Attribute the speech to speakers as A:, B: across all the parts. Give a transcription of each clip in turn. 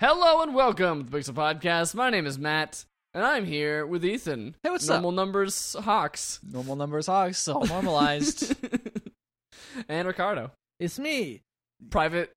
A: Hello and welcome to the Pixel Podcast. My name is Matt, and I'm here with Ethan.
B: Hey, what's
A: Normal
B: up?
A: numbers Hawks
B: Normal numbers hogs, all normalized.
A: and Ricardo.
B: it's me,
A: Private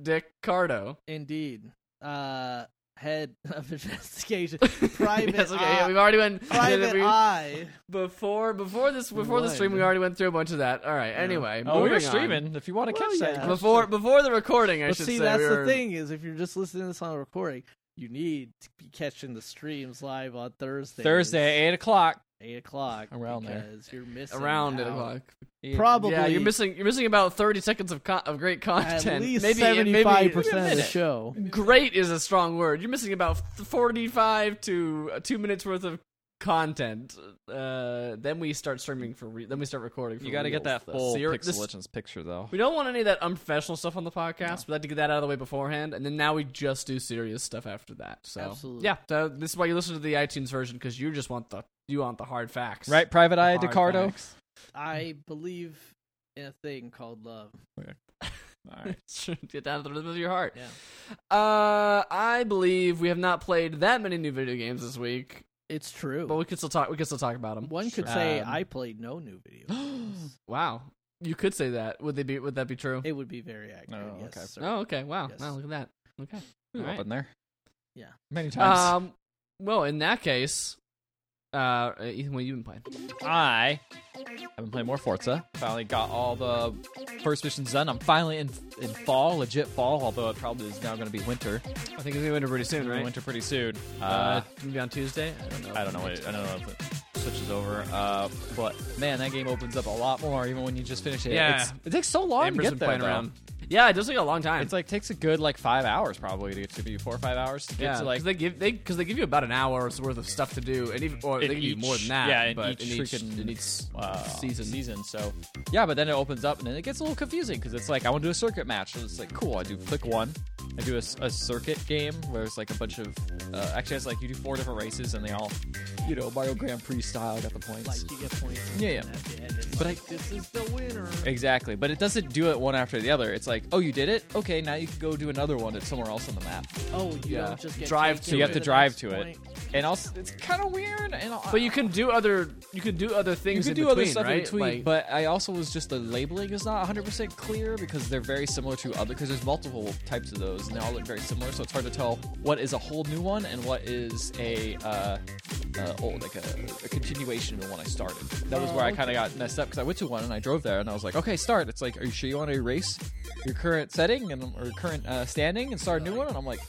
A: Dick Cardo.
B: indeed. Uh, head of investigation,
A: Yes,
B: private
A: okay,
B: eye,
A: yeah, we've already went
B: private
A: we-
B: eye.
A: before before this before the stream. We
B: One.
A: already went through a bunch of that. All right. Anyway,
C: Oh, we were
A: moving on.
C: streaming. If you want to
B: Well,
C: catch
B: yeah.
C: that,
A: before before the recording. I
B: But
A: should
B: see,
A: say
B: that's
A: we
B: the
A: were-
B: thing is, if you're just listening to this on a recording, you need to be catching the streams live on Thursday.
C: Thursday, eight o'clock.
B: eight o'clock,
C: Around there.
B: because you're missing
A: around
B: out.
A: it o'clock.
B: Probably,
A: Yeah, you're missing you're missing about thirty seconds of co- of great
B: at
A: content.
B: least
A: maybe
B: seventy-five
A: maybe-
B: percent of the
C: minute.
B: show.
A: great is a strong word. You're missing about f- 45 to uh, 2 minutes worth of content. Uh, then we start streaming for re- then we start recording for
C: You got to get
A: reals.
C: that full
A: So you're-
C: Pixel
A: this-
C: Legends picture though.
A: We don't want any of that unprofessional stuff on the podcast. We like to get that out of the way beforehand and then now we just do serious stuff after that. So
B: Absolutely.
A: Yeah, so this is why you listen to the iTunes version cuz you just want the you want the hard facts.
C: Right, Private Eye,
A: Hard
C: DiCardo.
A: facts.
B: I believe in a thing called love.
C: All right.
A: get down to the rhythm of your heart.
B: Yeah.
A: Uh, I believe we have not played that many new video games this week,
B: It's true.
A: but we could still talk. We could still talk about them.
B: One could say
C: Um,
B: I played no new video games.
A: Wow, you could say that. Would they be? Would that be true?
B: it would be very accurate.
C: Oh,
B: yes,
C: okay.
B: sir.
A: Oh, okay. Wow.
B: Yes.
A: Wow, look at that. Okay.
C: We've all Uh,
A: Alright.
C: been there.
B: Yeah.
C: Many times.
A: Um. Well, in that case, uh, Ethan, what have you been playing?
C: I have been playing more Forza. Finally got all the first missions done. I'm finally in in fall, legit fall. Although it probably is now going to be winter.
A: I think it's gonna winter pretty soon, right?
C: Winter pretty soon. Uh,
A: Uh, maybe on Tuesday. I don't know.
C: I don't know. What it, I don't know if it switches over. Uh, but man, that game opens up a lot more. Even when you just finish it.
A: Yeah.
C: It's, it takes so long
A: Amber's
C: to
A: been
C: get there.
A: playing
C: though.
A: around. Yeah, it does take a long time.
C: It's like takes a good like five hours probably to get to be four or five hours to get
A: yeah,
C: to
A: 'cause
C: like
A: they give they because they give you about an hour's worth of stuff to do, and even or they
C: in
A: give you more
C: each-
A: than that.
C: Yeah, in
A: but
C: each
A: in each,
C: freaking
A: in each
C: uh,
A: season.
C: Season. So yeah, but then it opens up and then it gets a little confusing because it's like I want to do a circuit match. So it's like cool. I do click one. I do a, s- a circuit game where it's like a bunch of uh, actually it's like you do four different races and they all you know Mario Grand Prix style got the points.
B: Like you get points.
C: Yeah, yeah.
B: and At the end, it's
C: But
B: like,
C: I-
B: this is the winner.
C: Exactly, but it doesn't do it one after the other. It's like, oh, you did it. Okay, now you can go do another one. It's somewhere else on the map,
B: Oh, you
A: Yeah.
B: don't just get
A: Drive
B: taken
A: to
C: so you have
A: it.
C: to
B: the
C: drive
B: next
C: to it.
B: point.
C: And also, it's kind of weird. And I-
A: But you can do other you can do other
C: you
A: things.
C: could
A: in
C: do
A: between,
C: other stuff
A: right?
C: in between,
A: Like-
C: but I also was just the labeling is not 100% clear because they're very similar to other because there's multiple types of those and they all look very similar, so it's hard to tell what is a whole new one and what is a uh, uh, old like a, a continuation of the one I started. That was where I kind of got messed up because I went to one and I drove there and I was like, okay, start. It's like, are you sure you want to erase your current setting and or current uh, standing and start a new one? And I'm like,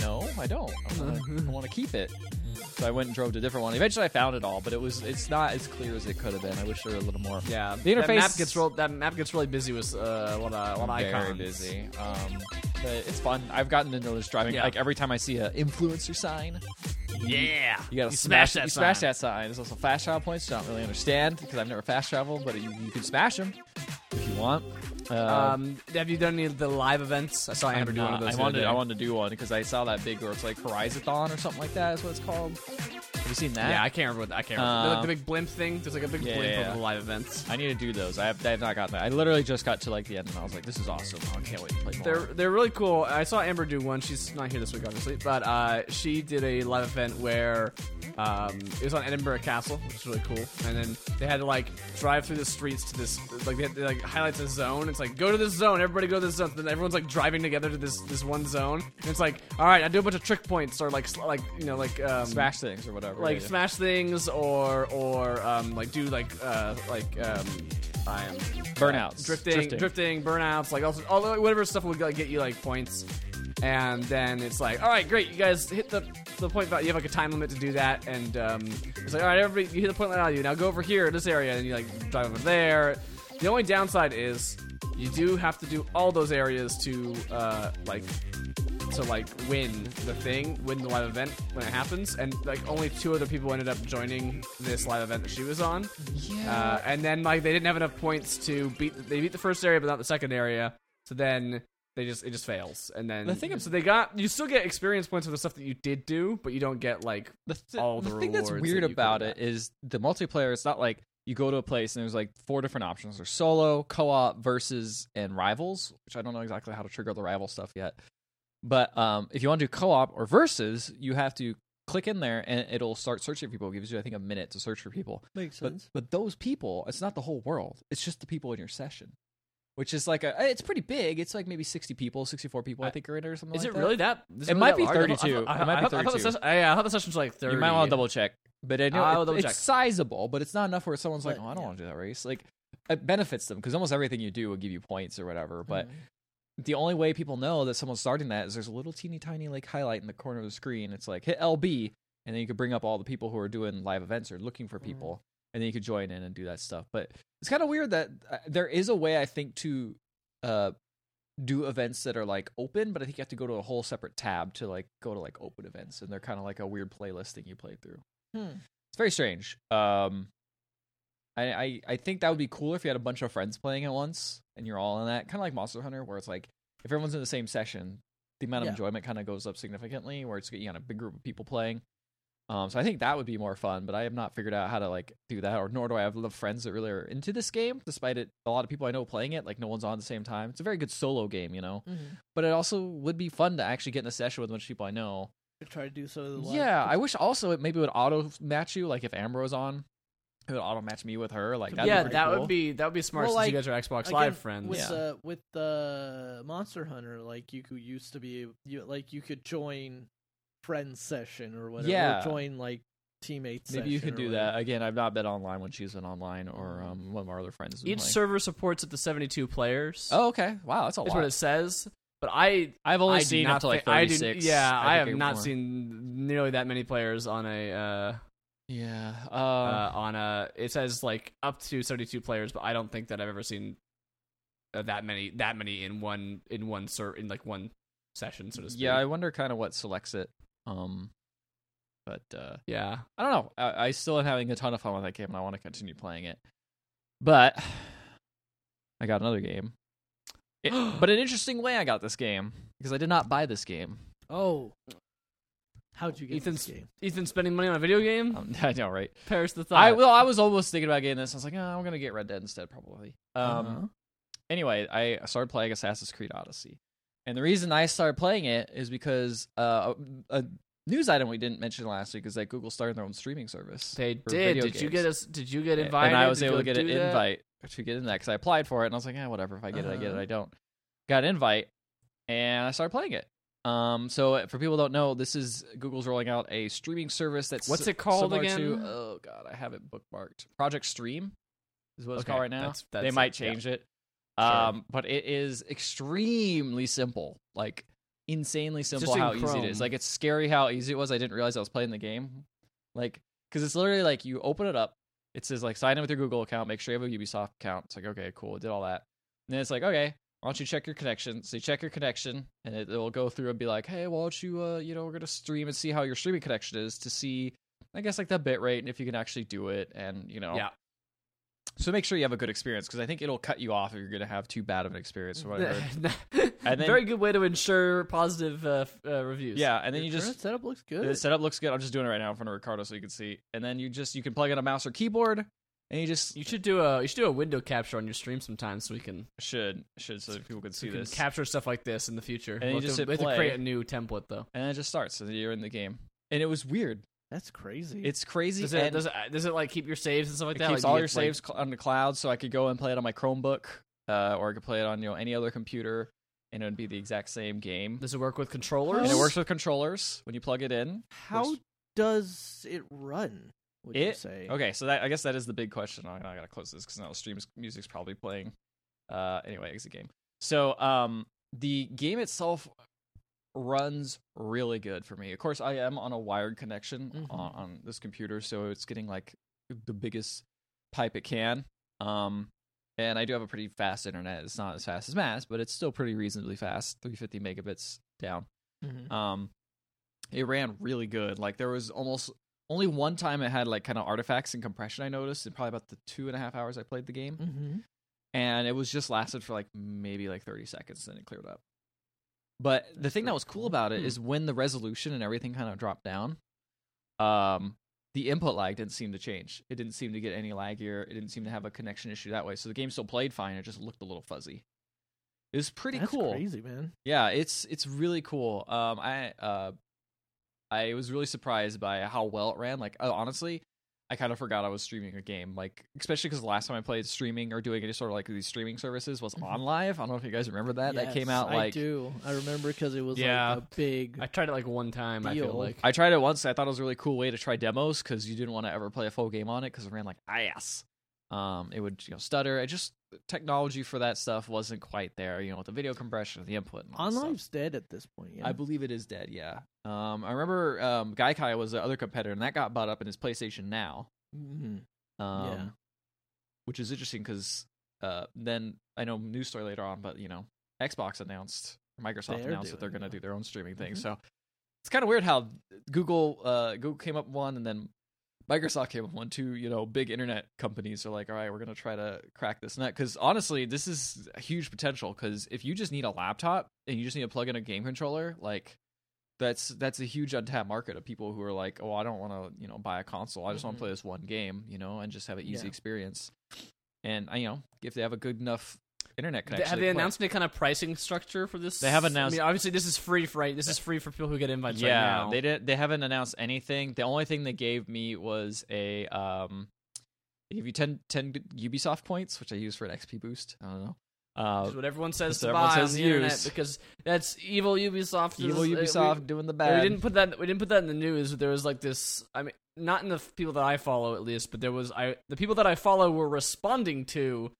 C: no, I don't. I wanna- I want to keep it.
A: Mm.
C: So I went and drove to a different one. Eventually, I found it all, but it was it's not as clear as it could have been. I wish there were a little more.
A: Yeah,
C: the
A: that
C: interface
A: map gets real, That map gets really busy with uh, what uh, what
C: Very
A: icons.
C: busy, um, but it's fun. I've gotten into this driving.
A: Yeah.
C: Like every time I see an influencer sign,
A: Yeah,
C: you gotta
A: smash, that.
C: You
A: sign.
C: smash that sign. There's also fast travel points. Which I don't really understand because I've never fast traveled, but you, you can smash them if you want. Uh,
A: Um, have you done any of the live events? I saw
C: I'm
A: Amber do one of
C: not-
A: those.
C: I
A: the other
C: wanted,
A: day.
C: I wanted to do one because I saw that big, or it's like Horizonathon or something like that is what it's called. Have you seen that?
A: Yeah, I can't remember. What, I can't remember.
C: Uh,
A: They're like the big blimp thing. There's like a big
C: Yeah,
A: blimp
C: yeah,
A: of
C: yeah.
A: the live events.
C: I need to do those. I have, I have not gotten that. I literally just got to like the end and I was like, this is awesome. Oh, I can't wait to play more.
A: They're they're really cool. I saw Amber do one. She's not here this week, obviously, but uh, she did a live event where um, it was on Edinburgh Castle, which is really cool. And then they had to like drive through the streets to this like they, had, they like highlights a zone. It's like go to this zone, everybody go to this zone. Then everyone's like driving together to this this one zone. And it's like all right, I do a bunch of trick points or like sl- like you know like um,
C: smash things or whatever.
A: like
C: yeah.
A: smash things or or um, like do like uh, like um, I am
C: burnouts,
A: drifting, drifting, burnouts, like also all the- whatever stuff will like, get you like points. And then it's like, all right, great, you guys hit the the point value. You have like a time limit to do that, and um, it's like, all right, everybody, you hit the point value. Now go over here, this area, and you like drive over there. The only downside is you do have to do all those areas to uh, like to like win the thing, win the live event when it happens. And like only two other people ended up joining this live event that she was on.
C: Yeah.
A: Uh, and then like they didn't have enough points to beat. They beat the first area, but not the second area. So then they just it just fails. And then
C: The thing is-
A: so they got you still get experience points for the stuff that you did do, but you don't get like
C: the, th-
A: all
C: the
A: the
C: thing that's
A: rewards that
C: weird
A: you could
C: about
A: have
C: it is the multiplayer. It's not like you go to a place and there's like four different options: there's solo, co-op, versus, and rivals. Which I don't know exactly how to trigger the rival stuff yet. But um, if you want to do co-op or versus, you have to click in there and it'll start searching people. It gives you, I think, a minute to search for people.
B: Makes
C: But
B: sense.
C: but those people, it's not the whole world. It's just the people in your session, which is like a. eh, It's pretty big. It's like maybe sixty people, sixty-four people, I,
A: I-
C: think, are in it or something.
A: Is
C: like
A: it
C: that.
A: really that? is
C: It
A: really
C: might
A: that
C: be
A: large? I thought-
C: 32.
A: I
C: It might be
A: thought- I thought the
C: 32.
A: session- yeah, I thought the session was like thirty.
C: You might want to double check, but I know
A: I'll
C: it-
A: double
C: it's
A: check.
C: sizable, but it's not enough where someone's like,
B: But,
C: "Oh, I don't
B: yeah.
C: want to do that race." Like, it benefits them because almost everything you do will give you points or whatever. But the only way people know that someone's starting that is there's a little teeny tiny like highlight in the corner of the screen. It's like hit LB, and then you could bring up all the people who are doing live events or looking for people, and then you could join in and do that stuff. But it's kind of weird that uh, there is a way I think to uh, do events that are like open, but I think you have to go to a whole separate tab to like go to like open events, and they're kind of like a weird playlist thing you play through.
B: Hmm.
C: It's very strange. Um, I, I I think that would be cooler if you had a bunch of friends playing at once and you're all in that kind of like Monster Hunter, where it's like if everyone's in the same session, the amount of
B: Yeah.
C: enjoyment kind of goes up significantly. Where it's you got a big group of people playing. Um, so I think that would be more fun, but I have not figured out how to like do that, or nor do I have a lot of friends that really are into this game. Despite it, a lot of people I know playing it, like no one's on at the same time. It's a very good solo game, you know.
B: Mhm.
C: But it also would be fun to actually get in a session with a bunch of people I know
B: Should Try to do some of the live-
C: yeah, I wish also it maybe would auto match you. Like if Ambrose on, it would auto match me with her. Like that'd
A: yeah,
C: be pretty
A: that
C: cool.
A: would be that would be smart
B: Well,
A: since you
B: like,
A: guys are Xbox
B: Again,
A: Live friends.
B: With
C: Yeah.
B: the with the Monster Hunter, like you could used to be, you like you could join friends session or whatever. or
C: Yeah.
B: join like teammates.
C: Maybe you
B: session
C: could
B: or
C: do
B: whatever.
C: that again. I've not been online when she's been online, or um, one of our other friends. has been
A: Each
C: playing.
A: server supports up to seventy-two players.
C: oh, okay. Wow, that's a
A: is
C: lot.
A: what it says. But I
C: I've only
A: I do
C: seen
A: not
C: up to like
A: thi- I
C: thirty
A: do-
C: six.
A: yeah, I, have not seen nearly that many players on a uh,
C: Yeah. Uh,
A: uh, on a. It says like up to seventy-two players, but I don't think that I've ever seen uh, that many that many in one in one ser- in like one session, so to speak.
C: yeah. I wonder kind of what selects it. Um, but uh,
A: yeah.
C: I don't know. I, I still am having a ton of fun with that game, and I want to continue playing it. But I got another game. It- but an interesting way I got this game because I did not buy this game.
B: Oh, how'd you get
A: Ethan's
B: this game?
A: Ethan spending money on a video game.
C: Um, I know, right?
A: Perish the thought.
C: I well, I was almost thinking about getting this. I was like, oh, I'm gonna get Red Dead instead, probably. Um,
B: Uh-huh.
C: anyway, I started playing Assassin's Creed Odyssey. And the reason I started playing it is because uh, a, a news item we didn't mention last week is that Google started their own streaming service.
A: They
C: for
A: did. Did
C: video
A: you
C: games.
A: get us? Did you get
C: A-
A: invited?
C: And I was
A: Did you
C: able to
A: go
C: get an
A: do that?
C: invite to get in that because I applied for it and I was like, yeah, whatever. If I get it, I get it.
B: Uh-huh.
C: I don't. Got an invite and I started playing it. Um, so for people who don't know, this is Google's rolling out a streaming service that's
A: What's
C: si-
A: it called
C: similar
A: again?
C: To, oh god, I have it bookmarked. Project Stream is what it's
A: Okay,
C: called right now.
A: that's- that's
C: they
A: it,
C: might
A: yeah.
C: change it.
A: Sure.
C: Um, but it is extremely simple, like insanely simple.
A: just in
C: How easy it
A: Chrome.
C: is! Like it's scary how easy it was. I didn't realize I was playing the game, like because it's literally like you open it up. It says like sign in with your Google account, make sure you have a Ubisoft account. It's like okay, cool, it did all that. And then it's like okay, why don't you check your connection? So you check your connection, and it, it'll go through and be like, hey, why don't you, uh, you know, we're gonna stream and see how your streaming connection is to see, I guess like the bit rate and if you can actually do it, and you know,
A: Yeah.
C: So make sure you have a good experience because I think it'll cut you off if you're gonna have too bad of an experience or whatever. And then-
A: Very good way to ensure positive uh, f- uh, reviews.
C: yeah, and then
B: Your
C: you
B: current
C: just
B: setup looks good.
C: the setup looks good. I'm just doing it right now in front of Ricardo so you can see. And then you just you can plug in a mouse or keyboard, and you just
A: you should do a you should do a window capture on your stream sometimes so we can
C: should should so that people can
A: so
C: see
A: we can
C: this.
A: capture stuff like this in the future.
C: you
A: we'll
C: just
A: have
C: hit
A: to, we have to
C: play.
A: create a new template though.
C: and then it just starts, and you're in the game. And it was weird.
B: That's crazy.
C: It's crazy.
A: Does it,
C: and-
A: does it does it like keep your saves and stuff like
C: it
A: that?
C: keeps
A: Like, do you
C: all
A: get,
C: your
A: like-
C: saves cl- on the cloud, so I could go and play it on my Chromebook, uh, or I could play it on you know any other computer, and it would be the exact same game.
A: does it work with controllers?
C: And it works with controllers when you plug it in.
B: how does it run? Would you
C: It-
B: say?
C: Okay, so that I guess that is the big question. I, I gotta close this because now the stream's music's probably playing. Uh, anyway, exit game. So um, the game itself runs really good for me. Of course, I am on a wired connection
B: Mhm.
C: on, on this computer, so it's getting like the biggest pipe it can. Um, and I do have a pretty fast internet. It's not as fast as Mass, but it's still pretty reasonably fast. 350 megabits down.
B: Mhm.
C: Um, it ran really good. Like there was almost only one time it had like kind of artifacts and compression. I noticed in probably about the two and a half hours I played the game,
B: Mhm.
C: and it was just lasted for like maybe like thirty seconds, then it cleared up. But the
B: That's
C: thing that
B: really
C: was cool
B: cool.
C: about it is
A: Hmm.
C: when the resolution and everything kind of dropped down, um, the input lag didn't seem to change. It didn't seem to get any laggier. It didn't seem to have a connection issue that way. So the game still played fine. It just looked a little fuzzy. It was pretty
B: That's
C: cool.
B: crazy, man.
C: Yeah, it's it's really cool. Um, I uh, I was really surprised by how well it ran. Like, oh, honestly, I kind of forgot I was streaming a game. Like, especially because the last time I played streaming or doing any sort of like these streaming services was on live. I don't know if you guys remember that. that came
B: Mm-hmm. Yes,
C: out like
B: I do. I remember because it was
A: Yeah.
B: like a big.
A: I tried it like one time. I feel
B: Deal.
A: like
C: I tried it once. I thought it was a really cool way to try demos because you didn't want to ever play a full game on it because it ran like ass. Um, it would you know stutter. It just technology for that stuff wasn't quite there. You know, with the video compression, the input, and all that stuff.
B: OnLive's dead at this point. Yeah.
C: I believe it is dead. Yeah. Um, I remember um, Gaikai was the other competitor, and that got bought up in his PlayStation Now.
B: Mhm.
C: Um,
B: Yeah.
C: Which is interesting because uh, then I know news story later on, but you know Xbox announced, Microsoft
B: They're
C: announced that they're
B: doing
C: going to
B: it.
C: do their own streaming thing.
B: Mhm.
C: So it's kind of weird how Google uh, Google came up with one, and then Microsoft came up with one. Two you know big internet companies are like, all right, we're going to try to crack this nut because honestly, this is a huge potential. Because if you just need a laptop and you just need to plug in a game controller, like that's that's a huge untapped market of people who are like, oh, I don't want to, you know, buy a console. I just want
B: Mhm.
C: to play this one game, you know, and just have an easy
B: Yeah.
C: experience. And I, you know, if they have a good enough internet
A: Th-
C: connection,
A: have
C: they
A: they
C: can play.
A: announced any kind of pricing structure for this?
C: They have announced-
A: I mean, obviously, this is free for right. This is free for people who get invites. right
C: yeah,
A: now.
C: they didn't. They haven't announced anything. The only thing they gave me was a um, they give you 10, 10 Ubisoft points, which I use for an XP boost. I don't know. Uh,
A: It's what everyone says
C: That's
A: to
C: what everyone
A: buy
C: says
A: on
C: to
A: the internet
C: use.
A: because that's evil Ubisoft. is-
C: evil
A: uh, we-
C: Ubisoft doing the
A: Yeah,
C: bad.
A: We didn't put that. We didn't put that in the news. But there was like this. I mean, not in the f- people that I follow, at least. But there was. I the people that I follow were responding to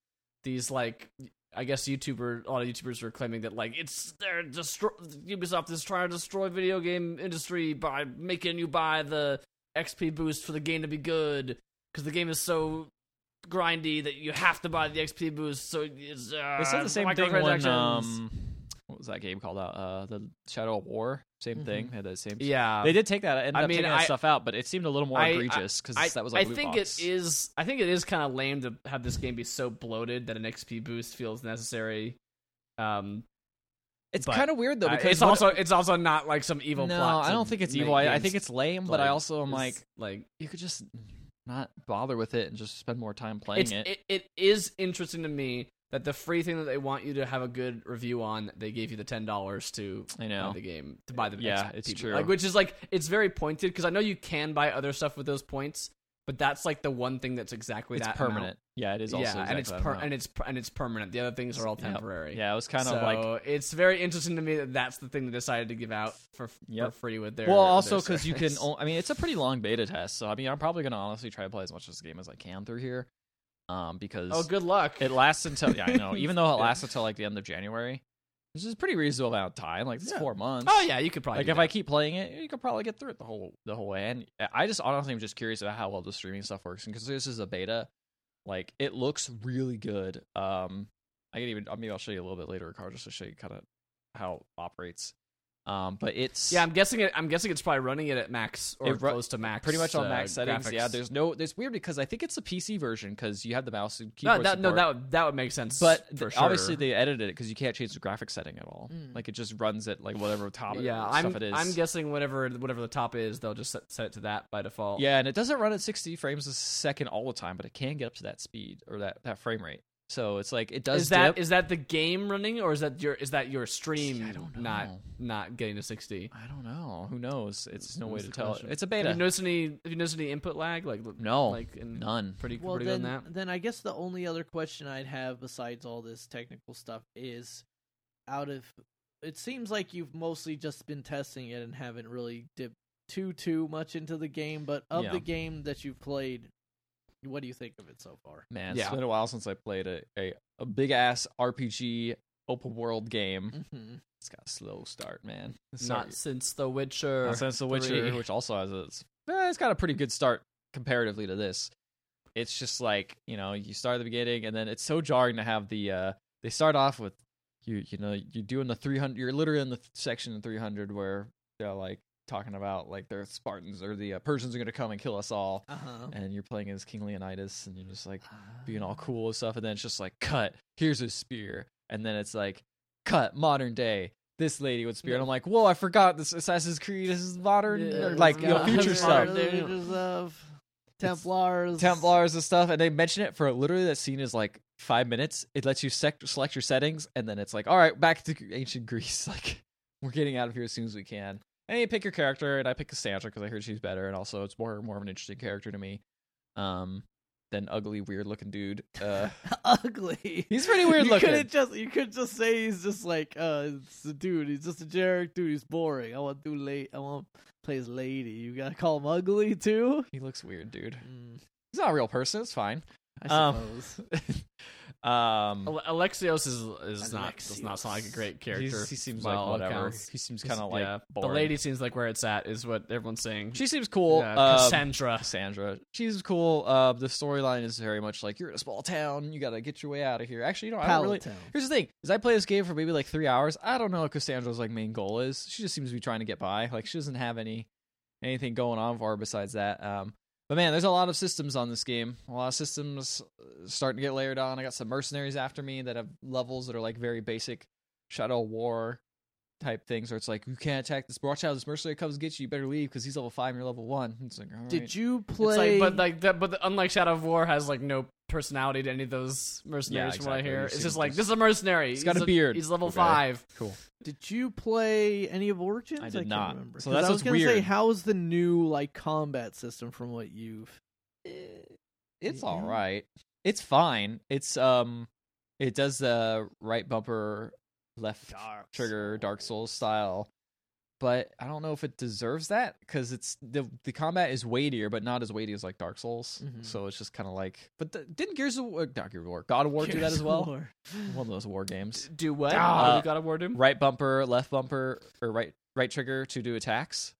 A: these like. I guess YouTuber, a lot of YouTubers were claiming that like it's they're destro- Ubisoft is trying to destroy video game industry by making you buy the XP boost for the game to be good because the game is so grindy that you have to buy the XP boost. So it's uh,
C: They said the same thing when
A: microtransactions.
C: um, what was that game called out? Uh, the Shadow of War. Same thing. Had that same.
A: Mm-hmm. yeah,
C: They did take that. Ended
A: I
C: up
A: mean,
C: taking that
A: I-
C: stuff out, but it seemed a little more
A: I-
C: egregious because that was like.
A: I
C: loot
A: think
C: box.
A: it is. I think it is kind of lame to have this game be so bloated that an XP boost feels necessary. Um,
C: It's
A: but
C: kind of weird though
A: I-
C: because
A: it's
C: what-
A: also it's also not like some evil
C: no,
A: plot.
C: I
A: to
C: don't think it's
A: make
C: evil. I, I
A: games
C: think it's lame, but I
A: like,
C: also am
A: this,
C: like,
A: like
C: you could just not bother with it and just spend more time playing
A: it's, it. It is interesting to me that the free thing that they want you to have a good review on, they gave you the ten dollars to
C: I know.
A: buy the game to buy the
C: Yeah,
A: XP
C: it's
A: boost.
C: true.
A: Like, which is like it's very pointed because I know you can buy other stuff with those points, but that's like the one thing that's exactly
C: It's
A: that amount.
C: permanent. Yeah, it is also.
A: yeah, and it's
C: exactly
A: per-
C: that amount.
A: and it's per- and it's permanent. The other things are all
C: Yep.
A: temporary.
C: yeah, it was kind of
A: so
C: like.
A: it's very interesting to me that that's the thing they decided to give out for,
C: Yep.
A: for free with their
C: Well, also
A: because
C: because you can. o- I mean, it's a pretty long beta test, so I mean, I'm probably gonna honestly try to play as much of this game as I can through here, um, because
A: oh, good luck.
C: It lasts until yeah, I know. Even though it
A: Yeah.
C: lasts until like the end of January, which is a pretty reasonable amount of time. Like it's
B: Yeah.
C: four months.
A: oh yeah, you could probably
C: Like
A: do
C: if I keep playing it, you could probably get through it the whole the whole way. And I just honestly am just curious about how well the streaming stuff works. And because this is a beta, like it looks really good. Um, I can even maybe I'll show you a little bit later, Ricardo, just to show you kind of how it operates. Um, but it's
A: that. yeah, I'm guessing it. I'm guessing it's probably running it at max or
C: It ru-
A: close to max.
C: pretty much on
A: uh,
C: max settings.
A: graphics.
C: Yeah, there's no. It's weird because I think it's a PC version because you have the mouse and
A: no
C: keyboard.
A: that, no
C: support.
A: that would, that would make sense.
C: But
A: for
C: th- obviously
A: sure.
C: they edited it because you can't change the graphic setting at all.
B: Mm.
C: Like it just runs at like whatever top
A: yeah,
C: stuff
A: I'm
C: it is.
A: I'm guessing whatever whatever the top is, they'll just set, set it to that by default.
C: yeah, and it doesn't run at 60 frames a second all the time, but it can get up to that speed or that, that frame rate. So it's like it does
A: Is that is
C: dip.
A: that the game running or is that your is that your stream
C: See, I don't
A: not
C: know.
A: not getting to sixty?
C: I don't know. Who knows? It's no way
A: What's
C: to
A: the
C: tell.
A: question?
C: It's a
A: Have
C: beta.
A: you noticed any? Have you noticed any input lag? Like
C: no,
A: like in
C: none.
A: pretty
B: well,
A: pretty
B: then,
A: good on that.
B: then I guess the only other question I'd have besides all this technical stuff is, out of, it seems like you've mostly just been testing it and haven't really dipped too too much into the game. But of
C: Yeah.
B: the game that you've played, what do you think of it so far?
C: Man, it's
A: Yeah.
C: been a while since I played a, a, a big ass RPG open world game.
B: Mm-hmm.
C: It's got a slow start, man. Sorry.
A: Mm. Not since The Witcher.
C: Not since The Witcher,
A: three.
C: which also has a, it's, eh, it's got a pretty good start comparatively to this. It's just like you know, you start at the beginning, and then it's so jarring to have the. uh They start off with you, you know, you're doing the three hundred. You're literally in the th- section in three hundred where they're like talking about like they're Spartans or the uh, Persians are going to come and kill us all,
B: Uh huh.
C: and you're playing as King Leonidas, and you're just like being all cool and stuff, and then it's just like, cut, here's his spear, and then it's like, cut, modern day, this lady with spear, and I'm like, whoa, I forgot this Assassin's Creed is modern,
A: Yeah,
C: or, like you
A: yeah.
C: know, future
A: Modern
C: stuff,
A: day.
B: Leaders of Templars.
C: Templars and stuff, and they mention it for literally that scene is like five minutes. It lets you sec- select your settings, and then it's like, all right, back to ancient Greece. Like, we're getting out of here as soon as we can. And you pick your character, and I pick Cassandra because I heard she's better, and also it's more more of an interesting character to me, um, than ugly, weird looking dude. Uh,
B: Ugly.
C: he's pretty weird
B: you
C: looking.
B: Couldn't just, you could just say he's just like, uh, it's a dude. He's just a generic dude. He's boring. I want to do late. I want to play his lady. You gotta call him ugly too.
C: He looks weird, dude.
B: Mm,
C: He's not a real person. It's fine.
B: I
C: Um,
B: suppose.
C: um,
A: Ale- Alexios is, is not does not sound like a
B: Alexios.
A: great character.
C: he's- he seems
A: by
C: like
A: all
C: whatever.
A: accounts.
C: He seems
A: He's-
C: kind of like
A: yeah. the
C: boring.
A: lady seems like where it's at is what everyone's saying.
C: She seems cool.
A: Yeah,
C: um,
A: Cassandra.
C: Sandra. She's cool. Uh, the storyline is very much like you're in a small town. You got to get your way out of here. Actually, you know, I don't really.
B: Palatown.
C: Here's the thing: is I play this game for maybe like three hours. I don't know what Cassandra's like main goal is. She just seems to be trying to get by. Like she doesn't have any anything going on for her besides that. Um, but man, there's a lot of systems on this game. A lot of systems uh, starting to get layered on. I got some mercenaries after me that have levels that are like very basic Shadow War type things, where it's like you can't attack this. Watch out! This mercenary comes and gets you. You better leave because he's level five and you're level one. It's like all right.
B: Did you
A: It's like,
B: play?
A: but like that, but the, unlike Shadow of War has like no personality to any of those mercenaries.
C: Yeah,
A: From what I
C: exactly.
A: hear,
C: You
A: it's
C: see
A: just
C: him
A: like
C: just-
A: this is a mercenary.
C: He's got
A: he's
C: a beard.
A: He's level
C: Okay.
A: five.
C: cool?
B: Did you play any of Origins?
C: I did
B: can't
C: not.
B: Remember.
C: So
B: 'Cause
C: that's
B: I was
C: what's
B: gonna say,
C: weird.
B: how's the new like combat system from what you've?
C: it's
B: Yeah.
C: all right. It's fine. It's um, it does the right bumper, left
B: Dark
C: trigger,
B: Souls.
C: Dark Souls style, but I don't know if it deserves that because it's the the combat is weightier, but not as weighty as like Dark Souls.
A: Mm-hmm.
B: Mhm.
C: So it's just kind of like. But the, didn't Gears of War, not Gears of War, God of War do that
B: Gears
C: as
B: of
C: well?
B: War.
C: One of those war games.
A: Do what?
C: Ah.
A: Oh, we got a war doom?
C: Right bumper, left bumper, or right right trigger to do attacks.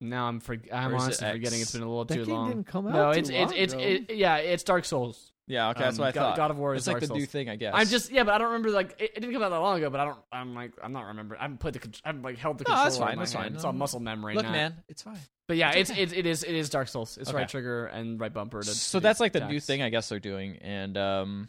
A: Now I'm for, I'm
C: Or is it
A: honestly
C: X?
A: forgetting. It's been a little
B: That
A: too
B: game
A: long.
B: didn't come out.
A: no,
B: too
A: it's it's
B: long
A: it's
B: ago.
A: it, yeah, it's Dark Souls.
C: Yeah, okay, that's
A: Um,
C: what I
A: God,
C: thought.
A: God of War is
C: it's like
A: Dark
C: the
A: Souls.
C: new thing, I guess.
A: I'm just yeah, but I don't remember like it, it didn't come out that long ago. But I don't. I'm like I'm not remembering. I haven't played the. con- I haven't like held the
C: No,
A: controller.
C: that's fine,
A: In my
C: that's
A: hand.
C: fine.
A: It's all muscle memory.
C: look,
A: not-
C: man, it's fine.
A: But yeah,
C: It's
A: it's, it's it is it is Dark Souls. It's
C: Okay.
A: right trigger and right bumper. To,
C: so
A: to
C: that's
A: do
C: like the new
A: attacks.
C: thing I guess they're doing, and um,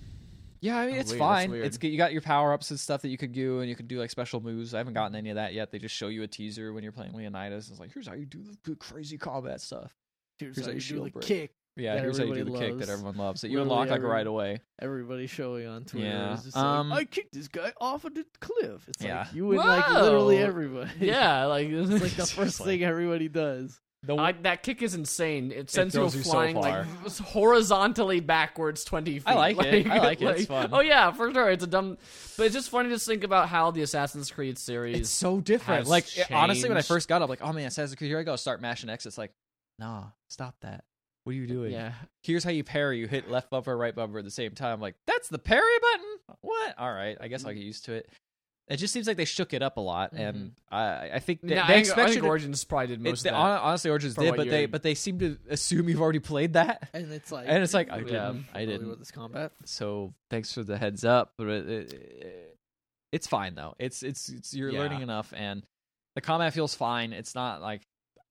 C: yeah, I mean
A: Oh,
C: it's
A: weird, that's
C: fine.
A: weird.
C: It's good. you got your power ups and stuff that you could do, and you can do like special moves. I haven't gotten any of that yet. They just show you a teaser when you're playing Leonidas. It's like here's how you do the good crazy combat stuff.
B: Here's
C: Here's
B: how
C: how
B: you
C: you
B: do the
C: shield break.
B: kick.
C: Yeah,
B: That
C: here's how you do the
B: everybody
C: kick that
B: loves.
C: everyone loves that you
B: Literally
C: unlock like
B: every-
C: right away.
B: Everybody showing on Twitter.
C: Yeah.
B: Is just
C: Um,
B: like, I kicked this guy off of the cliff. It's
C: Yeah.
B: like you would like literally
A: Whoa.
B: everybody.
A: Yeah, like it's
B: It's like the
C: It's
B: first
C: just like-
B: thing everybody does.
C: The
A: I, that kick is insane. It sends
C: Oh. throws
A: you
C: you so
A: flying like horizontally backwards twenty feet.
C: I like it. I like it. It's fun.
A: Oh yeah, for sure. It's a dumb, but it's just funny to think about how the Assassin's Creed series.
C: it's so different.
A: has
C: Like it- honestly, when I
A: changed.
C: first got up, like oh man, Assassin's Creed, here I go, start mashing X. It's like nah, stop that. What are you doing?
A: yeah,
C: Here's how you parry. You hit left bumper, right bumper at the same time. Like that's the parry button. What? All right, I guess I'll get used to it. It just seems like they shook it up a lot, and I, I think they,
A: Yeah, Mm-hmm. I
C: they
A: think- I
C: expected.
A: think Origins probably did
C: it-
A: most
C: they-
A: of that.
C: hon- honestly, Origins
A: for
C: did,
A: what
C: but they
A: you're-
C: but they seem to assume you've already played that,
B: And it's like
C: and it's like I
B: "Really
C: didn't,
A: Yeah.
C: I
B: familiar
C: didn't.
B: with this combat.
C: So thanks for the heads up, but it, it- it's fine though. It's it's, it's you're
A: Yeah.
C: learning enough, and the combat feels fine. It's not like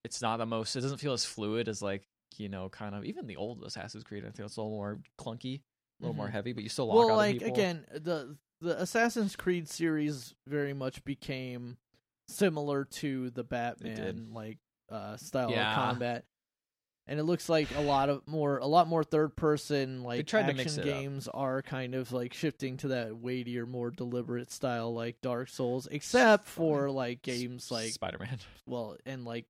C: it's not the most. It doesn't feel as fluid as like you know, kind of even the old Assassin's Creed. I think it's a little more clunky, a
A: Mm-hmm.
C: little more
B: Mhm.
C: heavy, but you still lock
B: well
C: other
B: like
C: people.
B: again the the assassin's creed series very much became similar to the batman like uh style
A: Yeah.
B: of combat and it looks like a lot of more a lot more third person like
C: tried to
B: action
C: mix it up.
B: games are kind of like shifting to that weightier more deliberate style like dark souls except for like games like
C: Spider Man.
B: well and like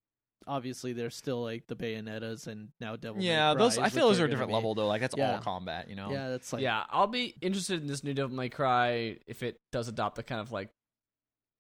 B: obviously there's still like the bayonetas and now devil May
C: Yeah, those I
B: Cry's,
C: feel
B: which
C: those are a
B: gonna
C: different
B: be-
C: level though. Like that's all
B: Yeah.
C: combat, you know.
B: yeah that's like
A: yeah, I'll be interested in this new Devil May Cry if it does adopt the kind of like.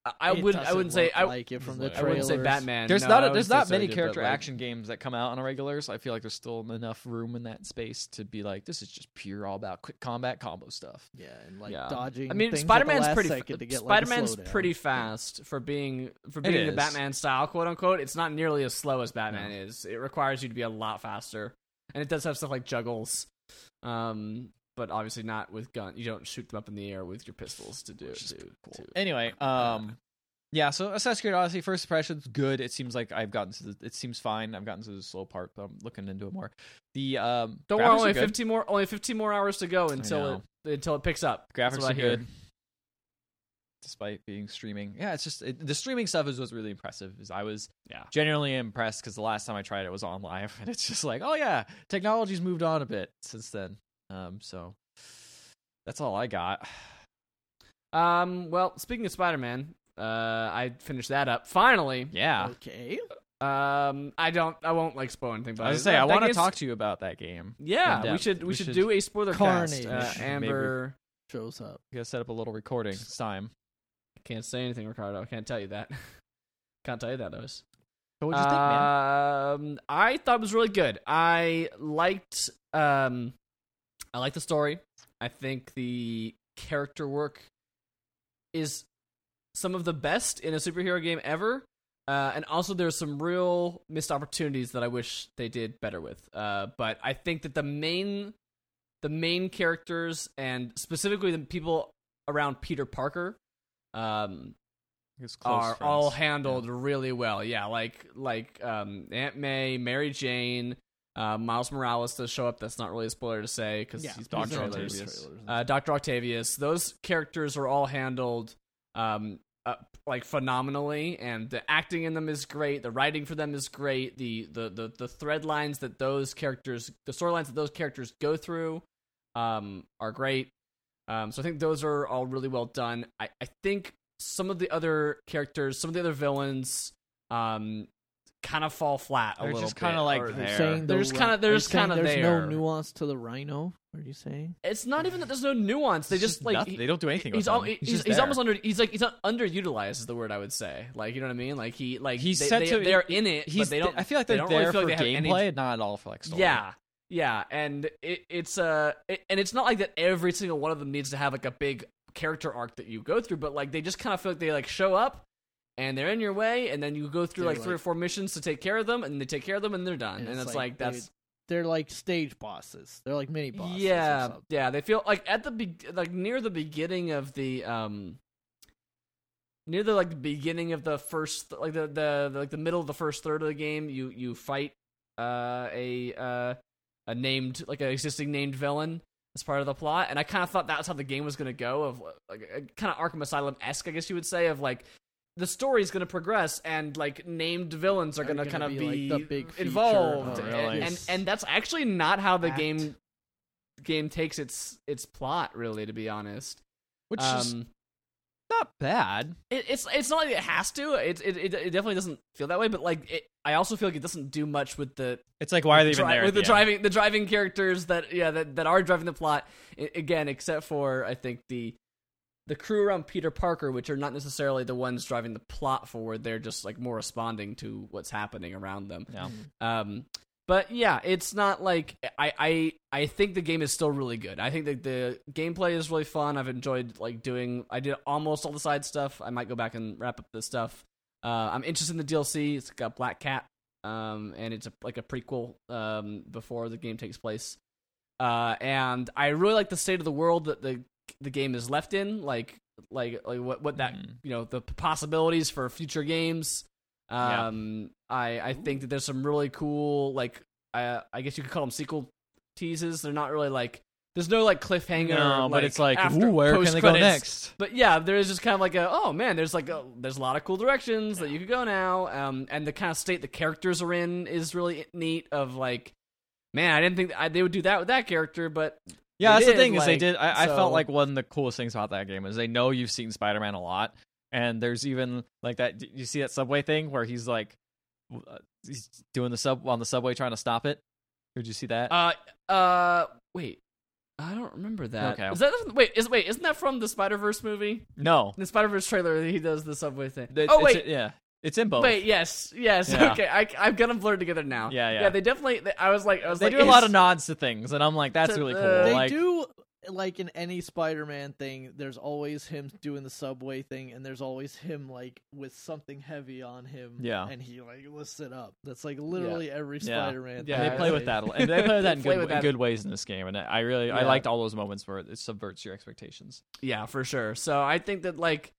A: I, I
B: it
A: wouldn't. I
B: doesn't
A: wouldn't say.
B: look
A: I,
B: like it from the
C: I
A: I wouldn't
B: trailers.
A: say Batman.
C: There's
A: no, I
C: not a,
A: wouldn't
C: there's
A: say
C: not
A: so
C: many
A: either, but,
C: character
A: like,
C: action games that come out on a regular, so I feel like there's still enough room in that space to be like, this is just pure all about quick combat combo stuff.
B: Yeah, and like
A: Yeah.
B: dodging.
A: I mean,
B: things at
A: Spider
B: the
A: Man's
B: last
A: pretty.
B: second to get, like, a
A: Spider Man's
B: slowdown.
A: pretty fast for being for being the
C: is.
A: Batman style, quote unquote. It's not nearly as slow as Batman is. It requires you to be a lot faster, and it does have stuff like juggles, um, but obviously not with gun. You don't shoot them up in the air with your pistols to do it.
C: Which is
A: to-
C: Cool.
A: to-
C: Anyway, um, yeah. So Assassin's Creed Odyssey first impressions good. It seems like I've gotten to the. It seems fine. I've gotten to the slow part, but I'm looking into it more. The um,
A: Don't
C: graphics
A: worry,
C: are
A: only
C: good.
A: fifteen more only fifteen more hours to go until it until it picks up. That's
C: Graphics
A: what
C: are
A: I hear.
C: good, despite being streaming. Yeah, it's just it, the streaming stuff is what's really impressive. Is I was
A: Yeah.
C: genuinely impressed because the last time I tried it was on live, and it's just like, oh yeah, technology's moved on a bit since then. Um, so That's all I got.
A: Um, well, speaking of Spider Man, uh, I finished that up finally.
C: Yeah.
B: Okay.
A: Um, I don't, I won't like spoil anything. But
C: I was gonna say I
A: that
C: want to
A: game's-
C: talk to you about that game. in
A: Yeah, we
C: depth.
A: should we,
C: We
A: should,
C: should-
A: do a spoiler cast.
B: Carnage.
A: Uh,
C: Maybe.
A: Amber
B: Shows up.
C: We gotta set up a little recording this time.
A: can't say anything, Ricardo. I can't tell you that. can't tell you that, Lewis.
C: So what'd you think, man?
A: Um, I thought it was really good. I liked um, I liked the story. I think the character work is some of the best in a superhero game ever. Uh, and also, there's some real missed opportunities that I wish they did better with. Uh, but I think that the main, the main characters and specifically the people around Peter Parker, um,
C: His close
A: are all
C: friends.
A: handled really well. Yeah, like like um, Aunt May, Mary Jane, uh, Miles Morales does show up. That's not really a spoiler to say because
B: Yeah,
A: he's
C: Dr.
A: been in
B: These are all
A: trailers.
B: those
C: Octavius.
B: trailers.
A: Uh, Doctor Octavius. Those characters are all handled um, uh, like phenomenally, and the acting in them is great. The writing for them is great. The the the, the thread lines that those characters, the storylines that those characters go through, um, are great. Um, so I think those are all really well done. I, I think some of the other characters, some of the other villains, um, kind of fall flat a
C: They're
A: little
C: just
A: bit.
C: kinda like
A: or-
C: there.
B: Saying
A: They're
B: the
A: just kinda-
B: ri-
A: they're
B: are you
A: just
B: saying
A: kinda
B: There's
A: there.
B: no nuance to the rhino. What are you saying?
A: It's not even that there's no nuance. They
C: It's
A: just like
C: nothing- they don't do anything.
A: he's
C: with
A: al-
C: them.
A: he's,
C: just
A: he's
C: there.
A: almost under he's like he's not underutilized is the word I would say like you know what I mean like he like
C: He's
A: they,
C: set
A: they,
C: to-
A: they're in it
C: He's.
A: but they don't
C: I feel like
A: they
C: they're
A: don't
C: there
A: really feel
C: for
A: like they have any-
C: gameplay, not at all for like story.
A: yeah yeah and it, it's uh it, and it's not like that every single one of them needs to have like a big character arc that you go through but like they just kind of feel like they like show up and they're in your way and then you go through
B: They're
A: like, three or
B: like-
A: four missions to take care of them and they take care of them and they're done and, it's like,
B: they-
A: that's
B: they're like stage bosses. They're like mini bosses. or
A: yeah
B: something.
A: yeah they feel like at the be- like near the beginning of the um near the like beginning of the first like the, the like the middle of the first third of the game you you fight uh a uh a named like an existing named villain as part of the plot and i kind of thought that's how the game was going to go of like kind of arkham asylum-esque i guess you would say of like the story's going to progress and like named villains are
B: Are
A: going to kind
B: gonna
A: of
B: be,
A: be,
B: like, the big feature Oh,
A: involved
C: of
A: and, and
B: this
A: and that's actually not how the
B: act.
A: game game takes its its plot really to be honest
C: which is
A: um
C: not bad.
A: it, it's it's not like it has to it, it it it definitely doesn't feel that way but like it i also feel like it doesn't do much with the
C: It's like why are they even
A: dri-
C: there?
A: with the
C: at end?
A: driving the driving characters that yeah that, that are driving the plot I- again except for i think the the crew around peter parker which are not necessarily the ones driving the plot forward they're just like more responding to what's happening around them
C: Yeah.
A: um but yeah it's not like i i i think the game is still really good i think that the gameplay is really fun i've enjoyed like doing i did almost all the side stuff i might go back and wrap up the stuff uh i'm interested in the dlc it's got black cat um and it's a, like a prequel um before the game takes place uh and i really like the state of the world that the the game is left in like like like what what that
C: Mhm.
A: you know the p- possibilities for future games
C: Yeah.
A: um i i think that there's some really cool like i i guess you could call them sequel teases they're not really like there's no like cliffhanger
C: No, but it's like,
A: after-
C: ooh, where can they go
A: post-credits.
C: next?
A: but yeah there is just kind of like a oh man there's like a, there's a lot of cool directions that you could go now um and the kind of state the characters are in is really neat of like man i didn't think I, they would do that with that character but They
C: Yeah, that's
A: did,
C: the thing is they
A: like,
C: did. I, I
A: so-
C: felt like one of the coolest things about that game is they know you've seen Spider Man a lot, and there's even like that. You see that subway thing where he's like, w- uh, he's doing the sub on the subway trying to stop it. Did you see that?
A: Uh, uh, wait. I don't remember that.
C: Okay.
A: Is that wait? Is wait? Isn't that from the Spider Verse movie?
C: no,
A: The Spider Verse trailer. He does the subway thing.
C: That-
A: oh
C: it's-
A: wait,
C: yeah, it's in both.
A: wait. Yes, yes.
C: Yeah.
A: Okay, I, I'm gonna blur together now.
C: Yeah, yeah.
A: Yeah, they definitely. They, I was like, I was
C: they
A: like,
C: do a lot
A: it's- uh,
C: of nods to things, and I'm like, that's
A: To
C: really
A: the-
C: cool.
B: They
C: like,
B: do like in any Spider-Man thing. There's always him doing the subway thing, and there's always him like with something heavy on him.
C: Yeah.
B: and he like lifts it up. That's like literally every
C: Yeah.
B: Spider-Man.
A: Yeah,
B: thing.
C: and they play with that, a lot- and they play with that in,
A: They play
C: good,
A: with
C: in
A: that.
C: good ways in this game, and I really, I
A: Yeah.
C: liked all those moments where it subverts your expectations.
A: Yeah, for sure. So I think that like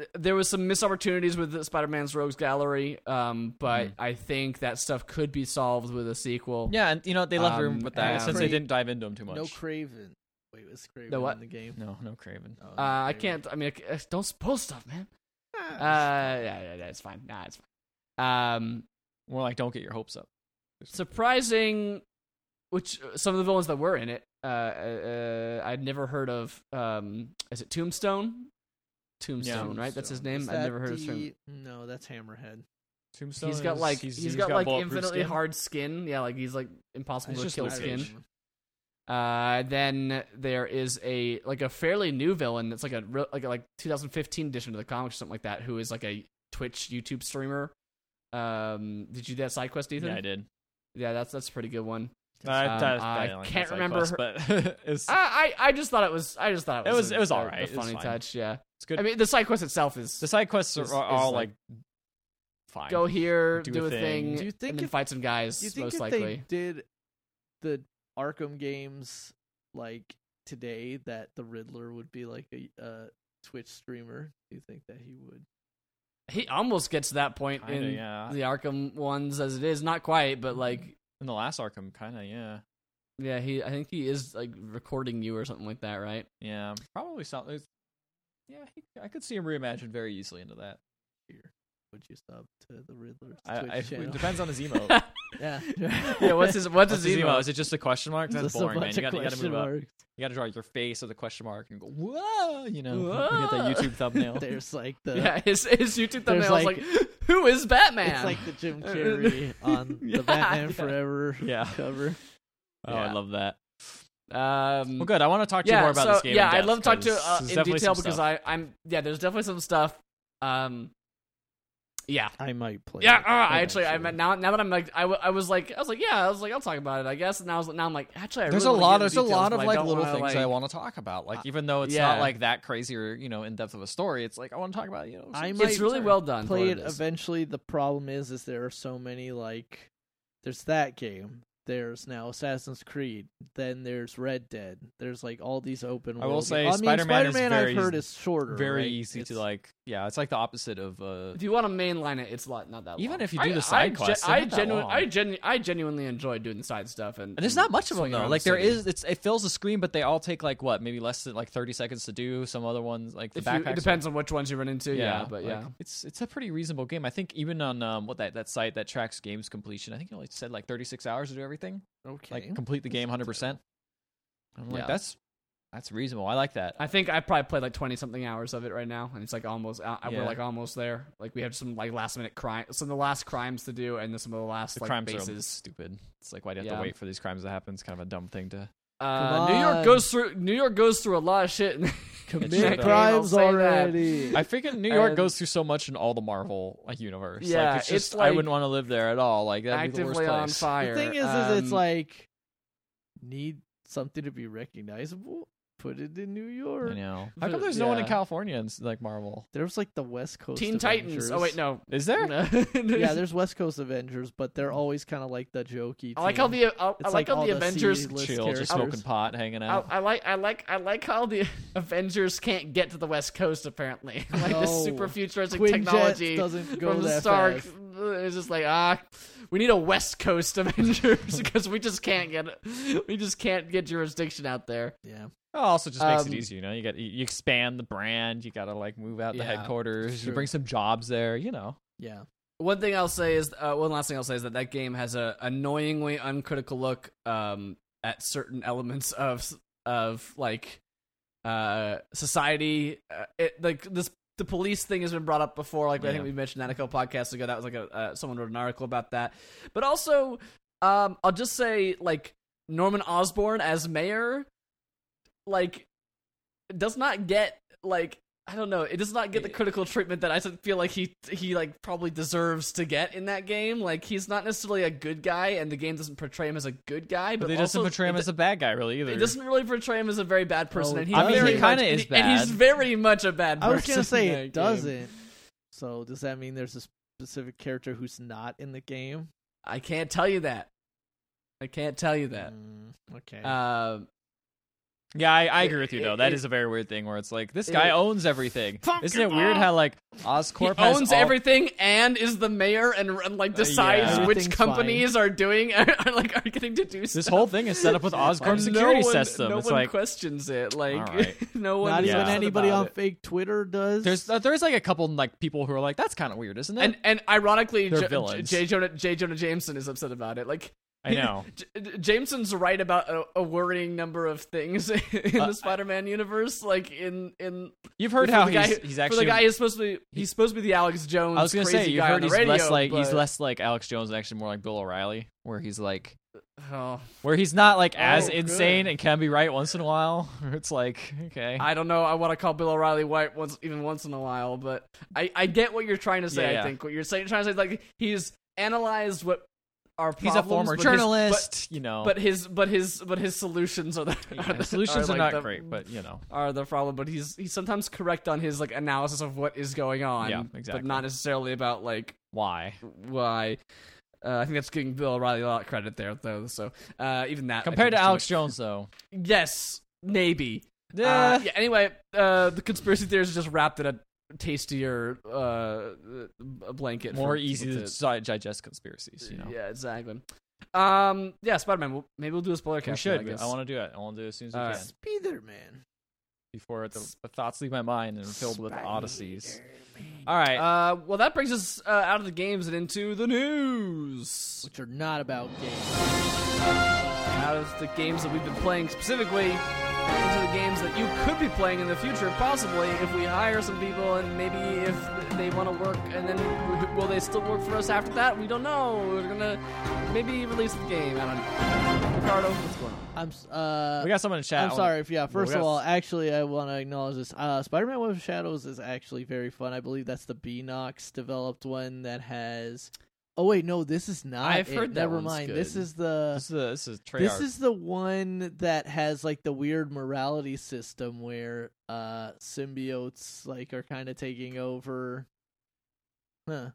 A: th- there was some missed opportunities with the Spider-Man's Rogues Gallery, um, but
C: Mhm.
A: I think that stuff could be solved with a sequel.
C: Yeah, and you know they left
A: Um,
C: room with that
A: and-
C: since they
B: Pretty-
C: didn't dive into them too much.
B: No Craven. Wait, was Craven
A: what?
B: in the game?
C: no, no Craven.
B: Oh, no
A: Uh, I
B: Craven.
A: can't. I mean, I, I- don't spoil stuff, man. Uh,
B: Ah,
A: yeah, yeah, yeah, it's fine. Nah, it's fine. Um,
C: More like don't get your hopes up.
A: surprising which some of uh, the villains that were in it uh, uh, uh, I'd never heard of. Um, is it Tombstone? Tombstone, right? That's his
C: Tombstone.
A: name.
B: Is
A: I've
B: that
A: never heard his term.
B: the- No, that's Hammerhead.
C: Tombstone.
A: He's got
C: is-
A: like
C: he's-
A: he's got, like
C: bulletproof
A: infinitely
C: skin.
A: hard skin. Yeah, like he's like impossible
C: It's
A: to
C: just
A: kill
C: Luke
A: skin.
C: Cage.
A: Uh, then there is a like a fairly new villain that's like a real- like a, like 2015 edition of the comics or something like that, who is like a Twitch YouTube streamer. Um, did you do that side quest, Ethan?
C: Yeah, I did.
A: Yeah, that's that's a pretty good one.
C: I,
A: Um,
C: that-
A: I
C: don't like
A: can't
C: that
A: remember
C: side quest, but it's,
A: I, I I just thought it was I just thought it
C: It
A: was
C: was-
A: a-
C: it was
A: a-
C: all right.
A: a
C: It's
A: funny
C: fine.
A: touch. Yeah,
C: it's good.
A: I mean the side quest itself is
C: the side quests are,
A: is-
C: are all
A: is, like,
C: like, fine.
A: go here,
C: do
A: do,
C: a
A: a thing,
C: thing.
B: Do you think
A: and then
B: if-
A: fight some guys
B: Do you think
A: most
B: if
A: likely.
B: they did the Arkham games like today, that the Riddler would be like a uh, Twitch streamer? Do you think that he would?
A: He almost gets to that point
C: Kinda,
A: in
C: yeah.
A: the Arkham ones as it is, not quite, but like
C: In the last Arkham, kind of, yeah,
A: yeah, he I think he is like recording you or something like that, right?
C: yeah, probably something. it's- Yeah, he, I could see him reimagined very easily into that.
B: Would you sub to the Riddler's
C: I,
B: Twitch
C: I,
B: channel?
C: it depends on his emote.
B: yeah.
A: yeah, what's his what's,
C: Oh. What's
A: his
C: his
A: email?
C: emote? Is it just a question mark? That's
B: Just a
C: boring, man.
B: bunch
C: You
B: of
C: gotta, you gotta
B: question
C: move up.
B: marks.
C: You gotta draw your face with a question mark and go whoa, you know,
A: Whoa.
C: get that YouTube thumbnail.
B: There's like the
A: Yeah, his his YouTube
B: There's
A: thumbnail like,
B: like-
A: like who is Batman?
B: it's like the Jim Carrey on the
A: Yeah,
B: Batman
A: yeah.
B: Forever
C: yeah.
B: cover.
C: Oh,
A: Yeah.
C: I love that.
A: um,
C: Well, good. I want to talk to
A: yeah,
C: you more about
A: so,
C: this game.
A: Yeah,
C: in
A: I'd
C: depth,
A: love to talk to
C: 'cause
A: uh,
C: there's
A: in
C: definitely
A: detail
C: some
A: because
C: stuff.
A: I I'm yeah, there's definitely some stuff. Um, yeah,
B: I might play.
A: yeah.
B: it
A: Uh, I actually,
B: eventually.
A: I meant now. Now that I'm like, I, w- I was like, I was like, yeah, I was like, I'll talk about it, I guess. And now I was now I'm like, actually, I
C: there's
A: really
C: a
A: wanna
C: lot.
A: get
C: There's
A: into
C: a
A: details,
C: lot
A: but
C: of
A: I
C: like
A: don't
C: little
A: wanna,
C: things
A: like,
C: I want to talk about. Like, even though it's
A: yeah.
C: not like that crazy or you know in depth of a story, it's like I want to talk about you know. some-
B: I
C: some
B: might
A: It's really
C: stuff.
A: well done.
B: play
A: for
B: it
A: what is.
B: eventually. The problem is, is there are so many like, there's that game. There's now Assassin's Creed. Then there's Red Dead. There's like all these open.
C: I will
B: world
C: say
B: games. I mean,
C: Spider-Man is
B: Spider-Man
C: very-
B: I've heard is shorter.
C: Very
B: right?
C: easy to
B: It's-
C: like. Yeah, it's like the opposite of. uh
A: If you want to mainline it, it's lot not that.
C: Even
A: long.
C: if you do
A: I-
C: the side
A: I,
C: quests, they're
A: I
C: not that
A: genuinely,
C: long.
A: I genu- I genuinely enjoy doing the side stuff, and
C: There's not much of them
A: swinging
C: though.
A: around
C: Like
A: the
C: there
A: city.
C: is, it's it fills the screen, but they all take like what, maybe less than like 30 seconds to do. Some other ones like the
A: If you-
C: backpack.
A: it depends on which ones you run into. Yeah, but yeah,
C: like, it's it's a pretty reasonable game. I think even on um what that that site that tracks games completion, I think it only said like 36 hours to do everything,
B: Okay.
C: like complete the game 100. percent I'm like
A: Yeah.
C: that's that's reasonable. I like that.
A: I think I probably played like twenty something hours of it right now, and it's like almost uh,
C: Yeah.
A: we're like almost there. Like we have some like last minute crime, some of the last crimes to do, and then some of the last
C: The
A: like
C: crimes are
A: bases.
C: stupid. It's like why do you have
A: Yeah.
C: to wait for these crimes to happen? It's kind of a dumb thing to.
A: Uh,
B: Come
A: New York
B: on.
A: goes through New York goes through a lot of shit. in-
B: Commit
A: in that game, I'll
B: crimes
A: say that.
B: already.
C: I figure New York
A: And-
C: goes through so much in all the Marvel like universe.
A: Yeah,
C: like, it's
A: it's
C: just I wouldn't
A: like
C: want to live there at all. Like that'd be the worst
A: Actively on
C: place.
A: fire.
B: the thing is, is
A: Um,
B: it's like need something to be recognizable. Put it in New York.
C: I know. How
A: The-
C: come there's no one in
A: yeah.
C: California in s- like Marvel?
B: There was like the West Coast
A: Teen Titans.
B: Avengers.
A: Oh wait, no.
C: Is there?
B: yeah, there's West Coast Avengers, but they're always kind of like the jokey.
A: I like how
B: team.
A: the I, I
B: It's
A: like,
B: like
A: how
B: all
A: the
B: the
A: Avengers.
B: seed- list
C: Chill,
B: characters.
C: just smoking pot, hanging
A: I,
C: out.
A: I like I like I like how the Avengers can't get to the West Coast apparently. like this
B: No.
A: super futuristic
B: Quinjet
A: technology.
B: doesn't go
A: from the
B: that
A: Stark.
B: fast.
A: It's just like ah, we need a West Coast Avengers because we just can't get it. We just can't get jurisdiction out there.
B: Yeah,
C: Oh, also, just makes
A: Um,
C: it easier. You know, you got you, you expand the brand. You got to like move out the
A: Yeah,
C: headquarters. You
B: true.
C: bring some jobs there. You know,
B: yeah.
A: One thing I'll say is uh, one last thing I'll say is that that game has a annoyingly uncritical look um, at certain elements of of like uh, society. Uh, it, like this, the police thing has been brought up before. Like I
C: Yeah.
A: think we mentioned that a couple podcasts ago. That was like a uh, someone wrote an article about that. But also, um, I'll just say like Norman Osborn as mayor, like does not get like I don't know. It does not get the critical treatment that I feel like he he like probably deserves to get in that game. Like he's not necessarily a good guy, and the game doesn't portray him as a good guy. But,
C: but they
A: also,
C: doesn't portray him
A: it
C: as a bad guy really either.
A: it doesn't really portray him as a very bad person,
B: Oh,
A: and he's
B: I mean, he
A: very
B: kinda
A: much-
C: is
A: and he- And he's
C: bad.
A: very much a bad
B: I
A: person.
B: was gonna say
A: in
B: it
A: that game.
B: doesn't. So does that mean there's a specific character who's not in the game?
A: I can't tell you that. I can't tell you that.
B: Mm, okay.
A: Um,
C: yeah, I, I
A: it-
C: agree with you
A: it-
C: though. That
A: it-
C: is a very weird thing where it's like this
A: it-
C: guy owns everything.
B: Fuck
C: Isn't it
B: him
C: weird
B: off.
C: how like
A: he
C: Oscorp has
A: owns
C: all-
A: everything and is the mayor, and, and like decides
C: yeah.
A: which
B: Everything's
A: companies are doing are, like are getting to do
C: This
A: stuff.
C: whole thing is set up with Oscorp
A: And
C: security
A: no one,
C: system.
A: No
C: it's
A: one
C: like
A: questions it. Like
C: All right.
A: no one.
B: not
A: says
C: yeah.
B: even
A: nothing
B: anybody
A: about
B: on
A: it.
B: fake Twitter does.
C: there's uh, there's like a couple like people who are like that's kind of weird, isn't it?
A: And and ironically,
C: They're
A: J-
C: villains.
A: J. Jonah J. Jonah Jameson is upset about it. Like
D: I know.
A: J- J- Jameson's right about a, a worrying number of things in
C: Uh,
A: the Spider-Man universe. Like in in
C: You've heard
A: for
C: how
A: the guy
C: he's,
A: who-
C: he's
A: for
C: actually
A: the guy who's supposed to be
C: he-
A: he's supposed to be the Alex Jones.
C: I was gonna
A: crazy
C: say you
A: guy on
C: heard
A: the
C: he's
A: radio,
C: less like he's
A: but-
C: less like Alex Jones and actually more like Bill O'Reilly, where he's like
A: Oh,
C: where he's not like as
A: Oh,
C: insane
A: good.
C: and can be right once in a while. It's like okay,
A: I don't know. I want to call Bill O'Reilly white once even once in a while, but I I get what you're trying to say.
C: Yeah, yeah.
A: I think what you're saying trying to say is like he's analyzed what our
C: he's a
A: problems, but
C: former
A: his-
C: journalist, you know.
A: but, but his but his but his solutions are the, are
C: Yeah,
A: the-
C: solutions are,
A: like,
C: not
A: the-
C: great, but you know.
A: are the problem, but he's he's sometimes correct on his like analysis of what is going on.
C: Yeah,
A: But
C: exactly.
A: not necessarily about like
C: Why?
A: why. Uh, I think that's giving Bill O'Reilly a lot of credit there, though. So uh, even that I
C: Compared
A: think
C: to
A: is too
C: Alex Jones, though.
A: much. yes, maybe. Uh,
C: Yeah.
A: yeah. Anyway, uh, the conspiracy theories just wrapped in a tastier uh, uh, blanket.
C: more
A: for
C: easy
A: people
C: to di- digest conspiracies, you know.
A: Yeah, exactly. Um, yeah, Spider Man. We'll, maybe we'll do a spoiler
C: We
A: cast. then,
C: should.
A: I,
C: but
A: guess.
C: I, want to do it. I want to do it as soon as we
A: All right.
C: can.
B: Spider-Man.
C: Before the, the thoughts leave my mind and are filled with odysseys.
B: Spider-Man.
C: All right.
A: Uh, well, that brings us uh, out of the games and into the news.
B: Which are not about games.
A: Out of the games that we've been playing specifically, into the games that you could be playing in the future, possibly if we hire some people and maybe if they want to work, and then w- will they still work for us after that? We don't know. We're gonna maybe release the game. I don't know. Ricardo, what's going on?
B: I'm s- uh
C: we got someone in chat. I
B: I'm
C: wanna-
B: sorry if yeah. First
C: we
B: of
C: got-
B: all, actually, I want to acknowledge this. Uh, Spider-Man: Web of Shadows is actually very fun. I believe that's the Beanox developed one that has. Oh wait, no, this is not.
A: I've
B: it.
A: heard that
B: Never
A: one's
B: mind.
A: good.
B: This is the.
C: This is a, this is Treyarch.
B: This is the one that has like the weird morality system where uh symbiotes like are kind of taking over. Huh.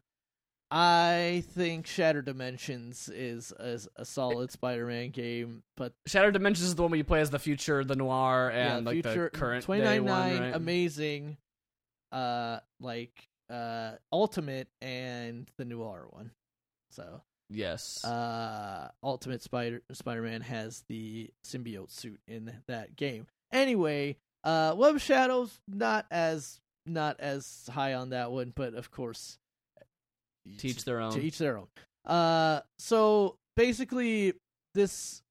B: I think Shattered Dimensions is a, a solid Spider-Man game, but
A: Shattered Dimensions is the one where you play as the future, the noir, and like the current day one.
B: 29.9,
A: right?
B: amazing uh like uh ultimate and the noir one so
A: Yes.
B: uh ultimate spider spider-man has the symbiote suit in that game anyway uh web of shadows not as not as high on that one but of course
A: Teach their own.
B: to each their own. Uh, so basically, this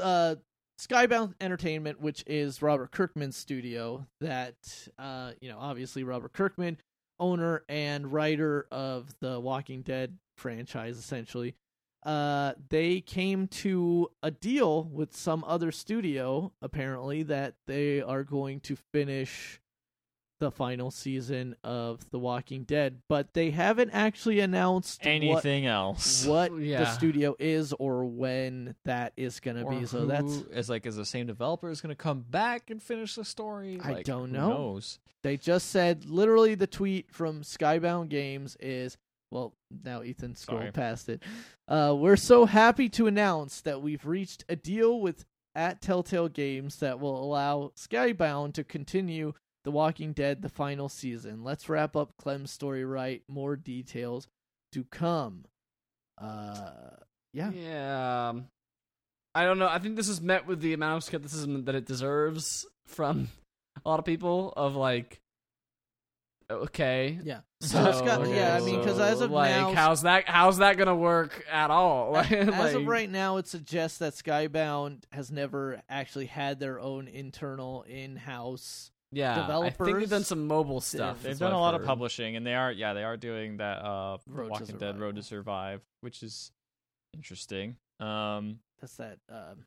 B: uh, Skybound Entertainment, which is Robert Kirkman's studio, that uh, you know, obviously Robert Kirkman, owner and writer of the Walking Dead franchise, essentially. Uh, they came to a deal with some other studio, apparently, that they are going to finish the final season of The Walking Dead, but they haven't actually announced what-
C: anything else.
B: what the
A: Yeah.
B: studio is or when that is going to
C: Or
B: be. So that's
C: who is like is the same developer is going to come back and finish the story?
B: I
C: Like,
B: don't
C: who
B: know.
C: knows?
B: they just said literally the tweet from Skybound Games is well now Ethan scrolled
C: Sorry.
B: past it. Uh, we're so happy to announce that we've reached a deal with at Telltale Games that will allow Skybound to continue The Walking Dead the final season. Let's wrap up Clem's story right. More details to come. Uh, yeah.
A: Yeah. um, I don't know. I think this is met with the amount of skepticism that it deserves from a lot of people of like okay.
B: Yeah.
A: So,
B: it's got- yeah,
C: I mean, 'cause as
B: of
A: like,
B: now-
A: how's that how's that going to work at all? Like,
B: As of right now, it suggests that Skybound has never actually had their own internal in-house.
A: yeah. I think
B: developers-
A: they've done some mobile stuff.
B: They've
C: They've
A: is
C: done
A: what
C: a
A: I've
C: lot of
A: heard.
C: publishing, and they are yeah they are doing that uh
B: Road to
C: Walking Dead Road to Survive, which is interesting. Um,
B: That's that um,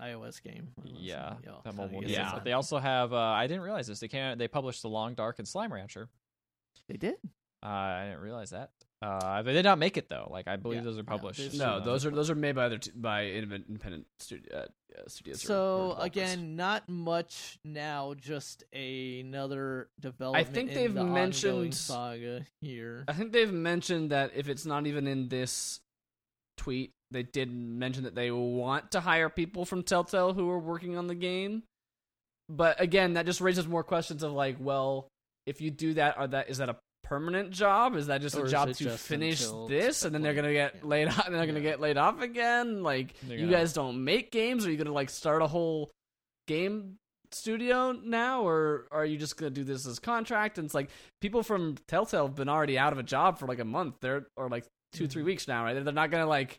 B: iOS game. What was it?
C: yeah,
B: Y'all-
C: that
B: I
C: mobile
B: guess
C: game.
B: it's
C: But
B: not-
C: they also have. Uh, I didn't realize this. They can They published the Long Dark and Slime Rancher.
B: they did.
C: Uh, I didn't realize that. Uh, they did not make it though. Like I believe
B: Yeah,
C: those are
B: no,
C: published.
B: they've-
A: No, those are those are made by other t- by independent studio, uh, uh, studios. or- or
B: So
A: developers.
B: again, not much now. Just another development.
A: think they've
B: in the ongoing
A: mentioned-
B: saga here.
A: I think they've mentioned that if it's not even in this tweet, they did mention that they want to hire people from Telltale who are working on the game. But again, that just raises more questions of like, well, if you do that, are that is that a permanent job? Is that just
B: Or
A: a
B: is
A: job
B: it
A: to
B: just
A: finish
B: until
A: this, and then they're gonna get
B: yeah.
A: laid off? And they're gonna
B: Yeah.
A: get laid off again? Like,
C: They're
A: you
C: gonna-
A: guys don't make games? Are you gonna like start a whole game studio now, or are you just gonna do this as contract? And it's like people from
B: Mm-hmm.
A: Telltale have been already out of a job for like a month. They're or like 2 three weeks now, right? They're not gonna like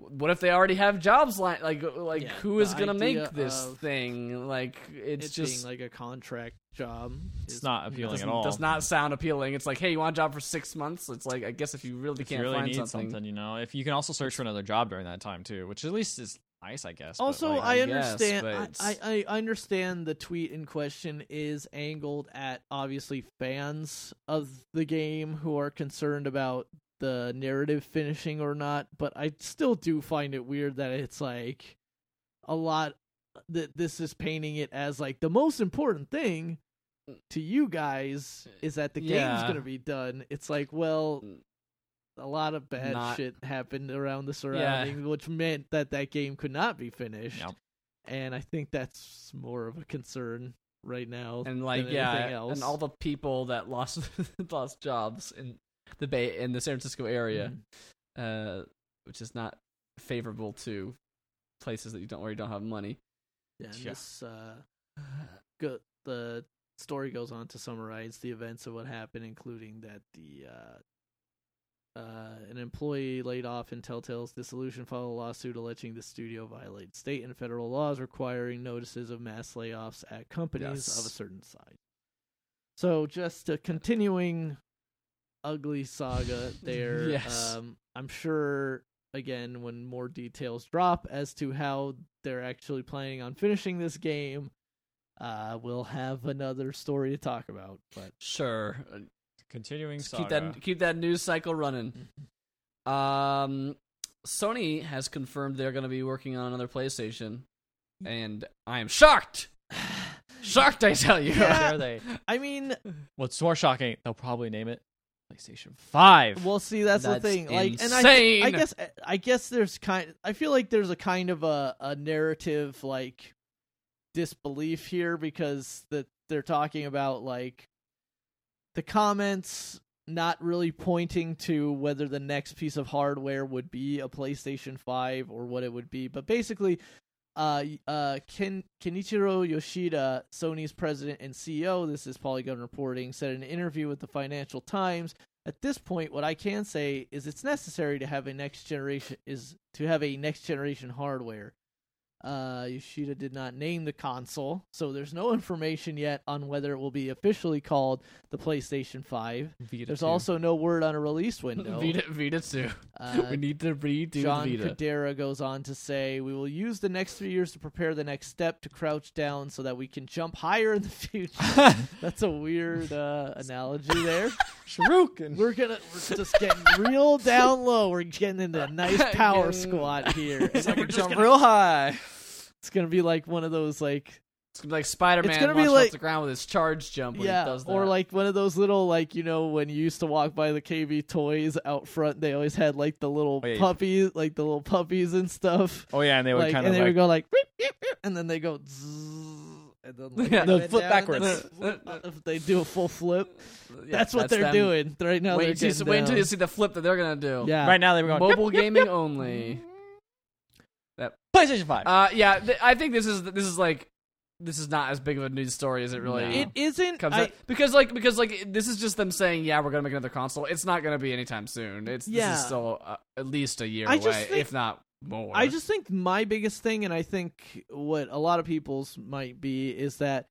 A: what if they already have jobs like like like
B: Yeah,
A: who is
B: the
A: gonna
B: idea
A: make this
B: of
A: thing like it's,
B: It
A: just
B: being like a contract job.
C: It's
B: is-
C: not appealing at
A: doesn't-
C: all.
A: does not sound appealing it's like hey you want a job for six months it's like i guess if you really
C: If you
A: can't
C: really
A: find
C: need
A: something,
C: you know. If you can also search for another job during that time too, which at least is nice, I guess. but,
B: Also,
C: like,
B: I
A: I guess,
B: understand.
A: but
B: I,
A: it's-
B: I, I understand the tweet in question is angled at obviously fans of the game who are concerned about the narrative finishing or not. But I still do find it weird that it's like a lot that this is painting it as like the most important thing to you guys is that the game's
A: Yeah.
B: going to be done. It's like, well, a lot of bad
A: Not-
B: shit happened around the surroundings, which meant that that game could not be finished.
C: Yep.
B: And I think that's more of a concern right now.
A: and like
B: than
A: yeah
B: anything else.
A: and all the people that lost lost jobs in the bay in the san francisco
B: Mm-hmm.
A: area uh which is not favorable to places that you don't where you don't have money
B: Yeah, and
C: Yeah.
B: this, uh, go- the story goes on to summarize the events of what happened, including that the uh, uh, an employee laid off in Telltale's dissolution followed a lawsuit alleging the studio violated state and federal laws requiring notices of mass layoffs at companies
A: Yes.
B: of a certain size. So just a continuing ugly saga there.
A: Yes.
B: Um, I'm sure again when more details drop as to how they're actually planning on finishing this game, uh, we'll have another story to talk about. But
A: sure Uh,
C: continuing
A: just
C: saga.
A: keep that keep that news cycle running
B: Mm-hmm.
A: um sony has confirmed they're going to be working on another playstation and i am shocked shocked i tell you
B: Yeah.
C: How dare they?
B: I mean,
C: What's more shocking? They'll probably name it PlayStation Five.
B: we'll see. That's,
A: That's
B: the thing. Like, and I,
A: insane.
B: I guess, eh, I guess there's kind. I feel like there's a kind of a, a narrative like disbelief here because that they're talking about like the comments not really pointing to whether the next piece of hardware would be a PlayStation 5 or what it would be, but basically uh uh Ken, Kenichiro Yoshida, Sony's president and CEO, this is Polygon reporting, said in an interview with the Financial Times, at this point what I can say is it's necessary to have a next generation is to have a next generation hardware. Uh, Yoshida did not name the console, so there's no information yet on whether it will be officially called the PlayStation 5.
C: Vita
B: There's
C: 2.
B: also no word on a release window.
A: vita vita 2
B: Uh,
A: we need to redo
B: John
A: vita
B: Cadera goes on to say, "We will use the next three years to prepare the next step to crouch down so that we can jump higher in the future." That's a weird uh, analogy there.
C: Shuriken.
B: We're gonna we're just getting real down low. We're getting into a nice power
A: Getting-
B: squat here.
A: It's like we're just
C: Jump
A: gonna-
C: real high.
B: It's gonna be like one of those like
A: It's gonna be like Spider
B: It's
A: Man
B: gonna be
A: launching
B: like-
A: off the ground with his charge jump when he
B: yeah,
A: does that.
B: or like one of those little like you know when you used to walk by the KB toys out front, they always had like the little
C: Oh, yeah.
B: puppies, like the little puppies and stuff.
C: Oh yeah, and they would
B: like,
C: kind
B: and
C: of
B: they would
C: like
B: go like, "Beep, beep, beep," and then they go, zzz, and then like,
A: Yeah, they'll
B: they bend
C: flip
B: down and then
C: backwards.
B: flip up. if they do a full flip,
A: Yeah,
B: that's what they're
A: them.
B: doing right now.
A: wait,
B: they're
A: till you,
B: getting
A: wait until you
B: down.
A: see the flip that they're gonna do.
B: yeah,
C: right now. They were going
A: Mobile gaming only.
C: PlayStation Five.
A: Uh, yeah, th- I think this is this is like this is not as big of a news story as it really
C: No.
B: It isn't.
A: comes
B: I,
A: out because like because like this is just them saying yeah we're gonna make another console. It's not gonna be anytime soon. It's
B: Yeah.
A: this is still uh, at least a year
B: I
A: away,
B: just think-
A: if not more.
B: I just think my biggest thing, and I think what a lot of people's might be, is that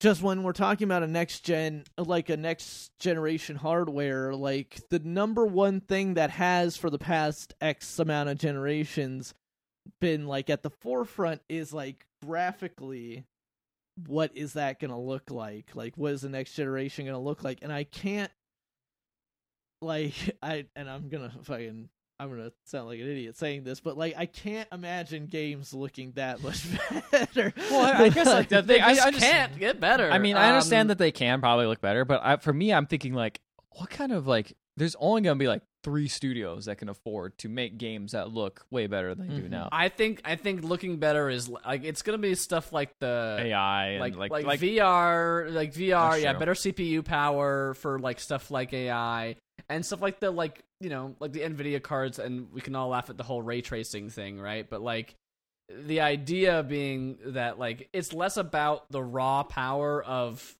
B: just when we're talking about a next gen, like a next generation hardware, like the number one thing that has for the past X amount of generations been like at the forefront is like graphically what is that going to look like like what is the next generation going to look like and i can't like i and i'm going to fucking I'm gonna sound like an idiot saying this, but like I can't imagine games looking that much better.
C: Well, I- I guess, like, the
A: they
C: thing- I-
A: just
C: I just-
A: can't get better.
C: I mean, I understand
A: Um,
C: that they can probably look better, but I, for me, I'm thinking like, what kind of like? There's only gonna be like three studios that can afford to make games that look way better than they do
B: Mhm.
C: now.
A: I think I think looking better is like it's gonna be stuff like the
C: AI and
A: like like,
C: like, like
A: VR, like VR,
C: That's
A: yeah,
C: true.
A: better CPU power for like stuff like AI and stuff like the like you know like the Nvidia cards, and we can all laugh at the whole ray tracing thing, right? But like the idea being that like it's less about the raw power of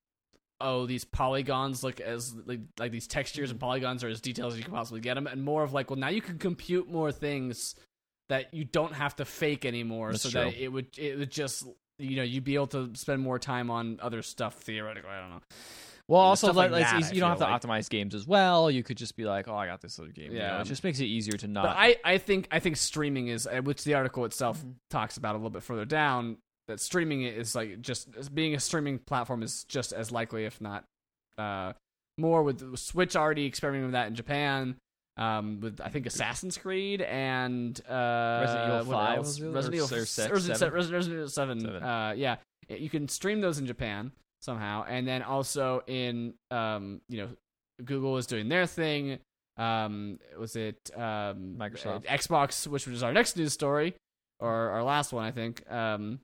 A: oh these polygons look as like, like these textures
C: Mm.
A: and polygons are as detailed as you can possibly get them, and more of like well now you can compute more things that you don't have to fake anymore,
C: That's
A: so
C: true.
A: that it would it would just you know you'd be able to spend more time on other stuff theoretically. I don't know.
C: Well,
A: Yeah,
C: also
A: stuff like
C: like, it's
A: that,
C: easy-
A: I
C: you don't have
A: feel
C: to optimize games as well. You could just be like, oh, I got this little game. Yeah,
A: Yeah.
C: it just makes it easier to
A: But
C: not.
A: I, I think I think streaming is uh, which the article itself
B: Mhm.
A: talks about a little bit further down that streaming is like just as being a streaming platform is just as likely if not uh more with Switch already experimenting with that in Japan um with I think Assassin's Creed and uh
C: Resident Evil
A: what
C: 5
A: else?
C: was the other-
A: Resident
C: or
A: Evil
C: s- or six,
A: Resident,
C: seven?
A: Resident- Resident Evil 7,
C: Seven.
A: uh yeah you can stream those in Japan somehow and then also in um you know Google is doing their thing um was it um
C: Microsoft.
A: uh, xbox which was our next news story or our last one i think um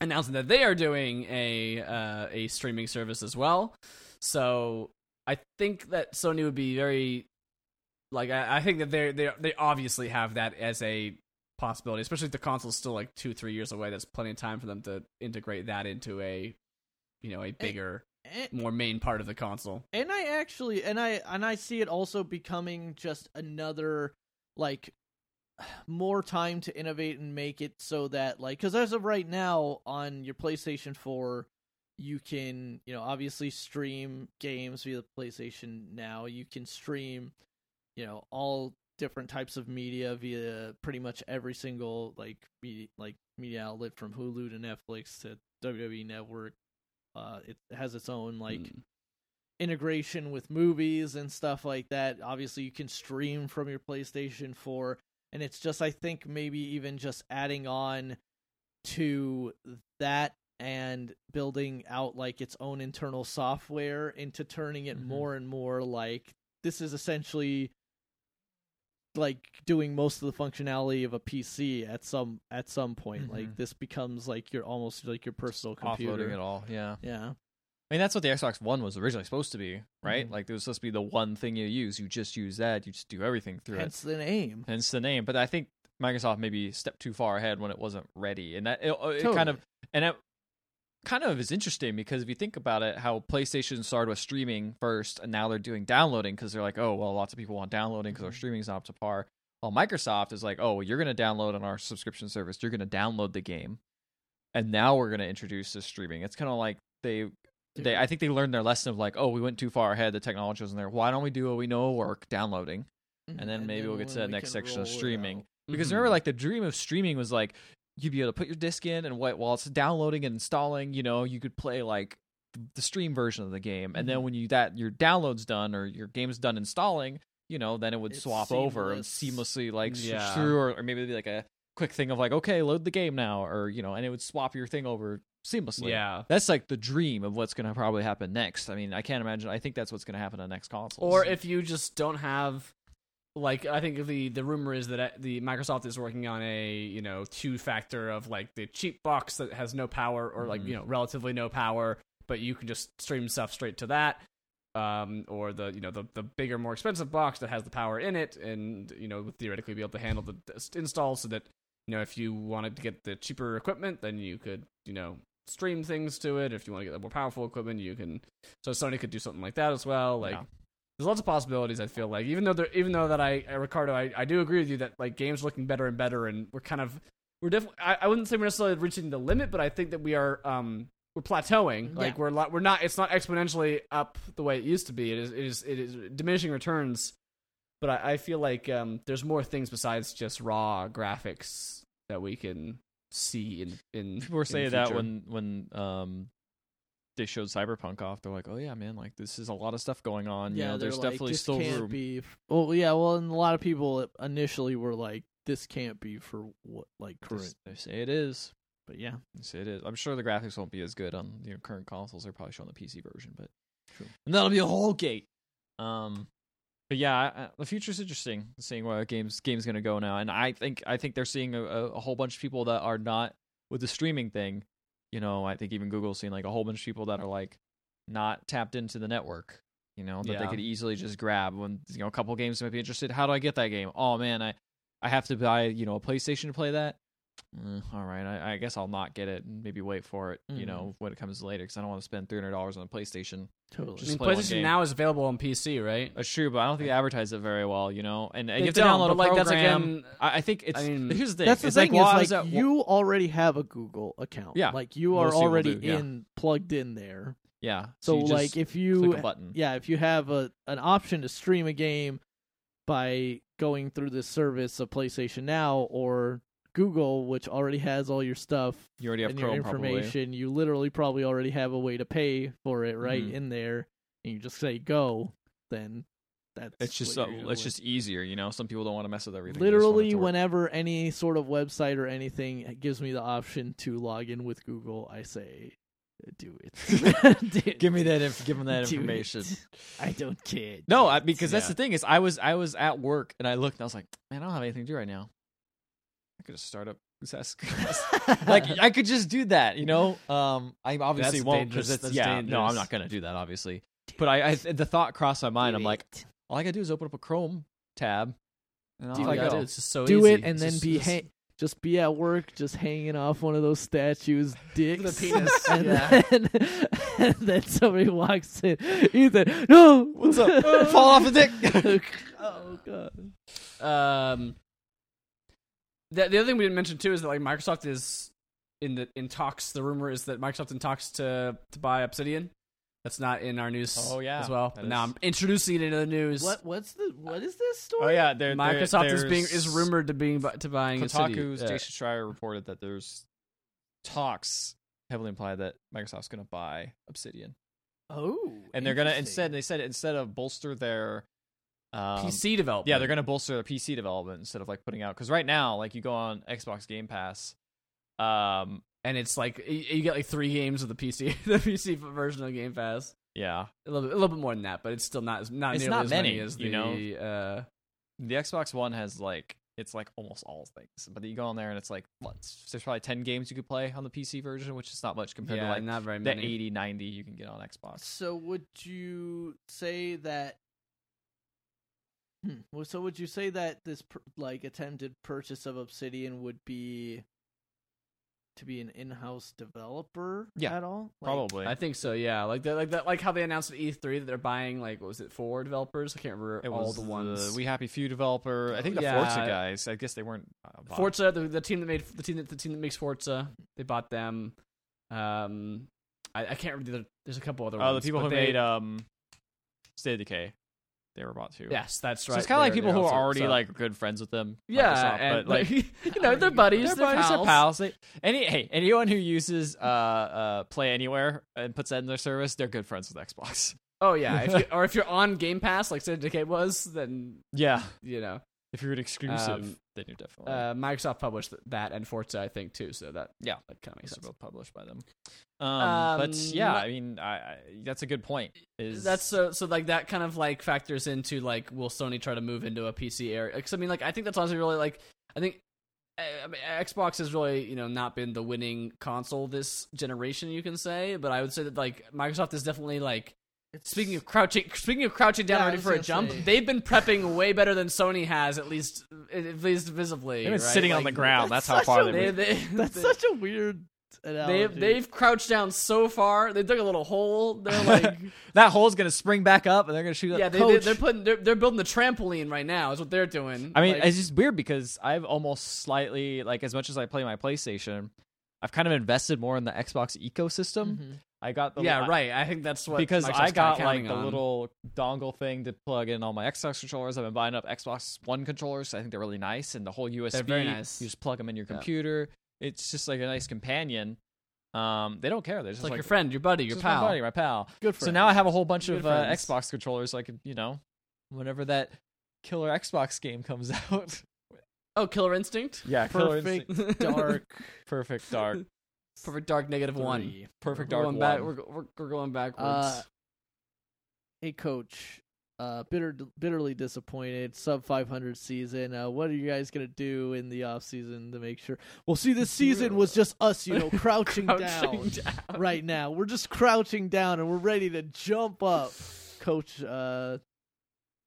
A: announcing that they are doing a uh, a streaming service as well so i think that sony would be very like i, I think that they they they obviously have that as a possibility especially if the console's still like two three years away that's plenty of time for them to integrate that into a you know a bigger
B: Eh,
A: more main part of the console
B: and i actually and i and i see it also becoming just another like more time to innovate and make it so that like because as of right now on your playstation 4 you can you know obviously stream games via the playstation now you can stream you know all different types of media via pretty much every single like media, like media outlet from hulu to netflix to wwe network uh it has its own like integration with movies and stuff like that. Obviously, you can stream from your PlayStation 4, and it's just I think maybe even just adding on to that and building out like its own internal software into turning it
C: Mhm.
B: more and more like this is essentially like doing most of the functionality of a PC at some at some point like
C: Mhm.
B: this becomes like your almost like your personal computer
C: Offloading it all, yeah.
B: yeah
C: I mean, that's what the Xbox One was originally supposed to be, right?
B: Mhm.
C: Like, it was supposed to be the one thing you use. You just use that. You just do everything through it.
B: hence the name
C: hence the name. But I think Microsoft maybe stepped too far ahead when it wasn't ready, and that it, it kind
B: Totally.
C: of and it kind of is interesting because if you think about it, how PlayStation started with streaming first, and now they're doing downloading because they're like, oh well, lots of people want
B: Mm-hmm.
C: downloading because our streaming's not up to par. Well, Microsoft is like, oh, well, you're going to download on our subscription service. You're going to download the game, and now we're going to introduce this streaming. It's kind of like they they I think they learned their lesson of like, oh, we went too far ahead. The technology wasn't there. Why don't we do what we know will work? Downloading and then maybe we'll get to
B: Mm. when we
C: that
B: can
C: next section of
B: roll it
C: streaming
B: out.
C: because
A: Mhm.
C: remember like the dream of streaming was like you'd be able to put your disc in and what while it's downloading and installing you know you could play like th- the stream version of the game
B: Mm-hmm.
C: and then when you that your download's done or your game's done installing you know then it would
B: It's
C: swap over and
B: seamless.
C: seamlessly like switch
A: Yeah.
C: through or, or maybe it'd be like a quick thing of like okay load the game now or you know and it would swap your thing over seamlessly
A: yeah
C: that's like the dream of what's going to probably happen next i mean i can't imagine i think that's what's going to happen on next console
A: or if you just don't have like i think the the rumor is that uh, the microsoft is working on a you know two factor of like the cheap box that has no power or like
C: Mhm.
A: you know relatively no power but you can just stream stuff straight to that um or the you know the, the bigger more expensive box that has the power in it and you know would theoretically be able to handle the the install so that you know if you wanted to get the cheaper equipment then you could you know stream things to it if you want to get the more powerful equipment you can so sony could do something like that as well like
C: Yeah.
A: there's lots of possibilities. I feel like even though there, even though that I, I Ricardo, I, I do agree with you that like games are looking better and better, and we're kind of we're definitely. I, I wouldn't say we're necessarily reaching the limit, but I think that we are um we're plateauing. Like
B: Yeah.
A: we're lo- we're not. It's not exponentially up the way it used to be. It is it is it is diminishing returns. But I, I feel like um there's more things besides just raw graphics that we can see in in.
C: people were
A: in
C: saying
A: the
C: that
A: future.
C: when when um they showed cyberpunk off they're like oh yeah man like this is a lot of stuff going on you know
B: they're
C: there's
B: like,
C: definitely
B: "This
C: still
B: can't
C: room
B: Be f- well, yeah, well, and a lot of people initially were like, "This can't be for what like current."
C: This- they say it is
B: But yeah,
C: they say it is i'm sure the graphics won't be as good on you know current consoles they're probably showing the pc version but and that'll be a whole gate um but yeah I, I, the future's interesting seeing where the games game's gonna go now and i think i think they're seeing a, a, a whole bunch of people that are not with the streaming thing you know i think even google's seeing like a whole bunch of people that are like not tapped into the network you know that they
A: Yeah.
C: could easily just grab when you know a couple games might be interested how do i get that game oh man i i have to buy you know a playstation to play that "Mm, all right, I, I guess I'll not get it and maybe wait for it, you
B: Mhm.
C: know, when it comes later because I don't want to spend three hundred dollars on a PlayStation.
B: Totally.
A: I
C: Just
A: mean,
C: play one
A: PlayStation
C: game.
A: Now is available on PC, right?
C: That's true, but I don't think they advertise it very well, you know. And you have to
A: don't,
C: download a
A: but, like,
C: program.
A: that's again-
C: I, I think it's.
A: I mean-
C: here's the thing.
B: That's the
C: it's
B: thing
C: like, why
B: is
C: is
B: like
C: that-
B: you already have a Google account.
C: Yeah.
B: Like you are
C: Most people
B: already
C: do, yeah.
B: in plugged in there.
C: yeah.
B: So,
C: you just
B: like if you
C: click a button.
B: yeah, if you have a an option to stream a game by going through the service of PlayStation Now or Google, which already has all your stuff
C: you already have
B: and
C: Chrome
B: your
C: probably.
B: information, you literally probably already have a way to pay for it right
C: Mhm.
B: in there, and you just say go, then that's
C: It's just
B: what
C: uh,
B: you're gonna
C: it's
B: win.
C: just easier, you know. Some people don't want to mess with everything. They just want it
B: Literally,
C: to work.
B: whenever any sort of website or anything gives me the option to log in with Google, I say, "Do it." Do
C: give me that
B: it.
C: inf- give them that
B: Do
C: information.
B: it. I don't care.
C: No,
B: Do
C: I,
B: it.
C: because that's
A: Yeah.
C: the thing is I was I was at work and I looked and I was like, man, I don't have anything to do right now. I could just start up Success. like I could just do that, you know. Um, I obviously
A: That's
C: won't because
A: dangerous.
C: it's
A: That's
C: yeah. No, I'm
A: dangerous.
C: not gonna do that, obviously. But I, I the thought crossed my mind. I'm like, all I gotta do is open up a Chrome tab, and I'll
A: Dude,
C: I
A: yeah,
C: go.
A: dude, it's just so
B: do
A: easy.
B: it, and then
A: Just-
B: be
A: just-
B: ha- just be at work, just hanging off one of those statues' dicks.
A: The penis,
B: and,
A: yeah.
B: then, and then somebody walks in. Ethan, no,
C: What's up? Fall off the dick.
B: oh god.
A: Um, the, the other thing we didn't mention too is that like Microsoft is in the in talks. The rumor is that Microsoft in talks to to buy Obsidian. That's not in our news.
C: Oh, yeah.
A: as well.
C: That
A: But now
C: is-
A: I'm introducing it into the news.
B: What? What's the? What is this story?
C: oh yeah, there,
A: Microsoft
C: there,
A: is being
C: there's-
A: is rumored to being bu- to buying
C: Kotaku's
A: Obsidian. Yeah.
C: Jason Schreier reported that there's talks heavily implied that Microsoft's gonna buy Obsidian,
B: Oh,
C: and they're gonna
B: interesting.
C: instead they said instead of bolster their um,
A: PC development.
C: Yeah, they're going to bolster the PC development instead of like putting out because right now, like you go on Xbox Game Pass, um,
A: and it's like y- you, get like three games of the PC the PC version of Game Pass.
C: yeah,
A: A little bit, a little bit more than that, but it's still not as not
C: It's
A: nearly
C: not
A: as
C: many,
A: as the
C: you
A: uh,
C: the Xbox One has like it's like almost all things, but you go on there and it's like what there's probably ten games you could play on the PC version, which is not much compared
A: yeah,
C: to like
A: not very
C: the
A: many.
C: 80, 90 you can get on Xbox.
B: So would you say that? Hmm. Well, so would you say that this pur- like attempted purchase of Obsidian would be to be an in-house developer
C: Yeah,
B: at all? Like,
C: Probably,
A: I think so. Yeah, like that, like that, like how they announced at E3 that they're buying like what was it four developers? I can't remember
C: it
A: all
C: was
A: the ones.
C: We Happy Few developer. I think the
A: Yeah.
C: Forza guys. I guess they weren't uh, bought.
A: Forza, the, the team that made the team that the team that makes Forza, they bought them. Um, I, I can't remember. The other, there's a couple other.
C: Uh, the
A: ones,
C: people
A: but
C: who
A: they-
C: made um, State of Decay, they were bought too.
A: Yes, that's right.
C: So it's kind of like
A: They're-
C: people who
A: they're
C: are
A: also-
C: already
A: so-
C: like good friends with them.
A: yeah,
C: Microsoft,
A: and
C: but like
A: you know they're buddies,
C: They're
A: they're
C: buddies, they're
A: pals.
C: pals. They- any hey, anyone who uses uh uh Play Anywhere and puts that in their service, they're good friends with Xbox.
A: Oh yeah, if you, or if you're on Game Pass like State of Decay was, then
C: Yeah,
A: you know
C: if you're an exclusive,
A: Um,
C: then you're definitely
A: uh, Microsoft published th- that and Forza I think too. So that
C: Yeah.
A: that kind of makes
C: it's
A: sense.
C: both published by them. Um, but yeah,
A: Um,
C: I mean, I, I that's a good point. Is
A: That's so so like that kind of like factors into like will Sony try to move into a PC area? Because I mean, like I think that's honestly really like I think uh, I I mean, Xbox has really you know not been the winning console this generation, you can say. But I would say that like Microsoft is definitely like
B: It's,
A: speaking of crouching, speaking of crouching down
B: Yeah, I
A: ready
B: was
A: for a
B: gonna
A: jump,
B: say.
A: they've been prepping way better than Sony has at least at least visibly.
C: they've been
A: right?
C: sitting on the
A: Like,
C: ground. That's,
B: that's
C: how
B: such
C: far
B: a-
C: they.
A: They,
C: went.
A: they,
B: that's
A: they,
B: such a weird analogy.
A: They've, they've crouched down so far. They dug a little hole. They're like,
C: that hole's gonna spring back up, and they're gonna shoot.
A: yeah,
C: up.
A: they, they,
C: Coach.
A: they're putting, they're, they're building the trampoline right now. Is what they're doing.
C: I mean,
A: Like,
C: it's just weird because I've almost slightly like as much as I play my PlayStation, I've kind of invested more in the Xbox ecosystem.
B: Mhm.
C: I got the
A: Mm-hmm. yeah,
C: I-
A: right. I think that's what
C: because
A: Microsoft's
C: I
A: kinda
C: got like
A: counting
C: the
A: on.
C: little dongle thing to plug in all my Xbox controllers. I've been buying up Xbox One controllers. I think they're really nice, and the whole USB.
A: very nice.
C: You just plug them in your
A: Yeah.
C: computer. It's just like a nice companion. Um, they don't care. They're
A: It's
C: just
A: like,
C: like,
A: your friend, your buddy, your
C: just my
A: pal.
C: buddy, my pal.
B: good for
C: So now I have a whole bunch
A: Good
C: of uh,
A: friends.
C: Xbox controllers. So I could, you know, whenever that killer Xbox game comes out,
A: Oh, Killer Instinct.
C: yeah, Killer Instinct-
B: perfect dark
C: perfect dark,
A: Perfect Dark negative one.
B: three.
A: We're
C: perfect dark
A: going
C: one.
A: back. We're, go- we're, we're going backwards.
B: Uh, Hey, coach. Uh, bitter, bitterly disappointed. Sub 500 season. Uh, what are you guys gonna do in the off season to make sure? Well, see, this season was just us, you know, crouching, down,
A: Crouching down.
B: Right now, we're just crouching down, and we're ready to jump up. Coach, uh,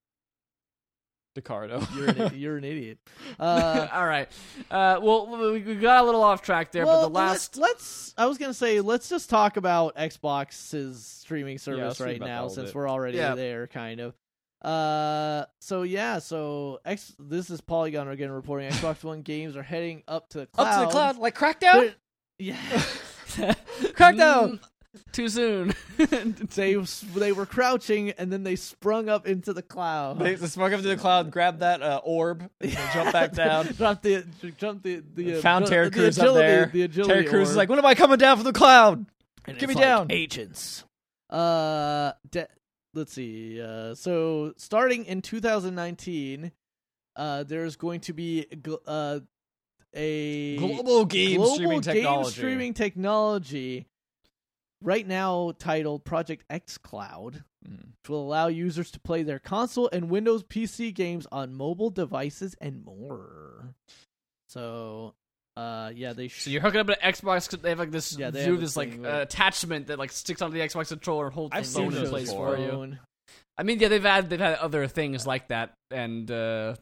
C: Ricardo.
B: You're an, idi- you're an idiot. Uh,
A: All right. Uh, well, we we got a little off track there,
B: well,
A: but the last.
B: let's, let's- I was gonna say let's just talk about Xbox's streaming service
C: let's read
B: right
C: about that a
B: now
C: little
B: since
C: bit.
B: we're already
A: Yeah.
B: there, kind of. Uh, so yeah, so X. This is Polygon again reporting Xbox One games are heading up to the cloud.
C: Up to the cloud, like Crackdown.
B: They're- Yeah.
C: Crackdown.
A: Mm, Too soon.
B: they they were crouching and then they sprung up into the cloud.
C: They, they smug up to the cloud, grab that uh, orb, and they jump back down.
B: Jump the jump the the uh,
C: Found
B: the-
C: Terra
B: the
C: Crews up
B: agility,
C: there.
B: The agility
C: Terra Crews is
B: orb.
C: like, "When am I coming down from the cloud?"
B: And
C: Get
B: it's
C: me
B: like,
C: down.
B: agents. Uh, de- let's see. Uh, so starting in 2019, uh, there's going to be gl- uh a
C: Global game
B: global
C: streaming
B: game
C: technology.
B: streaming technology. Right now, titled Project X Cloud,
C: Mm.
B: which will allow users to play their console and Windows PC games on mobile devices and more. So, uh, yeah, they sh-
A: So you're hooking up an Xbox. 'cause They have like this.
B: Yeah,
A: Yeah,
B: they
A: they
B: have
A: this
B: this
A: like
B: thing
A: uh,
B: where-
A: attachment that like sticks onto the Xbox controller and holds
C: I've
A: the
C: seen
A: phone in
C: those
A: place
C: before.
A: for you. I mean, yeah, they've had they've had other things like that, and uh,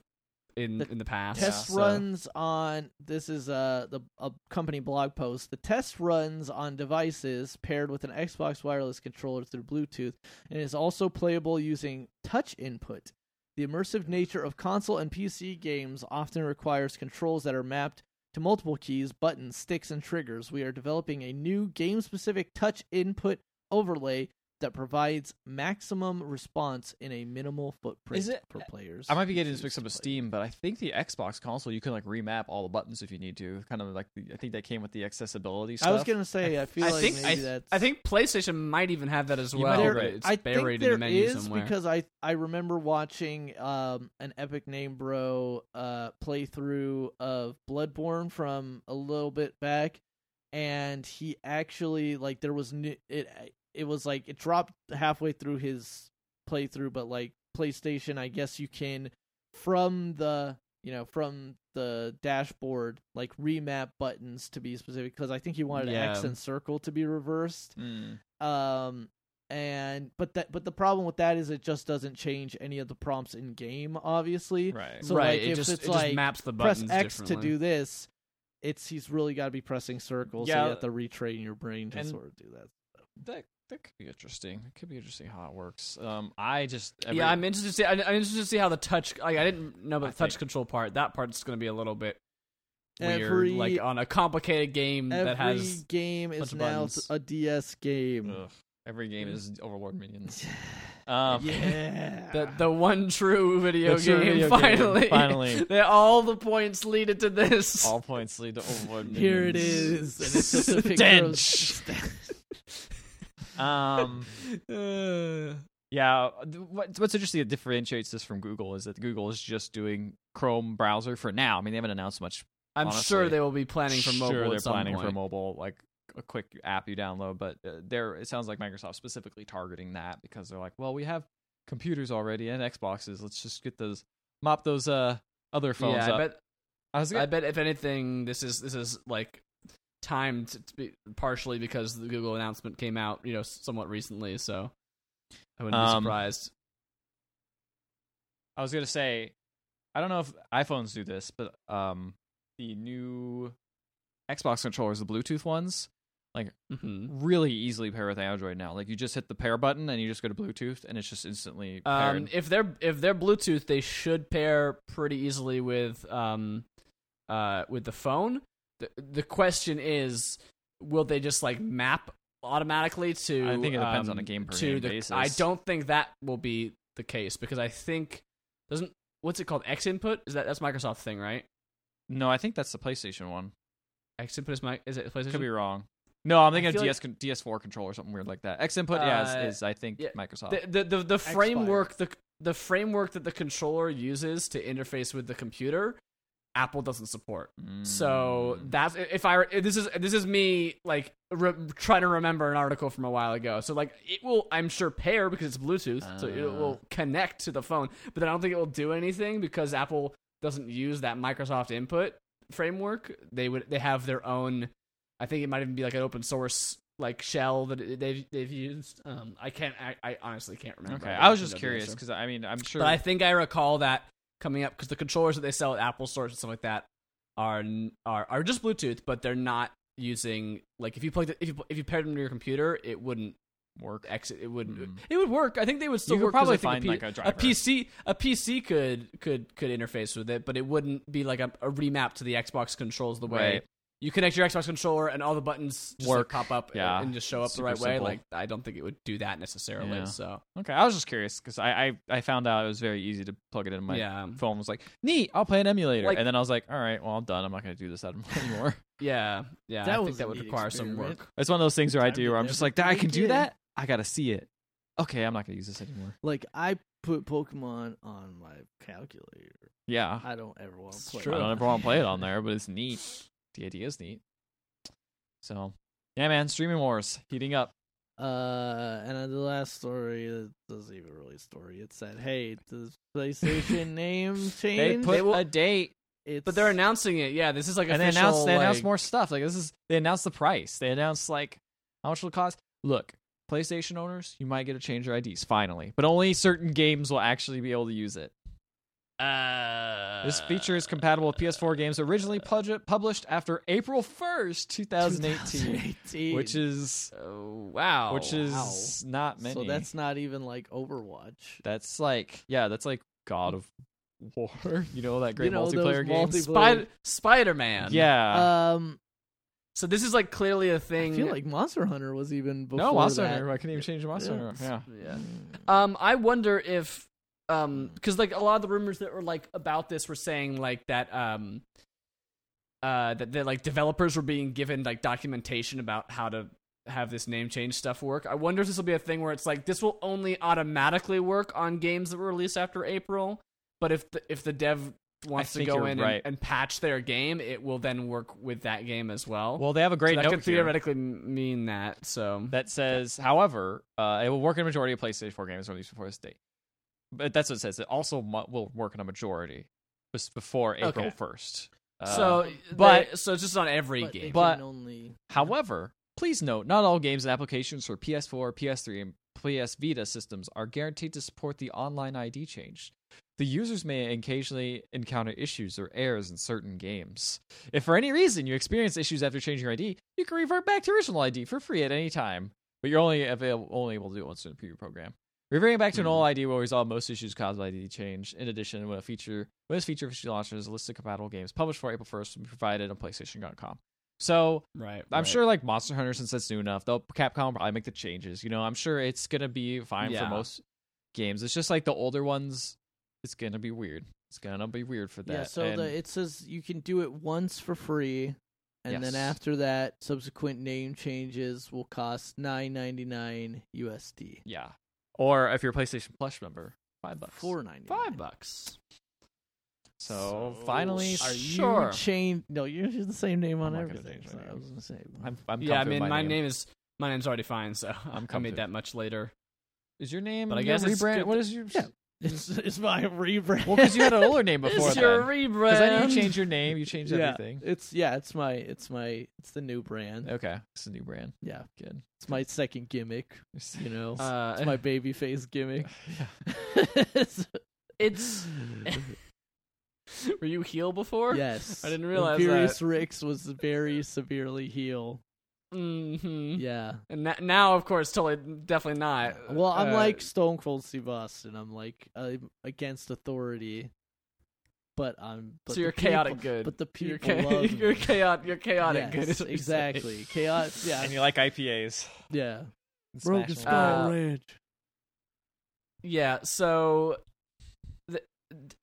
A: in
B: The
A: in the past,
B: test
C: so-
B: runs on this is uh the a company blog post the test runs on devices paired with an xbox wireless controller through bluetooth and is also playable using touch input the immersive nature of console and pc games often requires controls that are mapped to multiple keys buttons sticks and triggers we are developing a new game specific touch input overlay that provides maximum response in a minimal footprint
C: Is it-
B: for players
C: I might be getting this
B: who
C: mixed up
B: choose
C: with
B: to play.
C: Steam, but I think the Xbox console you can like remap all the buttons if you need to. Kind of like the, I think that came with the accessibility stuff.
B: I was gonna say, I feel
A: I
B: like
A: think
B: maybe
A: I,
B: that's.
A: I think PlayStation might even have that as
C: You
A: well.
C: might be
A: but
C: right.
A: It's
B: I think
A: buried in
B: there
A: the menu
B: is
A: somewhere.
B: because I I remember watching um an Epic Name Bro uh playthrough of Bloodborne from a little bit back, and he actually like there was new, it it was like it dropped halfway through his playthrough, but like PlayStation, I guess you can from the you know from the dashboard like remap buttons to be specific because I think he wanted
A: Yeah.
B: X and circle to be reversed
C: Mm.
B: um and but that but the problem with that is it just doesn't change any of the prompts in game obviously
C: right.
B: So,
A: right,
B: like,
A: it
B: if
A: just
B: it's
A: it
B: like,
A: just maps the
B: press
A: buttons
B: x to
A: differently.
B: do this it's he's really got to be pressing circles so
C: Yeah.
B: you have to retrain your brain to
C: And-
B: sort of do that
C: That that could be interesting. It could be interesting how it works. Um, I just every,
A: Yeah, I'm interested to see. I, I'm interested to see how the touch. Like, I didn't know about
C: I
A: the touch
C: think-
A: control part. That part's going to be a little bit
B: Every-
A: weird. Like on a complicated game
B: every
A: that has.
B: game
A: bunch
B: is
A: of
B: now
A: buttons.
B: a ds game
C: Ugh. every game is Overlord minions. Um,
B: yeah
A: The, the one true video
C: The true
A: game
C: video game,
A: finally
C: finally.
A: that all the points leaded to this
C: All points lead to Overlord minions.
B: here it is and it's just a picture of-
C: Um.
A: Uh,
C: Yeah, th- what- what's interesting that differentiates this from Google is that Google is just doing Chrome browser for now. I mean, they haven't announced much.
A: I'm
C: Honestly.
A: sure they will be planning for mobile
C: Sure,
A: at
C: they're
A: some
C: planning
A: point.
C: for mobile, like a quick app you download. But uh, there, it sounds like Microsoft specifically targeting that because they're like, well, we have computers already and Xboxes. Let's just get those, mop those uh other phones
A: yeah,
C: up.
A: I bet.
C: I was
A: I
C: gonna,
A: bet if anything, this is this is like timed to be partially because the Google announcement came out, you know, somewhat recently. So I wouldn't
C: Um,
A: be surprised.
C: I was gonna say, I don't know if iPhones do this, but um, the new Xbox controllers, the Bluetooth ones,
A: hmm
C: really easily pair with Android now. Like you just hit the pair button and you just go to Bluetooth and it's just instantly paired.
A: Um, if they're if they're Bluetooth, they should pair pretty easily with um, uh, with the phone. The, the question is, will they just like map automatically to?
C: I think it depends on
A: um,
C: a game per
A: to
C: game
A: the-
C: basis.
A: I don't think that will be the case because I think doesn't what's it called X input is that that's Microsoft thing right?
C: No, I think that's the PlayStation one.
A: X input is my is it PlayStation?
C: Could be wrong. No, I'm thinking of
A: feel like-
C: DS con- DS4 controller or something weird like that. X input, yeah,
A: Uh,
C: is, is I think
A: yeah,
C: Microsoft.
A: the the the, the framework the the framework that the controller uses to interface with the computer apple doesn't support
C: Mm.
A: so that's if i if this is this is me like re- trying to remember an article from a while ago so like it will i'm sure pair because it's bluetooth so it
C: Ah.
A: will connect to the phone but then i don't think it will do anything because apple doesn't use that microsoft input framework they would they have their own i think it might even be like an open source like shell that it- they've they've used um i can't i, I honestly can't remember
C: okay, I was
A: should
C: just
A: know the
C: curious
A: answer.
C: because I mean I'm sure
A: But I think I recall that coming up because the controllers that they sell at Apple stores and stuff like that are n- are are just Bluetooth, but they're not using like if you plugged it, if you if you paired them to your computer, it wouldn't work. Exit it wouldn't.
C: Mm.
A: It would work. I think they would still
C: You could
A: work 'cause I
C: probably
A: think
C: find,
A: P-
C: like, a driver.
A: PC a PC could could could interface with it, but it wouldn't be like a, a remap to the Xbox controls the way.
C: Right.
A: You connect your Xbox controller and all the buttons just like,
C: Work.
A: pop up uh,
C: Yeah.
A: and just show up
C: Super
A: the right way.
C: simple.
A: Like I don't think it would do that necessarily.
C: Yeah.
A: So
C: Okay, I was just curious because I, I I found out it was very easy to plug it in my
A: yeah,
C: phone. Was like, neat, I'll play an emulator,
A: Like-
C: and then I was like, all right, well, I'm done. I'm not gonna do this anymore.
A: yeah, yeah.
B: That
A: I think
B: was a
A: that would
B: neat
A: require some
B: experiment.
A: work.
C: it's one of those things where I
B: Time to
C: do where I'm just like, I
B: definitely
C: can do
B: begin."
C: that. I gotta see it. Okay, I'm not gonna use this anymore.
B: Like I put Pokemon on my calculator.
C: Yeah,
B: I don't ever want
A: It's
B: to play.
A: true.
C: I
B: it.
C: don't ever want to play it on there, but it's neat. The idea is neat. So, yeah, man, streaming wars heating up.
B: Uh, and then the last story that doesn't even really a story. It's that hey, the PlayStation name
C: They
B: change.
C: put
A: They will-
C: a date,
B: it's,
A: But they're announcing it. Yeah, this is like
C: and they
A: official.
C: announced they
A: like,
C: announced more stuff. Like this is they announced the price. They announced like how much it'll cost. Look, PlayStation owners, you might get to change your IDs finally, but only certain games will actually be able to use it.
A: Uh,
C: This feature is compatible with PS4 games originally pudge- published after April 1st, 2018,
B: 2018.
C: which is
A: Oh, wow.
C: which is not many.
B: so that's not even like Overwatch.
C: That's like yeah, that's like God of War. You know that great
B: You know, those
C: multiplayer game.
B: multi-
A: Spider Spider Man.
C: yeah.
B: Um,
A: So this is like clearly a
B: I
A: thing.
B: feel like Monster Hunter was even before
C: no, Monster
B: that. Mm.
C: Hunter. I couldn't even change the Monster
B: Yeah.
C: Hunter. Yeah.
A: Yeah. Um, I wonder if um,
C: Hmm.
A: because like a lot of the rumors that were like about this were saying like that um, uh, that, that like developers were being given like documentation about how to have this name change stuff work. I wonder if this will be a thing where it's like this will only automatically work on games that were released after April, but if the, if the dev wants to
C: think
A: go
C: you're
A: in and-
C: right.
A: and, patch their game, it will then work with that game as well.
C: Well, they have a great
A: so that
C: note
A: could
C: here
A: theoretically m- mean that. So
C: that says, however, uh, it will work in a majority of PlayStation 4 games released before this date. But that's what it says. It also mu- will work in a majority bes- before April
A: Okay.
C: 1st. Uh,
A: so,
C: but-
A: they- so it's just on every
B: But,
A: game.
B: they
C: But-
B: can only
C: However, please note not all games and applications for PS4, PS3, and PS Vita systems are guaranteed to support the online ID change. The users may occasionally encounter issues or errors in certain games. If for any reason you experience issues after changing your ID, you can revert back to original ID for free at any time, but you're only available, only able to do it once in the preview program. Reverting back to an old ID will resolve most issues caused by the change. In addition, when a feature when this feature officially launches, a list of compatible games published for April 1st will be provided on PlayStation.com. So
A: Right.
C: I'm sure like Monster Hunter since that's new enough, they'll Capcom will probably make the changes. You know, I'm sure it's gonna be fine
A: Yeah.
C: for most games. It's just like the older ones, it's gonna be weird. It's gonna be weird for that.
B: yeah. So
C: And
B: the, it says you can do it once for free, and
C: Yes.
B: then after that, subsequent name changes will cost nine ninety nine USD.
C: yeah. Or if you're a PlayStation Plus member, five bucks.
B: Four ninety
A: Five bucks.
B: Oh,
C: So,
A: So,
C: finally,
A: are you-
C: sure.
A: bucks.
B: Change? No, you're the same name on
C: I'm not gonna
B: everything.
C: change
B: so
C: my name.
B: I was gonna say.
C: I'm, I'm
A: yeah, I
C: comfy with
A: mean, my,
C: my
A: name. is my name's already fine, so
C: I'm
A: I
C: comfy.
A: made that much later.
C: is your name.
A: But I
C: your
A: guess it's
C: rebrand.
A: good
C: What is your?
B: Yeah. it's it's my rebrand.
C: Well, because you had an older name before
A: it's
C: that.
A: your rebrand.
C: Because I know you changed your name. You changed
B: yeah,
C: everything.
B: it's yeah, it's my it's my it's the new brand.
C: Okay, it's a new brand.
B: Yeah,
C: Good.
B: it's my second gimmick. You know,
A: Uh,
B: it's my baby face gimmick.
C: yeah.
A: it's. Were you heel before?
B: yes,
A: I didn't realize
B: Imperious Rix was very severely heel.
C: Hmm.
A: Mm-hmm.
B: Yeah.
A: And na- now, of course, totally, definitely not.
B: Well, I'm
A: Uh,
B: like Stone Cold Steve Austin. I'm like I'm against authority, but I'm. But
A: so you're
B: the people-
A: chaotic good.
B: But the
A: you're,
B: people
A: cha-
B: love
A: you're
B: me.
A: chaotic. You're chaotic good.
B: Yes,
A: is what you're saying.
B: exactly. Chaotic. Yeah.
C: you like IPAs.
B: yeah.
C: Smash them.
A: Skull Uh,
B: Ranch.
A: Yeah, so th-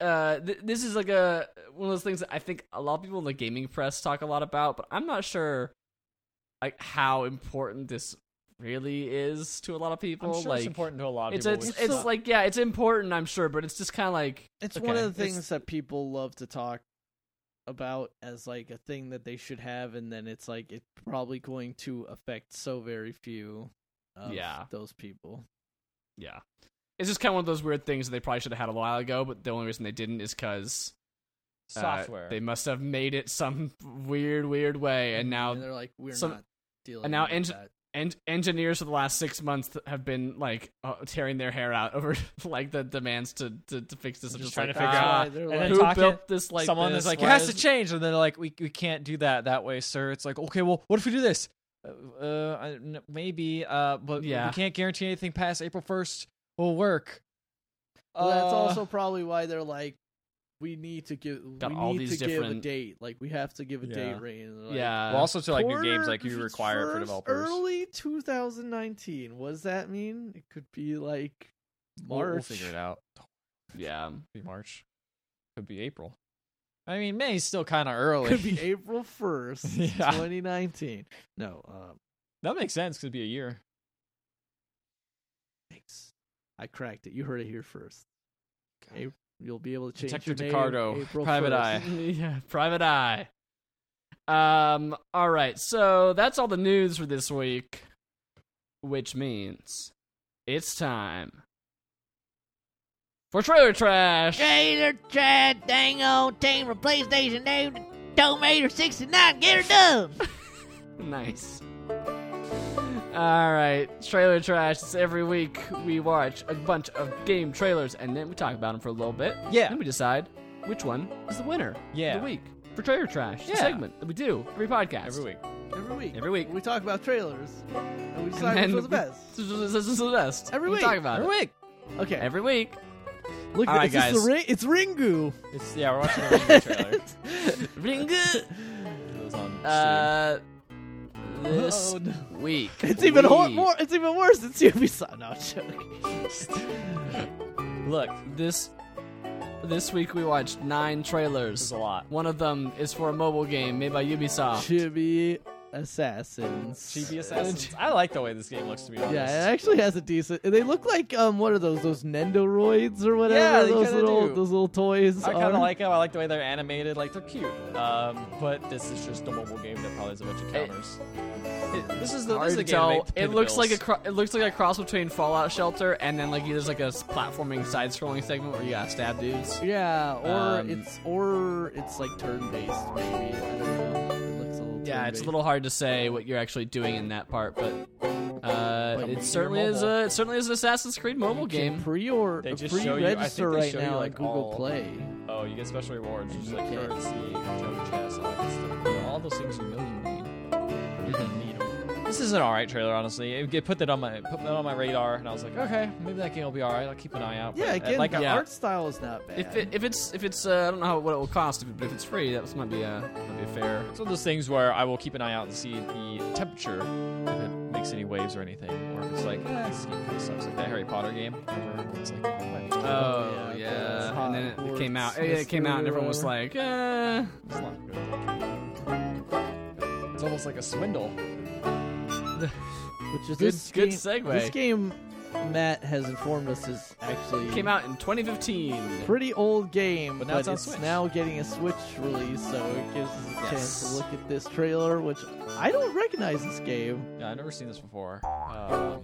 A: uh, th- this is like a one of those things that I think a lot of people in the gaming press talk a lot about, but I'm not sure like how important this really is to a lot of people.
C: I'm sure
A: like
C: it's important to a lot of
A: It's
C: people.
A: it's,
C: which
A: it's
C: sucks.
A: like yeah, it's important, I'm sure, but it's just kind of like
B: It's one
C: Okay.
B: of the
A: It's-
B: things that people love to talk about as like a thing that they should have, and then it's like it's probably going to affect so very few of
A: Yeah.
B: those people.
A: yeah. It's just kind of one of those weird things that they probably should have had a while ago, but the only reason they didn't is because
C: software.
A: they must have made it some weird, weird way, and now
B: and they're like, we're
A: some-
B: not dealing.
A: and now
B: with
A: eng-
B: that.
A: en- engineers for the last six months th- have been like uh, tearing their hair out over like the demands to to, to fix this. I'm
D: just
A: just
D: trying
A: like,
D: to figure
A: "Ah,
B: why
D: out.
B: they're
D: And
B: like-
D: then
A: who
D: talking,
A: built this like
D: someone
A: this?
D: is like,
A: Why
D: it has
A: is-
D: to change, and they're like, we we can't do that that way, sir. It's like, okay, well, what if we do this? Uh, uh I don't know, maybe, uh, but
A: Yeah.
D: we can't guarantee anything past April first will work.
B: Well, that's
D: Uh,
B: also probably why they're like, we need to give
A: Got
B: we
A: all
B: need
A: these
B: to give a
A: different-
B: date. Like we have to give a
D: Yeah.
B: date range. and they're like,
A: yeah.
C: well, also to like new games,
B: quarter-
C: like you require it for
B: first
C: developers.
B: Early 2019. What does that mean? It could be like
C: We'll-
B: March.
C: we'll figure it out.
A: yeah.
C: Could be March. Could be April.
D: I mean, May's still kind of early.
B: Could be April 1st,
D: Yeah.
B: 2019. No, um,
C: That makes sense. Could be a year.
B: thanks. I cracked it. You heard it here first.
C: God.
B: April, you'll be able to change
C: Detective
B: your name
C: Picardo,
B: April
C: Private
B: 1st.
C: Eye.
A: yeah, private eye. Um. All right. So that's all the news for this week, which means it's time for trailer trash.
E: Trailer trash dang old team for PlayStation Dude Tomato 69, get her done!
A: Nice. All right, trailer trash. It's every week we watch a bunch of game trailers and then we talk about them for a little bit.
D: Yeah.
A: Then we decide which one is the winner.
D: Yeah.
A: Of the week for trailer trash. The
D: Yeah.
A: segment that we do every podcast.
C: Every week.
B: Every week.
A: Every week.
B: We talk about trailers and we decide
A: then
B: which was the
A: we-
B: best.
A: This is, this is the best.
B: Every
A: we
B: week.
A: talk about
D: Every
A: it.
D: week.
B: Okay.
A: Every week.
B: Look,
C: All right,
B: it's, just the
C: guys.
B: ring- it's Ringu.
C: It's yeah, we're watching the Ringo trailer.
A: Ringu.
C: It was on Steam.
A: Uh, this
B: Oh, no.
A: week.
B: It's even hor-
A: we-
B: more. It's even worse than Ubisoft. No, I'm joking.
C: Look,
A: This this week we watched nine
C: there's
A: trailers.
C: a lot.
A: One of them is for a mobile game made by Ubisoft.
B: Chibi assassins.
C: Chibi Assassins. I like the way this game looks to be honest.
B: Yeah, it actually has a decent. They look like um, what are those? Those Nendoroids or whatever.
C: Yeah, they
B: those
C: kinda
B: little
C: do.
B: those little toys.
C: I kind
B: are.
C: of like them. I like the way they're animated. Like they're cute. Um, but this is just a mobile game that probably has a bunch of
A: It-
C: counters. this is the
A: Hard
C: this is the
A: to
C: game. that
A: tell.
C: made Pay
A: It
C: the
A: looks like a
C: Bills.
A: cro- it looks like a cross between Fallout Shelter and then like there's like a s- platforming side-scrolling segment where you gotta stab dudes.
B: Yeah, or
A: Um,
B: it's or it's like turn based maybe. I don't know. It looks a
A: Yeah,
B: little.
A: it's a
B: turn-based.
A: little hard to say what you're actually doing in that part, but uh,
C: you're
A: it certainly is
C: mobile.
A: a it certainly is an Assassin's Creed mobile
B: You can
A: game.
B: Pre-order,
C: They just show you- I think they
B: pre-register right
C: show you,
B: now
C: like,
B: on Google
C: all-
B: Play.
C: Oh, you get special rewards,
B: And
C: which is
B: you
C: like
B: can't-
C: currency, junk chests, all that good stuff. You know, all those things you know you need. You're gonna need 'em. This is an alright trailer, honestly. It, it put that on my put that on my radar, and I was like, okay, maybe that game will be alright. I'll keep an eye out.
B: Yeah,
C: But, uh,
B: again,
C: like
B: the
A: yeah.
B: art style is not bad.
A: If it, if it's if it's uh, I don't know how, what it will cost, but if it's free, that might be a might be a fair.
C: it's one of those things where I will keep an eye out and see the temperature if it makes any waves or anything, or if it's like eh, this game kind of sucks, like that Harry Potter game. Remember? It's like oh, it might be cool.
A: Oh
B: yeah, that's
A: yeah, and then it- it came out.
B: Hogwarts
A: It, it came out, and everyone was
B: Mystery
A: like, eh.
C: it's not good. It's almost like a swindle.
B: which is
A: Good-
B: this
A: good
B: game-
A: segue.
B: This game, Matt has informed us, is actually
A: Came out in 2015.
B: pretty old game,
C: But
B: but,
C: now it's on
B: it's
C: Switch.
B: now getting a Switch release, so it gives us a chance
A: Yes.
B: to look at this trailer, which I don't recognize this game.
C: Yeah, I've never seen this before. Um,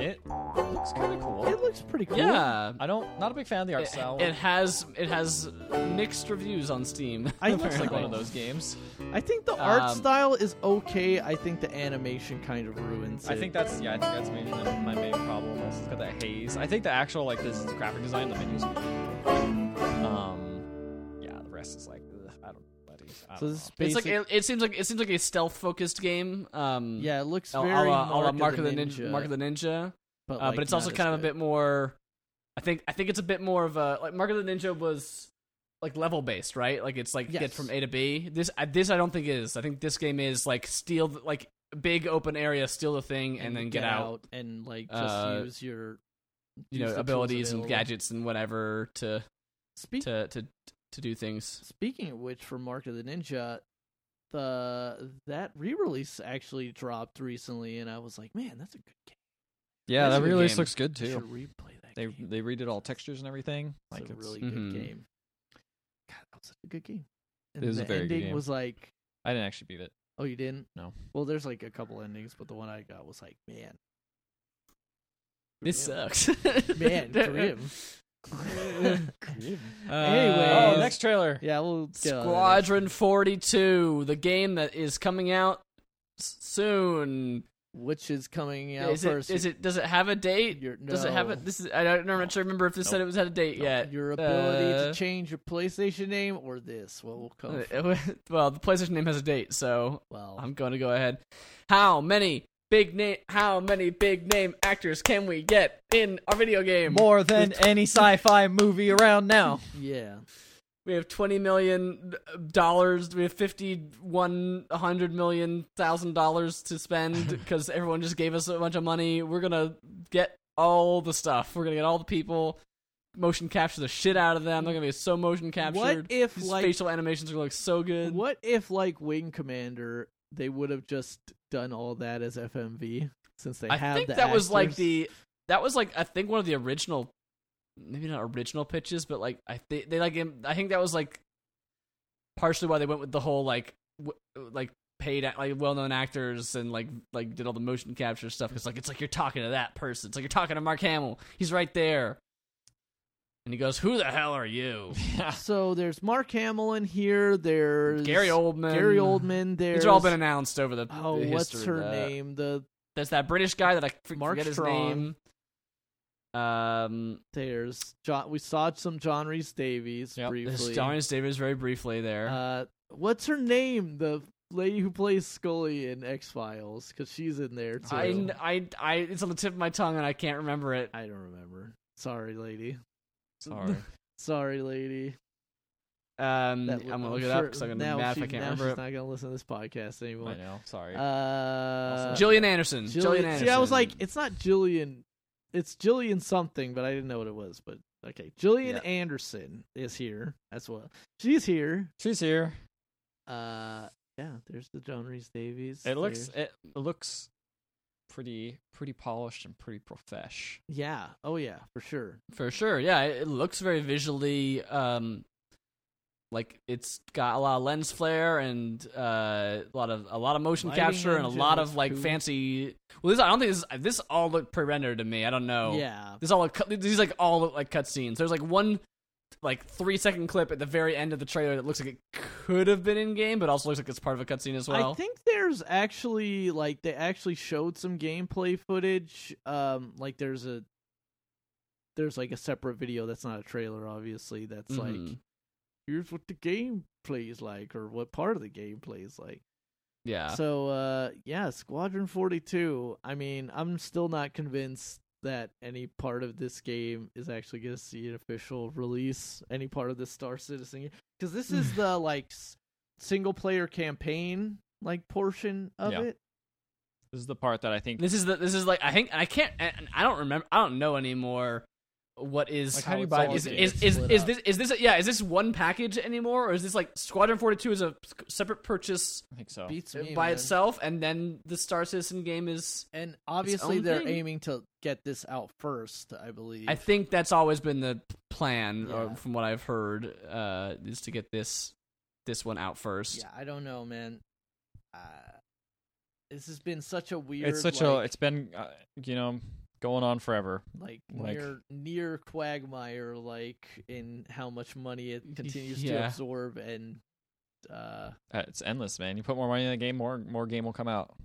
C: it looks kind of
B: It
C: cool.
B: looks pretty cool.
A: Yeah,
C: I don't, not a big fan of the art
A: it,
C: style.
A: it has it has mixed reviews on Steam.
B: I
C: it looks like
B: apparently.
C: one of those games.
B: I think the art
A: Um,
B: style is okay. I think the animation kind of ruins it.
C: I think that's yeah. I think that's maybe the, my main problem. Is it's got that haze. I think the actual like this graphic design, the menus. Um, yeah, the rest is like ugh, I don't, buddy. I don't
B: So
C: know.
B: this is
A: It's like
B: basic-
A: it, it seems like it seems like a stealth focused game. Um,
B: yeah, it looks
A: a la,
B: very
A: a la- a la
B: Mark,
A: Mark
B: of the Ninja,
A: Mark of the Ninja.
B: but,
A: Uh,
B: like,
A: but it's also
B: not as
A: kind of a
B: good.
A: bit more. I think I think it's a bit more of a like Mark of the Ninja was like level based, right? Like it's like
B: Yes.
A: get from A to B. This I, this I don't think is. I think this game is like steal the- like big open area, steal the thing, and, then get, out.
B: and like just
A: Uh,
B: use your
A: You
B: use
A: know
B: the tools
A: abilities and
B: available.
A: gadgets and whatever to
B: Speak,
A: to to to do things.
B: speaking of which, for Mark of the Ninja, the that re-release actually dropped recently, and I was like, man, that's a good game.
C: yeah,
A: That's
C: that
A: a good
C: really
A: game.
C: looks good
B: I should
C: too.
B: replay that.
C: They
B: game.
C: they redid all textures and everything.
B: It's
C: Like
B: a
C: it's,
B: really
A: Mhm.
B: good game. God, that was such a good game. And
C: It was a
B: the
C: very good
B: ending
C: game.
B: was like,
C: I didn't actually beat it.
B: oh, you didn't?
C: No.
B: Well, there's like a couple endings, but the one I got was like, man,
A: This
B: Grim.
A: sucks,
B: man, grim.
C: oh,
D: Uh, oh,
B: Anyways.
C: next trailer.
B: yeah, we'll get on to that.
A: Squadron 42, the game that is coming out s- soon.
B: which is coming out
A: Is it,
B: first.
A: is it? Does it have a date?
B: Your-
A: Does it have
B: no.
A: a? This is. I don't. I'm not sure. Remember if this said it was had a date yet.
B: your ability
A: Uh,
B: to change your PlayStation name or this? What will come?
A: well, the PlayStation name has a date, so
B: well,
A: I'm going to go ahead. How many big name? How many big name actors can we get in our video game?
D: More than any sci-fi movie around now.
B: yeah.
A: We have twenty million uh, dollars. We have fifty one hundred million thousand dollars to spend because everyone just gave us a bunch of money. We're gonna get all the stuff. We're gonna get all the people. Motion capture the shit out of them. They're gonna be so motion captured.
B: What if
A: These
B: like
A: facial animations are gonna look so good?
B: what if like Wing Commander they would have just done all that as FMV since they
A: I
B: have
A: think
B: the
A: that was like
B: actors?
A: the that was like I think one of the original, maybe not original pitches, but like I think they like im- I think that was like partially why they went with the whole like w- like paid act- like well known actors and like like did all the motion capture stuff because like it's like you're talking to that person. It's like you're talking to Mark Hamill. He's right there, and he goes, "Who the hell are you?"
B: So there's Mark Hamill in here. There's
A: ah. Gary Oldman.
B: Gary Oldman. There's
A: These are all been announced over the
B: oh,
A: the
B: what's
A: history
B: her
A: of that.
B: name? The
A: That's that British guy that I f-
B: Mark
A: forget his
B: Strong.
A: name. Um,
B: there's John. We saw some John Reese Davies
D: Yep,
A: There's
B: briefly.
A: Darius Davis very briefly there.
B: Uh, what's her name? The lady who plays Scully in X Files, because she's in there too.
A: I, kn- I, I, it's on the tip of my tongue and I can't remember it.
B: I don't remember. Sorry, lady.
D: Sorry.
B: Sorry, lady.
A: Um, I'm
B: That would-
A: gonna look it up
B: sure-
A: because I'm gonna
B: now
A: be mad
B: she-
A: if I can't
B: now
A: remember
B: she's
A: it.
B: not gonna listen to this podcast
D: I
B: anymore.
D: know. Sorry.
B: Uh,
A: Jillian Anderson. Jillian,
B: Jillian-
A: Anderson.
B: See, I was like, it's not Jillian. It's Jillian something, but I didn't know what it was. But okay, Jillian Anderson is here. That's what she's here.
D: She's here.
B: Uh, yeah. There's the John Reese Davies.
D: It looks
B: There's-
D: it looks pretty pretty polished and pretty profesh.
B: Yeah. Oh yeah, for sure.
A: for sure. Yeah, it, it looks very visually, um, like it's got a lot of lens flare and uh, a lot of a lot of motion
B: Lighting
A: capture and a lot
B: engines,
A: of like
B: cool.
A: fancy. Well, this I don't think this this all looked pre-rendered to me. I don't know.
B: Yeah.
A: This all look, cut- these like all look like cutscenes. There's like one like three second clip at the very end of the trailer that looks like it could have been in game, but also looks like it's part of a cutscene as well.
B: I think there's actually like they actually showed some gameplay footage. Um, like there's a there's like a separate video that's not a trailer, obviously. That's like
A: Mhm.
B: here's what the gameplay is like, or what part of the gameplay is like.
A: yeah,
B: So uh, yeah, Squadron Forty Two. I mean, I'm still not convinced that any part of this game is actually going to see an official release. Any part of the Star Citizen because this is the like s- single player campaign like portion of
D: Yeah.
B: it.
D: This is the part that I think
A: this is the this is like I think and I can't and I don't remember I don't know anymore what is
D: Like, how do you
A: it's
D: buy
A: all-
D: these
A: is
D: games?
A: is, is,
B: Split
A: is
B: up.
A: this is this yeah is this one package anymore or is this like Squadron Forty Two is a separate purchase
D: I think so.
B: Beats me
A: by
B: man.
A: itself and then the Star Citizen game is
B: And obviously,
A: own
B: they're
A: thing.
B: aiming to get this out first. I believe.
A: I think that's always been the plan,
B: Yeah.
A: or from what I've heard, uh, is to get this this one out first.
B: yeah, I don't know, man. Uh, this has been such a weird.
D: It's such
B: like,
D: a it's been uh, you know going on forever.
B: like,
D: Like-
B: near near quagmire like in how much money it continues to
A: Yeah.
B: absorb and uh
D: Uh, It's endless, man. You put more money in the game, more more game will come out.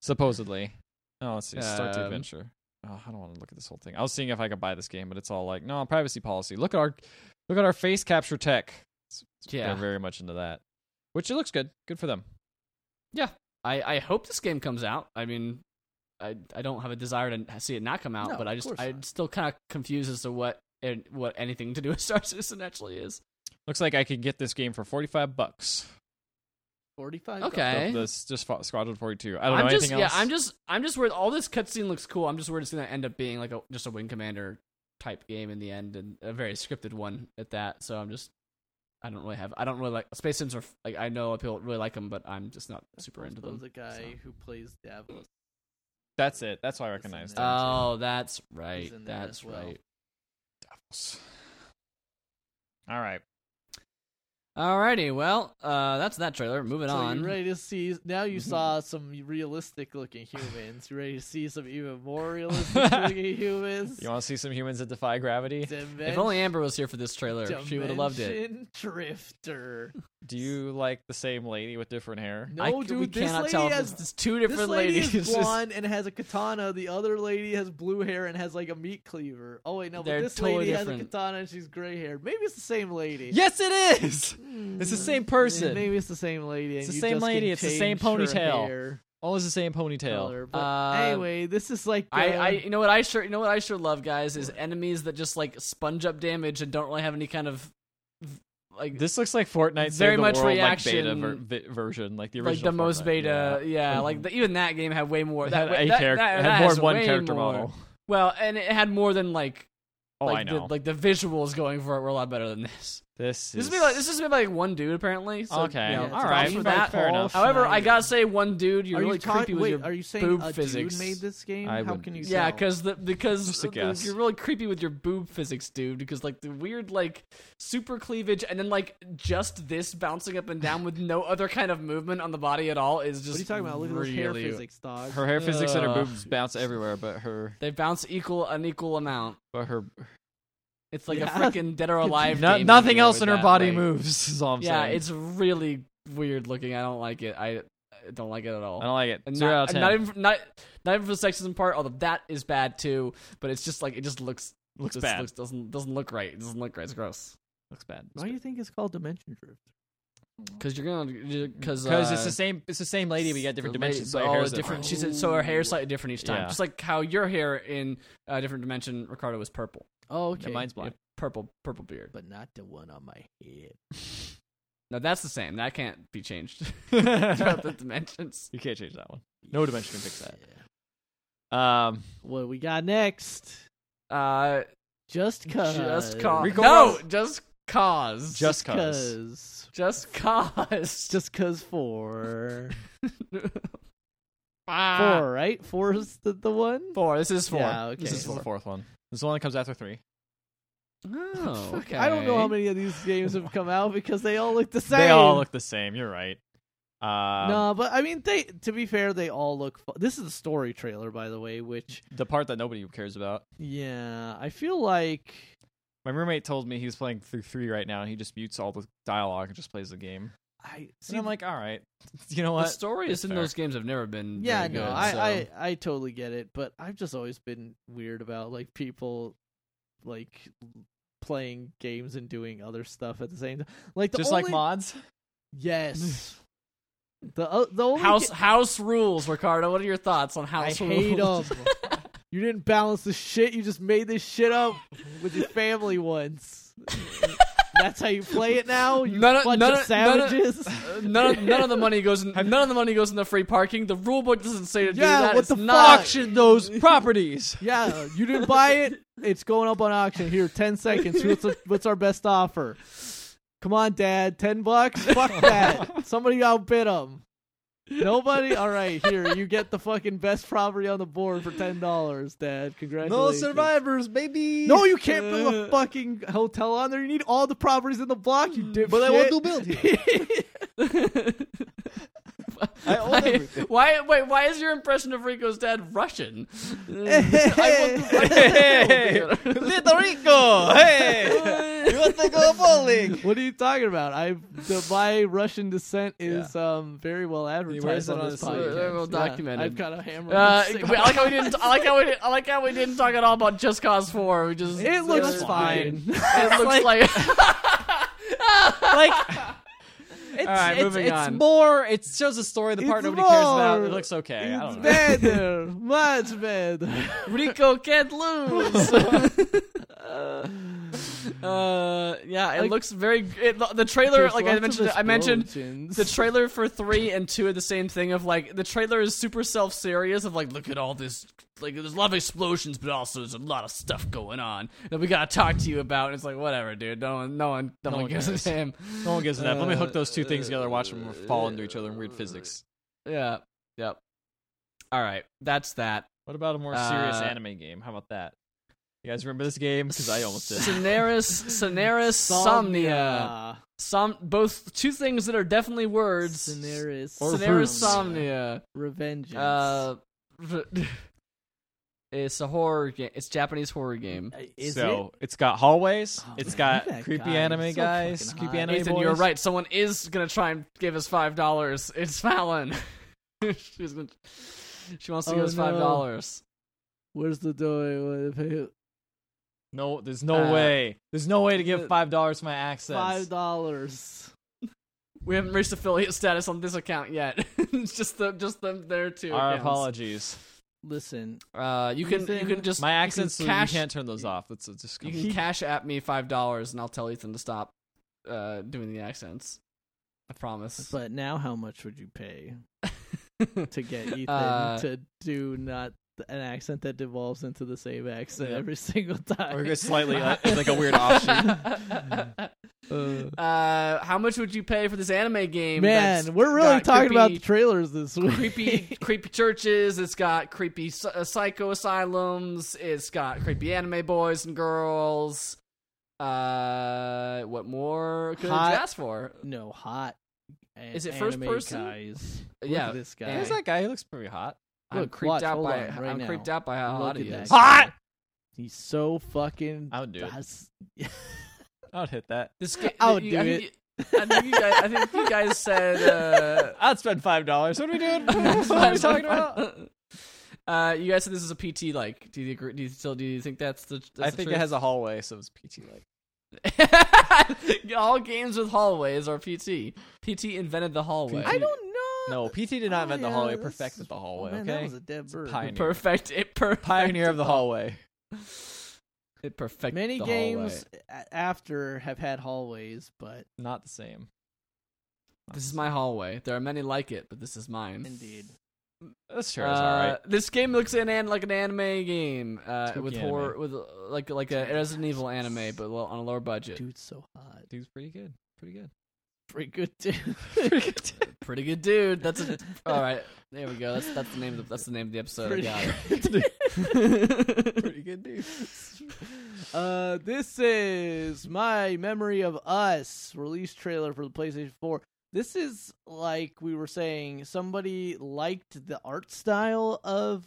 D: Supposedly. Oh, let's see. Start the
A: Um,
D: adventure. Oh, I don't want to look at this whole thing. I was seeing if I could buy this game, but it's all like, no, privacy policy. Look at our look at our face capture tech. It's- it's-
A: Yeah.
D: They're very much into that. Which it looks good. Good for them.
A: I, I hope this game comes out. I mean, I I don't have a desire to see it not come out,
B: No,
A: but I
B: of
A: just
B: course
A: I'm
B: not.
A: still kind of confused as to what and what anything to do with Star Citizen actually is.
D: Looks like I could get this game for 45 bucks.
B: 45
A: Okay.
D: Of This just fo- Squadron 42. I don't
A: Eh? I'm
D: know
A: just
D: anything
A: yeah,
D: else.
A: I'm just I'm just worried. All this cutscene looks cool. I'm just worried it's gonna end up being like a just a Wing Commander type game in the end, and a very scripted one at that. So I'm just I don't really have I don't really like Space Sims are f- like I know people really like them, but I'm just not super into them.
B: the guy who plays Davos.
D: That's it. That's why I
B: It's in
D: recognize
B: there.
D: that.
A: Oh, that's right.
B: in there
A: That's
B: as well.
A: right.
D: all right.
A: Alrighty, well, uh, that's that trailer. Moving
B: So
A: on. Mm-hmm.
B: you ready to see? Now you saw some realistic looking humans. You ready to see some even more realistic looking humans?
D: You want to see some humans that defy gravity?
A: If only Amber was here for this trailer, she would have loved it.
B: Dimension Drifter.
C: Do you like the same lady with different hair?
B: No,
A: I c-
B: dude,
A: we
B: this
A: cannot
B: lady
A: tell if
B: has
A: it's it's two
B: this
A: different
B: lady
A: ladies.
B: is blonde and has a katana. The other lady has blue hair and has like a meat cleaver. Oh wait, no, but
A: They're
B: this
A: totally
B: lady has a
A: different.
B: katana and she's gray haired. Maybe it's the same lady.
C: Yes, it is. It's the same person.
B: Maybe it's the same lady.
C: It's
B: and
C: the
B: you
C: same
B: just can
C: lady, it's the same
B: change her
C: ponytail.
B: hair
C: Always the same ponytail.
B: color. But
A: Uh,
B: anyway, this is like
A: I,
B: uh,
A: I, you know what I sure, you know what I sure love, guys, is enemies that just like sponge up damage and don't really have any kind of like
C: This looks like
A: Very
C: Fortnite. Save the
A: much
C: world,
A: reaction-
C: Like beta ver- vi- version, like the original.
A: like the most
C: Fortnite,
A: beta.
C: yeah.
A: Yeah, like the, even that game had way more.
C: It
A: that,
C: had a
A: that,
C: character.
A: that-
C: it
A: that
C: had more
A: has
C: than one
A: way
C: character
A: more.
C: model.
A: Well, and it had more than like
C: Oh,
A: like
C: I know.
A: the like the visuals going for it were a lot better than this.
C: this
A: This
C: is
A: is made by, this is made by like one dude apparently. So,
C: Okay,
A: you know,
C: yeah,
A: it's
C: all
A: a
C: right,
A: problem with
C: fair-
A: that.
C: fair enough.
A: However, I gotta say, one dude, you're
B: are
A: really
B: you talk-
A: creepy with
B: wait,
A: your
B: are you saying
A: boob
B: a
A: physics.
B: dude made this game?
C: I
B: How
C: wouldn't-
B: can you?
A: Yeah,
B: tell?
A: because the because
C: Just a
A: the-
C: guess.
A: you're really creepy with your boob physics, dude. Because like the weird like super cleavage, and then like just this bouncing up and down with no other kind of movement on the body at all is just.
B: what are you talking about? Look at those hair
A: really-
B: physics, dog.
C: her hair physics and her
F: Ugh.
C: boobs
A: uh,
C: bounce everywhere, but her
A: They bounce equal an equal amount.
C: but her
A: It's like
B: Yeah.
A: a freaking dead or alive.
C: No-
A: game
C: nothing
A: video
C: else
A: with
C: in her
A: that,
C: body
A: like-
C: moves. Is all I'm
A: Yeah,
C: saying.
A: it's really weird looking. I don't like it. I, I don't like it at all.
C: I don't like it.
A: And
C: Zero
A: not,
C: out of
A: and
C: ten.
A: not even for, not not even for the sexism part, although that is bad too. But it's just like it just looks
C: Looks
A: just
C: bad.
A: Looks, doesn't doesn't look right. It doesn't look right. It's gross.
C: looks bad.
B: Why do you think it's called Dimension Drift?
A: Because you're gonna because
C: Because
A: uh,
C: it's the same. It's the same lady, but you got different
A: the lady-
C: dimensions.
A: but
C: so your
A: all
C: hair's
A: the different. She said so her hair's slightly different each time,
C: Yeah.
A: just like how your hair in a different dimension. Ricardo was purple,
B: Oh,
C: Yeah,
B: okay,
C: mine's black.
A: purple, purple beard.
B: but not the one on my head.
A: No, that's the same. That can't be changed
C: you
A: throughout the dimensions.
C: can't change that one. No dimension can fix that.
B: Yeah.
C: Um,
B: What we got next?
A: Uh,
B: Just cause.
A: just cause.
C: Rico
A: no,
C: Ross-
A: just cause.
C: just cause.
B: cause.
A: just cause.
B: Just cause four.
C: Ah.
B: four, right? Four is the, the one.
A: four. This is four.
B: Yeah, okay.
C: This is the fourth one. This is the one that comes after three.
A: Oh, okay.
B: I don't know how many of these games have come out because they all look the same.
C: They all look the same. You're right. Um,
B: no, but I mean, they. To be fair, they all look. Fu- this is the story trailer, by the way. Which,
C: The part that nobody cares about.
B: yeah, I feel like
C: My roommate told me he's playing through three right now, and he just mutes all the dialogue and just plays the game.
B: I. See,
C: And I'm like, all right, you know
A: The
C: what?
A: stories in
C: Fair.
A: those games have never been.
B: yeah,
A: very
B: no,
A: good,
B: I,
A: so.
B: I, I totally get it, but I've just always been weird about like people, like playing games and doing other stuff at the same time. Like the
C: just
B: only,
C: like mods.
B: Yes. the o the only
A: House
B: ga-
A: house rules, Ricardo. What are your thoughts on
B: I
A: house
B: hate them.
A: rules?
B: you didn't balance the shit. You just made this shit up with your family once. That's how you play it now. You
A: None of-
B: bunch
A: none
B: of
A: of- none of-
B: savages.
A: none, of, none of the money goes. In, none of the money goes in the free parking. The rule book doesn't say to do
B: Yeah,
A: that.
B: what
A: it's
B: the
A: not
B: fuck?
C: Auction those properties.
B: yeah, you didn't buy it. It's going up on auction. Here, ten seconds. What's the- what's our best offer? Come on, Dad. Ten bucks. Fuck that. Somebody outbid him. Nobody. All right, here you get the fucking best property on the board for ten dollars, Dad. Congratulations.
C: baby.
B: No, you can't build a fucking hotel on there. You need all the properties in the block, you dipshit.
C: Mm. But I want to build here. I own
A: Why,
C: everything.
A: why? Wait. Why is your impression of Rico's dad Russian?
C: Hey, Little Rico.
A: Uh,
C: Hey, you want to go bowling?
B: What are you talking about? I the, my Russian descent is um very well advertised
C: wears it
B: on
C: on
B: this
C: his-
B: podcast.
A: very well
B: Yeah,
A: documented.
B: I've got a hammer.
A: Uh,
B: on the
A: I like how we didn't. I like how we. Did, I like how we didn't talk at all about Just Cause Four. We just.
B: It looks
A: it's
B: fine.
A: It looks like.
C: Like,
A: all right,
C: it's,
A: moving
C: it's
A: on.
C: more. It shows a story. The part
B: It's
C: nobody cares about.
B: more-
C: It looks okay. I
B: it's
C: don't know.
B: better, much better.
A: Rico can't lose. uh, yeah, it
B: Like-
A: looks very. It, lo- the trailer,
B: There's
A: like I
B: lots of
A: mentioned, I mentioned
B: explosions.
A: the trailer for three and two are the same thing. Of like the trailer is super self serious. Of like, look at all this. Like, there's a lot of explosions, but also there's a lot of stuff going on that we gotta talk to you about. And it's like, whatever, dude. No one, no one, no, one
C: one
A: gives
C: cares.
A: a damn.
C: No one gives a damn. Let me hook those two things together. Watch them fall into each other in weird physics.
A: Yeah. Yep. All right. That's that.
C: What about a more serious
A: Uh,
C: anime game? How about that? You guys remember this game? Because I almost did.
A: Sonaris, Sonaris, Somnia. Som- both two things that are definitely words. Uh,
B: Daenerys,
A: Sonaris, Somnia.
B: Revenge.
A: Uh, r- It's a horror game. It's a Japanese horror game.
B: Uh, Is
C: so it? has got hallways.
B: Oh,
C: it's
B: look
C: got
B: at that
C: creepy
B: guy.
C: anime
B: He's so
C: guys.
B: fucking
C: creepy
B: hot.
C: anime
A: Nathan,
C: boys.
A: you're right. Someone is gonna try and give us five dollars. It's Fallon. She's gonna, she wants to
B: Oh,
A: give us
B: no.
A: five dollars.
B: Where's the door?
C: No, there's no
A: Uh,
C: way. There's no way to give
A: the-
C: five dollars for my access.
B: Five dollars.
A: We haven't reached affiliate status on this account yet. it's just the just them there too.
C: Our apologies.
B: Listen,
A: Uh, you can you
B: Ethan,
A: can just
C: My
A: you can
C: accents. You,
A: cash,
C: can't turn those off. That's it's just.
A: you can cash at me five dollars, and I'll tell Ethan to stop uh, doing the accents. I promise.
B: but now how much would you pay to get Ethan
A: Uh,
B: to do not an accent that devolves into the same accent
C: Yep.
B: every single time?
C: or just slightly uh, it's like a weird offshoot.
B: Uh,
A: Uh, how much would you pay for this anime game? that's
B: man, we're really
A: got
B: talking about the
A: creepy-
B: trailers this week.
A: creepy creepy churches it's got creepy s- uh, psycho asylums it's got creepy anime boys and girls uh what more could
B: Hot.
A: you ask for
B: no hot. a-
A: Is it first
B: anime
A: person?
B: Guys. Look
A: yeah
B: at this guy.
A: and-
C: Who's that guy? He looks pretty hot.
A: i'm
B: Look,
A: creeped
B: watch,
A: out
B: hold
A: by
B: on, right
A: i'm
B: now.
A: creeped out by how
B: Look
A: hot
B: at
A: he
B: that
A: is
B: guy. Hot! He's so fucking.
C: I would do it.
B: That's-
C: I would hit that.
A: this ga-
B: I would
A: you-
B: do
A: I think you- I think you guys, I think you guys said uh,
C: I'd spend five dollars. What are we doing? what are we talking about?
A: Uh, you guys said this is a PT. Like, do you agree? Do you still do you think that's the? That's
C: I
A: the
C: think
A: truth?
C: it has a hallway, so it's PT like.
A: All games with hallways are PT. PT invented the hallway.
B: I don't know.
C: No, PT did not
B: Oh,
C: invent the
B: yeah,
C: hallway. It
B: that's-
C: perfected the
B: Oh,
C: hallway.
B: man,
C: okay,
B: that was a dead bird.
C: pioneer.
A: Perfect. It perfect.
C: pioneer of the hallway.
A: It perfected
B: Many
A: the
B: games
A: hallway.
B: a- after have had hallways, but
C: Not the same.
A: This is my hallway. There are many like it, but this is mine.
B: indeed,
C: That's sure
A: Uh,
C: is all right.
A: This game looks in an, like an anime game uh,
C: Spooky
A: with
C: anime.
A: horror, with uh, like like a Resident Evil anime, but lo- on a lower budget.
B: dude's so hot.
C: Dude's pretty good. Pretty good.
B: Pretty good dude.
A: Pretty good, dude. That's a, all right. There we go. That's that's the name of the, that's the name of the episode. I
B: Pretty
A: got it.
B: good dude.
C: pretty good dude.
B: Uh, this is my memory of us release trailer for the PlayStation 4. This is like we were saying, somebody liked the art style of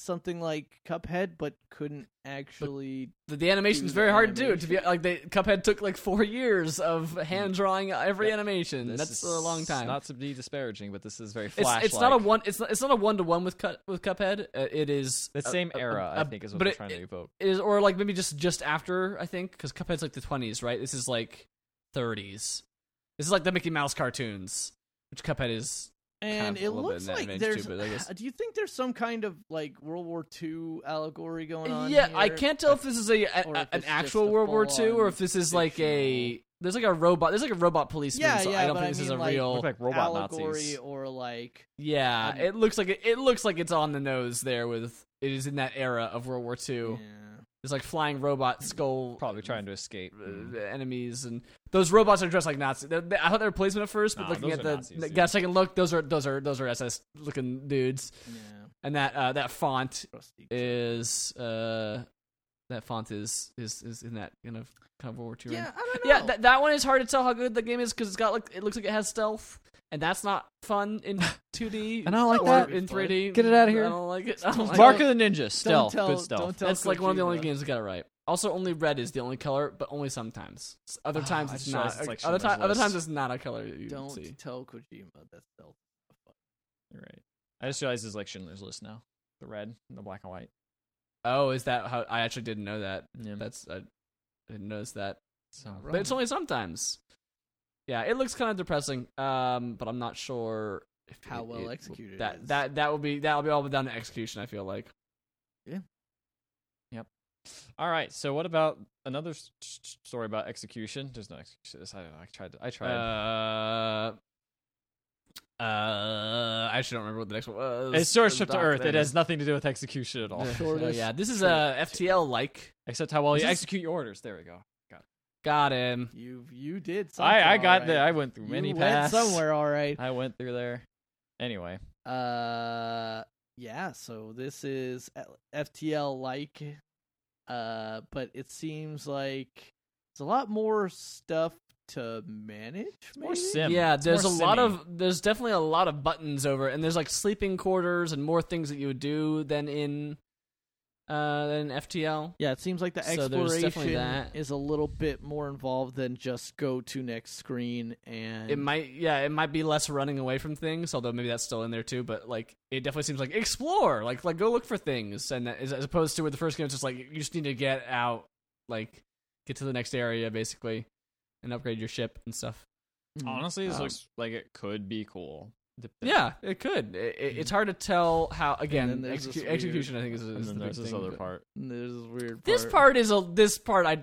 B: something like Cuphead, but couldn't actually.
A: The, the animation's
B: Do
A: very
B: the
A: hard to do. To be like, they, Cuphead took like four years of hand drawing every animation.
C: This
A: That's
C: is
A: a long time.
C: Not to be disparaging, but this is very
A: it's,
C: flash.
A: it's not a one. It's not, it's not a one to one with cut with Cuphead. Uh, It is
C: The
A: a-
C: same
A: a-
C: era,
A: a-
C: I think, is what
A: but
C: they're
A: it-
C: trying to evoke.
A: it is, or like maybe just just after. I think because Cuphead's like the twenties, right? This is like thirties. This is like the Mickey Mouse cartoons, which Cuphead is.
B: And
A: of a
B: it
A: little bit
B: looks
A: in that
B: like
A: vein
B: there's.
A: too, but I guess-
B: Do you think there's some kind of like World War II allegory going on?
A: yeah, I
B: here?
A: can't tell if this is a, a-
B: Or if
A: an
B: it's
A: actual
B: just a
A: World War II
B: full-on
A: or if this is like a there's like a robot. There's like a robot policeman.
B: Yeah,
A: so
B: yeah,
A: I don't
B: but
A: think
B: I
A: this is
B: mean,
A: a
B: like-
A: real.
C: Look like robot
B: allegory
C: Nazis.
B: or like
A: Yeah,
B: Um,
A: it looks like it, it looks like it's on the nose there with it is in that era of World War II.
B: yeah. Mm.
A: There's like flying robot skull
C: Probably trying to escape. Mm.
A: uh, enemies and those robots are dressed like Nazis. They're- they- I thought they were policemen at first, but
C: Nah,
A: looking
C: those
A: at
C: are
A: the
C: Nazis, dude.
A: got a second look, those are those are those are SS looking dudes.
B: yeah.
A: And that uh, that font
B: Rusty.
A: is uh that font is is is in that kind of kind of World War II.
B: yeah,
A: range.
B: I don't know.
A: Yeah, that, that one is hard to tell how good the game is because it's got like it looks like it has stealth, and that's not fun in 2D.
C: And I don't like
A: or
C: that.
A: in 3D.
C: Get it
A: I
C: outta here.
A: don't like it. I don't like
C: Mark
A: it.
C: of the Ninja,
B: don't
C: stealth,
B: tell,
C: good stealth.
B: Don't tell
A: That's like one of the only
B: Kojima.
A: games that got it right. Also, only red is the only color, but only sometimes. S- Other
C: Ah,
A: times
C: I
A: it's
C: just
A: not.
C: realized it's like
A: other,
C: Schindler's
A: ti- other
C: List.
A: times it's not a color. You
B: Don't
A: see.
B: tell Kojima that's stealth.
C: You're right. I just realized it's like Schindler's List now. The red, and the black and white.
A: Oh, is that how? I actually didn't know that.
C: Yeah.
A: That's I, I didn't notice that.
C: so,
A: But it's only sometimes. Yeah, it looks kind of depressing. Um, but I'm not sure if
B: How
A: it-
B: well
A: it-
B: executed it
A: That
B: is.
A: that that will be that will be all down to execution. I feel like.
C: All right. So what about another s- s- story about execution? There's no execution. This- I don't know. I tried. I tried.
A: Uh. Uh, I actually don't remember what the next one was.
C: it's short trip to
A: Doc,
C: Earth. It
A: whatever.
C: has nothing to do with execution at all,
A: Yeah. Oh,
B: Shortest
A: yeah, this is a FTL like.
C: except how well
A: Is
C: you
A: this-
C: execute your orders. There we go.
A: Got him.
B: You you did something.
C: I, I got
B: alright.
C: there. I went through
B: You
C: many
B: went
C: paths.
B: somewhere. All right.
C: I went through there. Anyway,
B: Uh, yeah. So this is L- FTL like, uh, but it seems like it's a lot more stuff to manage. Maybe?
C: more sim.
A: Yeah,
C: It's
A: there's a
C: more
A: lot
C: simmy.
A: of there's definitely a lot of buttons over, it, and there's like sleeping quarters and more things that you would do than in uh, than FTL.
B: Yeah, it seems like the
A: So there's definitely
B: exploration
A: that.
B: is a little bit more involved than just go to next screen and
A: It might, yeah, it might be less running away from things, although maybe that's still in there too. But like, it definitely seems like explore, like, like go look for things, and that, as, as opposed to where the first game it's just like you just need to get out, like get to the next area basically, and upgrade your ship and stuff.
B: Hmm.
C: Honestly, this
A: Um,
C: looks like it could be cool. Dep-
A: Yeah, it could. It, it, it's hard to tell how.
B: then
A: Again,
B: there's this
A: execu-
B: weird-
A: execution I think is, is
C: And then
A: the big
C: there's this
A: thing,
C: other
A: but-
C: part.
B: There's this weird part.
A: This part is a this part I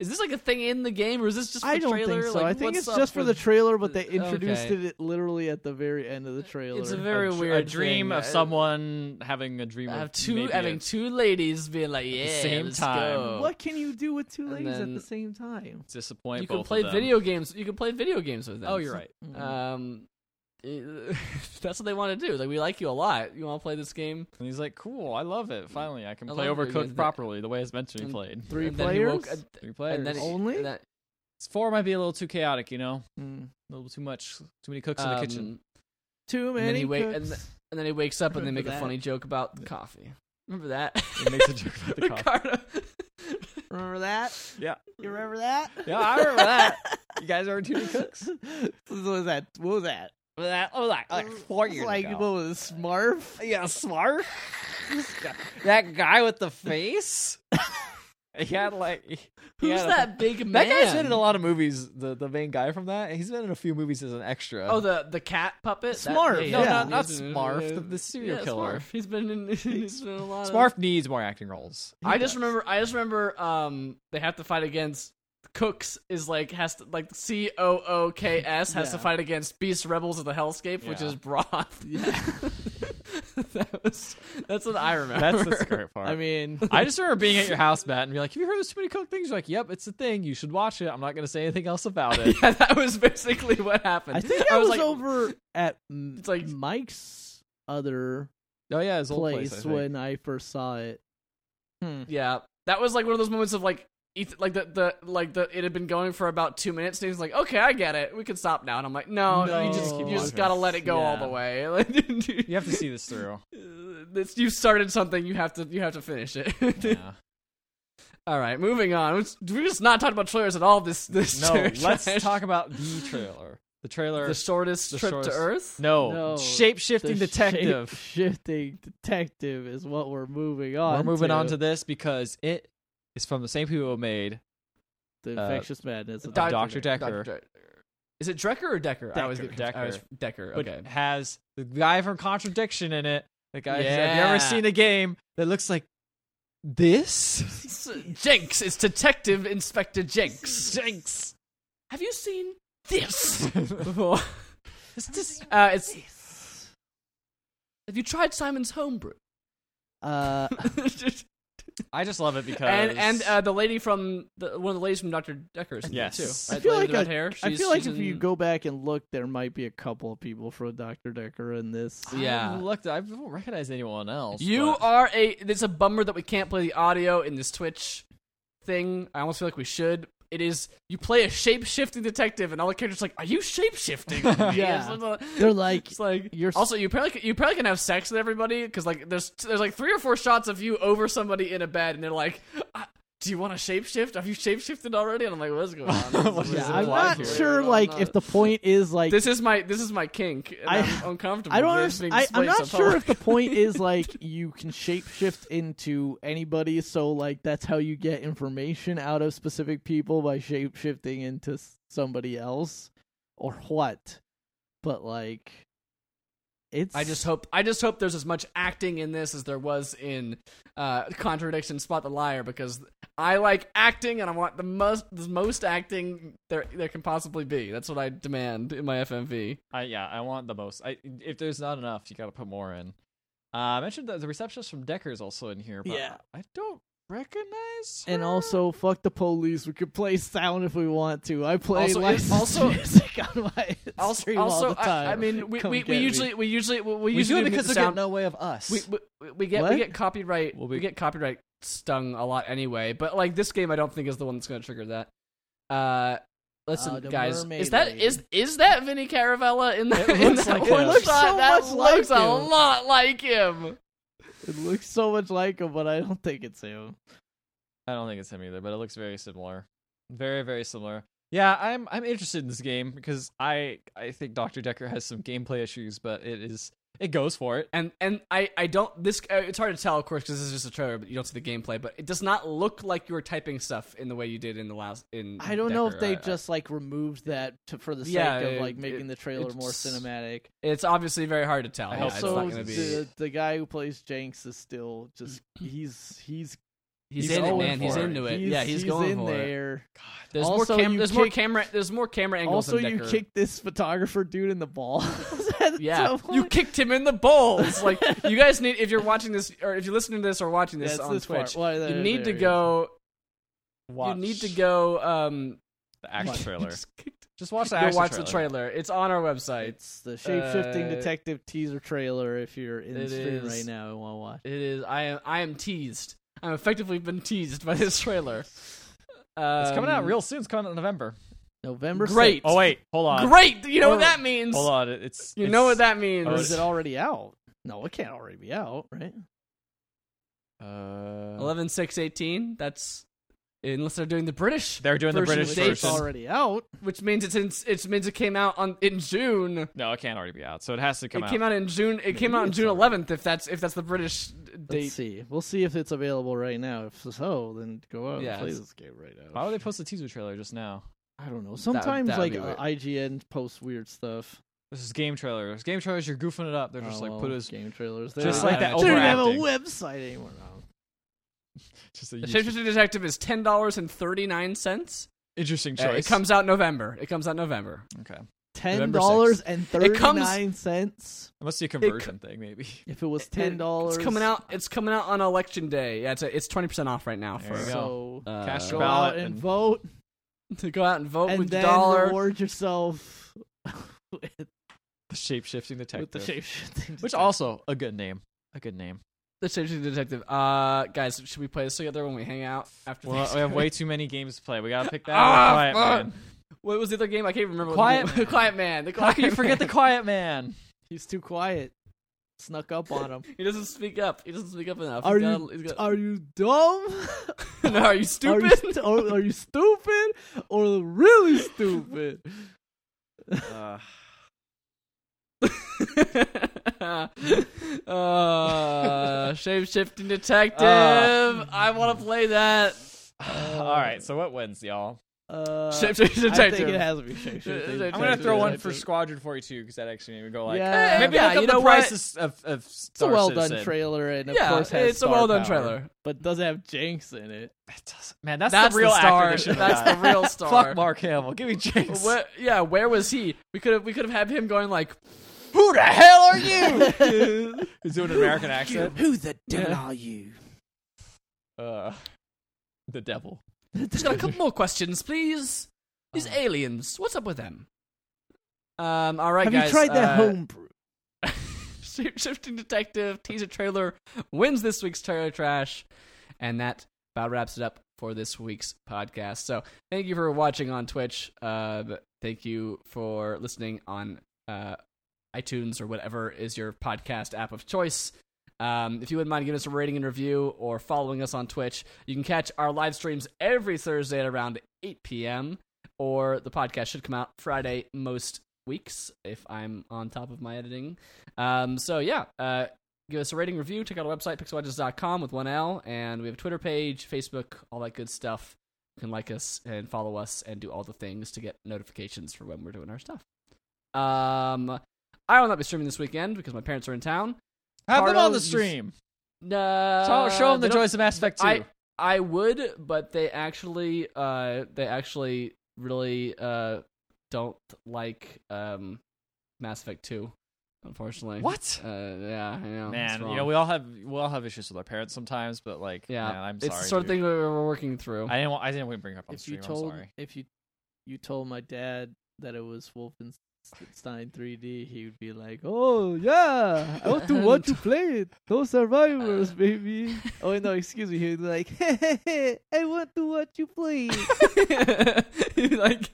A: is this like a thing in the game or is this just for
B: I
A: the
B: don't
A: trailer?
B: think so.
A: Like,
B: I think
A: what's
B: it's
A: up
B: just for the trailer, but they
A: Uh,
B: introduced
A: okay.
B: it literally at the very end of the trailer.
A: It's a very
C: a, dr-
A: weird
C: a dream
A: thing.
C: of
A: I-
C: someone having a dream
A: I have
C: of
A: two
C: maybe
A: having
C: a-
A: two ladies being like yeah
C: same
A: let's
C: time.
A: go."
B: what can you do with two
A: And
B: ladies at
A: then-
B: the same time?
C: disappoint
A: you
C: both
A: can
C: of
A: play
C: them.
A: video games. You can play video games with them.
C: Oh, you're right.
B: Uh,
C: Mm-hmm.
A: Um, it- that's what they want to do. Like we like you a lot. You want to play this game?
C: And he's like, "Cool, I love it. Finally, I can
A: I
C: play
A: love video games,
C: Overcooked
A: but-
C: properly the way it's meant to be
A: And-
C: played."
B: Three
A: and then he
B: players.
A: woke- and-
C: Three players.
A: and then it-
B: Only?
A: and that-
C: Four might be a little too chaotic, you know,
B: Mm.
C: a little too much, too many cooks in the kitchen.
A: um,
B: Too
A: then
B: many.
A: he wait- and
B: cooks.
A: And then he wakes up and they make
B: Remember
A: a
B: that.
A: funny joke about the coffee. Remember that?
C: He makes a joke about the coffee.
A: Ricardo.
B: remember that?
C: Yeah.
B: You remember that?
C: Yeah, I remember that. You guys are too many cooks.
B: what was that? What was that?
C: that was like, four
B: Uh, It's like what was it, Smurf?
C: Yeah, smart. that guy with the face. he had like he
A: Who's
C: had a-
A: that big man?
C: that guy's been in a lot of movies. The the main guy from that. He's been in a few movies as an extra.
A: Oh, the the cat puppet.
B: Smurf,
A: That,
B: no, not-
C: not
A: he's in-
C: Smurf, the- the serial
A: yeah,
C: killer.
A: Smurf. He's been in. He's been in a lot. of-
C: Smarf needs more acting roles.
A: I just remember. I just remember. Um, they have to fight against. Cooks is like has to like C O O K S has to
B: Yeah.
A: fight against Beast Rebels of the Hellscape, which
C: Yeah.
A: is broth. Yeah, that was that's what I remember.
C: That's the scary part.
B: I mean,
C: I just remember being at your house, Matt, and be like, "Have you heard of Too Many Cook Things?" You're like, "Yep, it's a thing. You should watch it. I'm not going to say anything else about it."
A: yeah, that was basically what happened.
B: I think I, was,
A: like,
B: over at m-
A: It's like-
B: Mike's other
C: oh yeah, his old place.
B: place,
C: I think. Hmm.
B: when I first saw it.
A: Yeah, that was like one of those moments of like, Ethan, like the the like the it had been going for about two minutes, and he was like, "Okay, I get it, we can stop now." And I'm like, "No, you
C: No.
A: just you
C: Just
A: just
C: keep
A: gotta
C: watching.
A: let it go all
C: Yeah.
A: the way." Like,
C: you have to see this through.
A: It's, you started something, you have to you have to finish it.
C: Yeah.
A: all right, moving on. Let's- We just not talked about trailers at all. This this
C: No,
A: trash.
C: let's talk about the trailer. The trailer.
A: the shortest
C: the
A: trip
C: shortest-
A: to Earth.
C: no,
B: No,
C: shape shifting detective.
B: shifting detective is what we're moving on.
C: We're moving
B: to.
C: on to this because it is from the same people who made.
B: the
C: uh,
B: infectious madness. of
C: Doc-
B: the-
C: Dr. Decker.
A: Is it Drecker or Decker? I always
B: Decker.
A: get confused. I always-
C: Decker.
A: Decker.
C: but
A: Okay.
C: has the guy from Contradiction in it. The guy. who's like, Have you ever
A: Yeah.
C: seen a game that looks like this?
A: Jenks. It's Detective Inspector Jenks.
C: Jinx.
A: Have you seen this before? uh, it's. Have you tried Simon's Homebrew?
B: Uh,
C: I just love it because
A: and and uh, the lady from the, one of the ladies from Doctor Decker is in there,
C: Yes.
A: too.
C: I
A: Right?
B: feel
A: Lady with
B: like
A: red hair.
B: I
A: She's-
B: feel like
A: she's
B: if you
A: in-
B: go back and look, there might be a couple of people from Doctor Decker in this.
A: I Yeah. haven't
C: looked. I don't recognize anyone else.
A: you are a. It's a bummer that we can't play the audio in this Twitch thing. I almost feel like we should. It is you play a shape shifting detective, and all the characters are like, "Are you shape shifting?"
B: Yeah. They're like,
A: It's like
B: You're s-
A: also you apparently you probably can have sex with everybody because like there's there's like three or four shots of you over somebody in a bed and they're like, "Uh, do you want to shapeshift? Have you shapeshifted already? And I'm like, what's going on? This is
C: What does
A: weird.
C: it
B: yeah, I'm
C: imply
B: not
C: here?
B: sure.
A: I'm
B: Like,
A: not-
B: if the point is like,
A: this is my this is my kink. And
B: I-
A: I, am uncomfortable.
B: I don't
A: with this being
B: understand. I,
A: displayed
B: I'm not
A: so
B: sure
A: public.
B: if the point is like you can shapeshift into anybody. So like that's how you get information out of specific people by shapeshifting into s- somebody else, or what? But like, it's.
A: I just hope I just hope there's as much acting in this as there was in uh, contradiction spot the liar because I like acting and I want the most the most acting there there can possibly be. That's what I demand in my FMV.
C: I, yeah, I want the most. I, if there's not enough, you got to put more in. Uh, I mentioned that the receptionist from Decker is also in here, but
B: Yeah.
C: I don't recognize.
B: And
C: her.
B: also, fuck the police. We could play sound if we want to. I play
A: Also, it-
B: licensed
A: also-
B: music on my
A: Also,
B: stream all
A: also
B: the time.
A: I, I mean, we,
B: Come
A: we,
B: get
A: we
B: me.
A: usually we usually we, we
C: we do
A: usually
C: it because
A: the
C: they get
A: sound,
C: no way of us.
A: we, we, we get
B: What?
A: we get copyright
C: Well,
A: we,
C: we-
A: get copyright stung a lot anyway. But like this game, I don't think is the one that's going to trigger that. Uh, listen,
B: Uh, the
A: guys,
B: mermaid
A: is that
B: lady.
A: is is that Vinny Caravella in that?
C: It
A: in
C: looks
A: that
C: like
A: one
C: him. It looks
A: shot?
B: so
A: that
B: much like
A: looks a
B: him.
A: lot like him.
B: It looks so much like him, but I don't think it's him.
C: I don't think it's him either, but it looks very similar. Very, very similar. Yeah, I'm I'm interested in this game because I I think Dr. Decker has some gameplay issues, but it is it goes for it.
A: and and I I don't this uh, it's hard to tell of course because this is just a trailer, but you don't see the gameplay. But it does not look like you were typing stuff in the way you did in the last in. uh,
B: I don't know if
C: Decker,
B: they
C: I- I-
B: just like removed that to, for the sake
A: Yeah,
B: of
A: it-
B: like making
A: it-
B: the trailer more
A: it's-
B: cinematic.
A: It's obviously very hard to tell.
C: I
A: Yeah,
C: hope
A: it's
C: so.
A: not
B: also,
A: going to be.
B: the, the guy who plays Jenks is still just he's he's
A: He's,
C: he's
A: in it,
C: going
A: man. He's
C: for it.
A: into it. yeah, he's, going
B: in
A: for it.
B: there.
A: There's
B: Also,
A: more cam-
B: you
A: There's more
B: kick-
A: camera. There's more camera angles.
B: Also,
A: than
B: you
A: Decker.
B: kicked this photographer dude in the balls. At
A: Yeah,
B: some
A: you
B: point.
A: kicked him in the balls. Like you guys need if you're watching this or if you're listening to this or watching this
B: That's
A: on
B: this part.
A: Twitch,
B: Why, there-
A: you need
B: there
A: to
B: he is.
A: go.
C: Watch
A: You need to go. Um,
C: the actual
B: What?
C: trailer.
A: just kicked-
C: Just watch the
A: go
C: actual
A: watch
C: trailer.
A: the trailer. It's on our website.
B: It's the shape shifting
A: Uh,
B: detective teaser trailer. If you're in the
A: it
B: stream
A: is.
B: right now and want to watch,
A: It is. I am. I am teased. I'm effectively been teased by this trailer. Um,
C: It's coming out real soon. It's coming out in November.
B: November
A: Great.
B: 6th.
C: Oh wait, hold on.
A: Great. You know
C: Or-
A: what that means.
C: Hold on. it- It's
A: You
C: it's-
A: know what that means.
B: Or
C: Oh,
B: is
C: it's-
B: it already out? No, it can't already be out, right?
C: uh,
A: Eleven six eighteen. That's unless they're doing the British,
C: they're doing the
A: version
C: British
A: of
B: Which is
A: Jason.
C: version.
B: already out.
A: which means it's in, it means it came out on in June.
C: No, it can't already be out, so it has to come
A: it
C: out.
A: came out in June. It came
B: Maybe
A: out on
B: it's
A: June
B: already-
A: 11th. If that's if that's the British
B: Let's
A: date.
B: see. We'll see if it's available right now. If so, then go out
A: Yeah,
B: and play
A: it's-
B: this game right now.
C: Why would they post the teaser trailer just now?
B: I don't know. Sometimes
A: that would
B: like
A: be
B: uh,
A: weird.
B: IGN posts weird stuff.
C: This is game trailers. Game trailers, you're goofing it up. They're just
B: Oh,
C: like
B: well,
C: put as
B: game trailers. They
C: just
B: don't
C: like
B: have-
C: that
B: They don't have a
C: overacting.
B: website anymore. No.
C: just a
A: The
C: YouTube-
A: Shapeshifter Detective is ten dollars and thirty nine cents.
C: interesting choice.
A: It comes out November. It comes out November.
C: okay.
B: Ten
C: November
B: dollars
C: 6th.
B: and
A: It
B: thirty
A: comes-
B: nine cents.
C: It must be a conversion thing, maybe.
B: If it was
A: It- it-
B: ten dollars,
A: It's coming out. It's coming out on election day. Yeah, it's a, it's twenty percent off right now
C: There
A: for
C: you go.
B: So
A: uh,
C: Cast
B: go
C: your ballot
B: out and
C: and-
B: vote,
A: to go out and vote
B: and
A: with
B: then
A: your dollar.
B: reward yourself with,
C: The shape shifting detective.
B: with the shape shifting.
C: Which also a good name. A good name.
A: The Shapeshifter Detective. Uh, guys, should we play this together when we hang out after?
C: Well, we have
A: Thanksgiving?
C: way too many games to play. We gotta pick that.
A: Ah,
C: one. quiet
A: fuck.
C: man.
A: What was the other game? I can't remember. what
C: Quiet
A: the game- Quiet Man. The
C: How
A: Quiet
C: can you forget the
A: Man.
C: quiet man?
B: he's too quiet. Snuck up on him.
A: He doesn't speak up. He doesn't speak up enough.
B: Are
A: He's got-
B: you
A: he's got-
B: are you dumb?
A: no, are you
B: Are
A: stupid?
B: you, st- or- are you stupid or really stupid?
C: Uh,
A: uh, shapeshifting detective.
B: Uh,
A: I want to play that.
C: all right. So what wins, y'all?
B: Uh,
A: shapeshifting
B: I think
A: detective. Uh,
B: it has to be shape shifting.
A: I'm
C: I'm gonna
A: Detective
C: throw one for
B: detective.
C: Squadron 42 because that actually made me go like.
B: Yeah.
C: Maybe
A: Yeah,
C: look up
A: you
C: the
A: know what?
C: prices of, of
B: It's a
C: Star
B: well
C: Citizen.
B: done trailer, and of
A: Yeah,
B: course has
A: it's a
B: star
A: well-done
B: power,
A: trailer.
B: but doesn't have Jenks in it.
C: That doesn't- Man, that's,
A: That's
C: the real
A: star.
C: actor. they should've
A: That's
C: got.
A: the real star.
C: Fuck Mark Hamill. Give me James.
A: Where, yeah, where was he? We could have we could have had him going like,
C: Who the hell are you? He's doing an American accent.
G: Who the devil
C: Yeah.
G: are you?
C: Uh, the devil.
A: just got a couple more questions, please. These
B: Uh.
A: aliens, what's up with them? Um, all right,
B: have
A: guys.
B: you tried
A: uh,
B: that homebrew?
A: Shapeshifting Detective teaser trailer wins this week's trailer trash, and that about wraps it up for this week's podcast. So thank you for watching on Twitch. Uh, thank you for listening on uh, iTunes or whatever is your podcast app of choice. Um, if you wouldn't mind giving us a rating and review or following us on Twitch, you can catch our live streams every Thursday at around 8 p.m. Or the podcast should come out Friday most weeks if I'm on top of my editing. Um, so yeah, uh, give us a rating review. Check out our website, pixelwatches.com with one L, and we have a Twitter page, Facebook, all that good stuff. You can like us and follow us and do all the things to get notifications for when we're doing our stuff. Um, I will not be streaming this weekend because my parents are in town.
C: Have them on
A: Cardo, you
C: the
A: s-
C: stream.
A: No,
C: Show- show them
A: Uh, they
C: the
A: don't-
C: joys of Mass Effect 2.
A: I I would, but they actually uh they actually really uh don't like um Mass Effect 2, unfortunately.
C: what?
A: Uh, yeah, I know. it's
C: Man, you
A: wrong.
C: know we all have we all have issues with our parents sometimes, but like,
A: Yeah,
C: man, I'm sorry.
A: it's the sort of
C: dude.
A: thing we were working through.
C: I didn't. Want, I didn't want to bring it up on
B: if
C: stream.
B: you told
C: I'm sorry.
B: if you you told my dad that it was Wolfenstein 3D, he would be like, "Oh yeah, I want to want to play it. No survivors, baby." Oh wait, no, excuse me. He'd be like, "I want to watch you play." it."
A: like,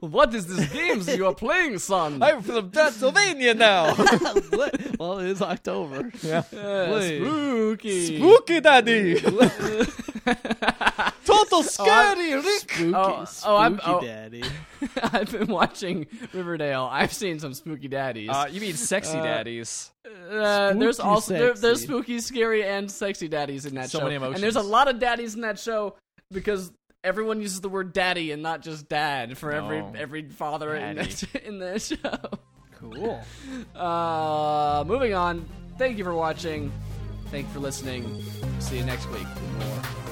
A: What is this games you are playing, son?
C: I'm from Pennsylvania now.
B: What? well, it is October.
A: Oh. Yeah,
B: Wait.
A: Uh, spooky.
C: Spooky daddy. Uh, Total scary, Rick.
B: Spooky,
A: Oh,
B: spooky
A: oh, I'm- oh.
B: daddy.
A: I've been watching Riverdale. I've seen some spooky daddies.
D: Uh, you mean sexy
A: Uh,
D: daddies?
A: Uh, there's
B: Spooky
A: also there,
B: sexy.
A: there's spooky, scary, and sexy daddies in that
D: So
A: show.
D: many
A: And there's a
D: emotions.
A: lot of daddies in that show because everyone uses the word daddy and not just dad for
D: No.
A: every every father in the, in the show.
B: Cool.
A: Uh, moving on. Thank you for watching. Thank you for listening. See you next week. for More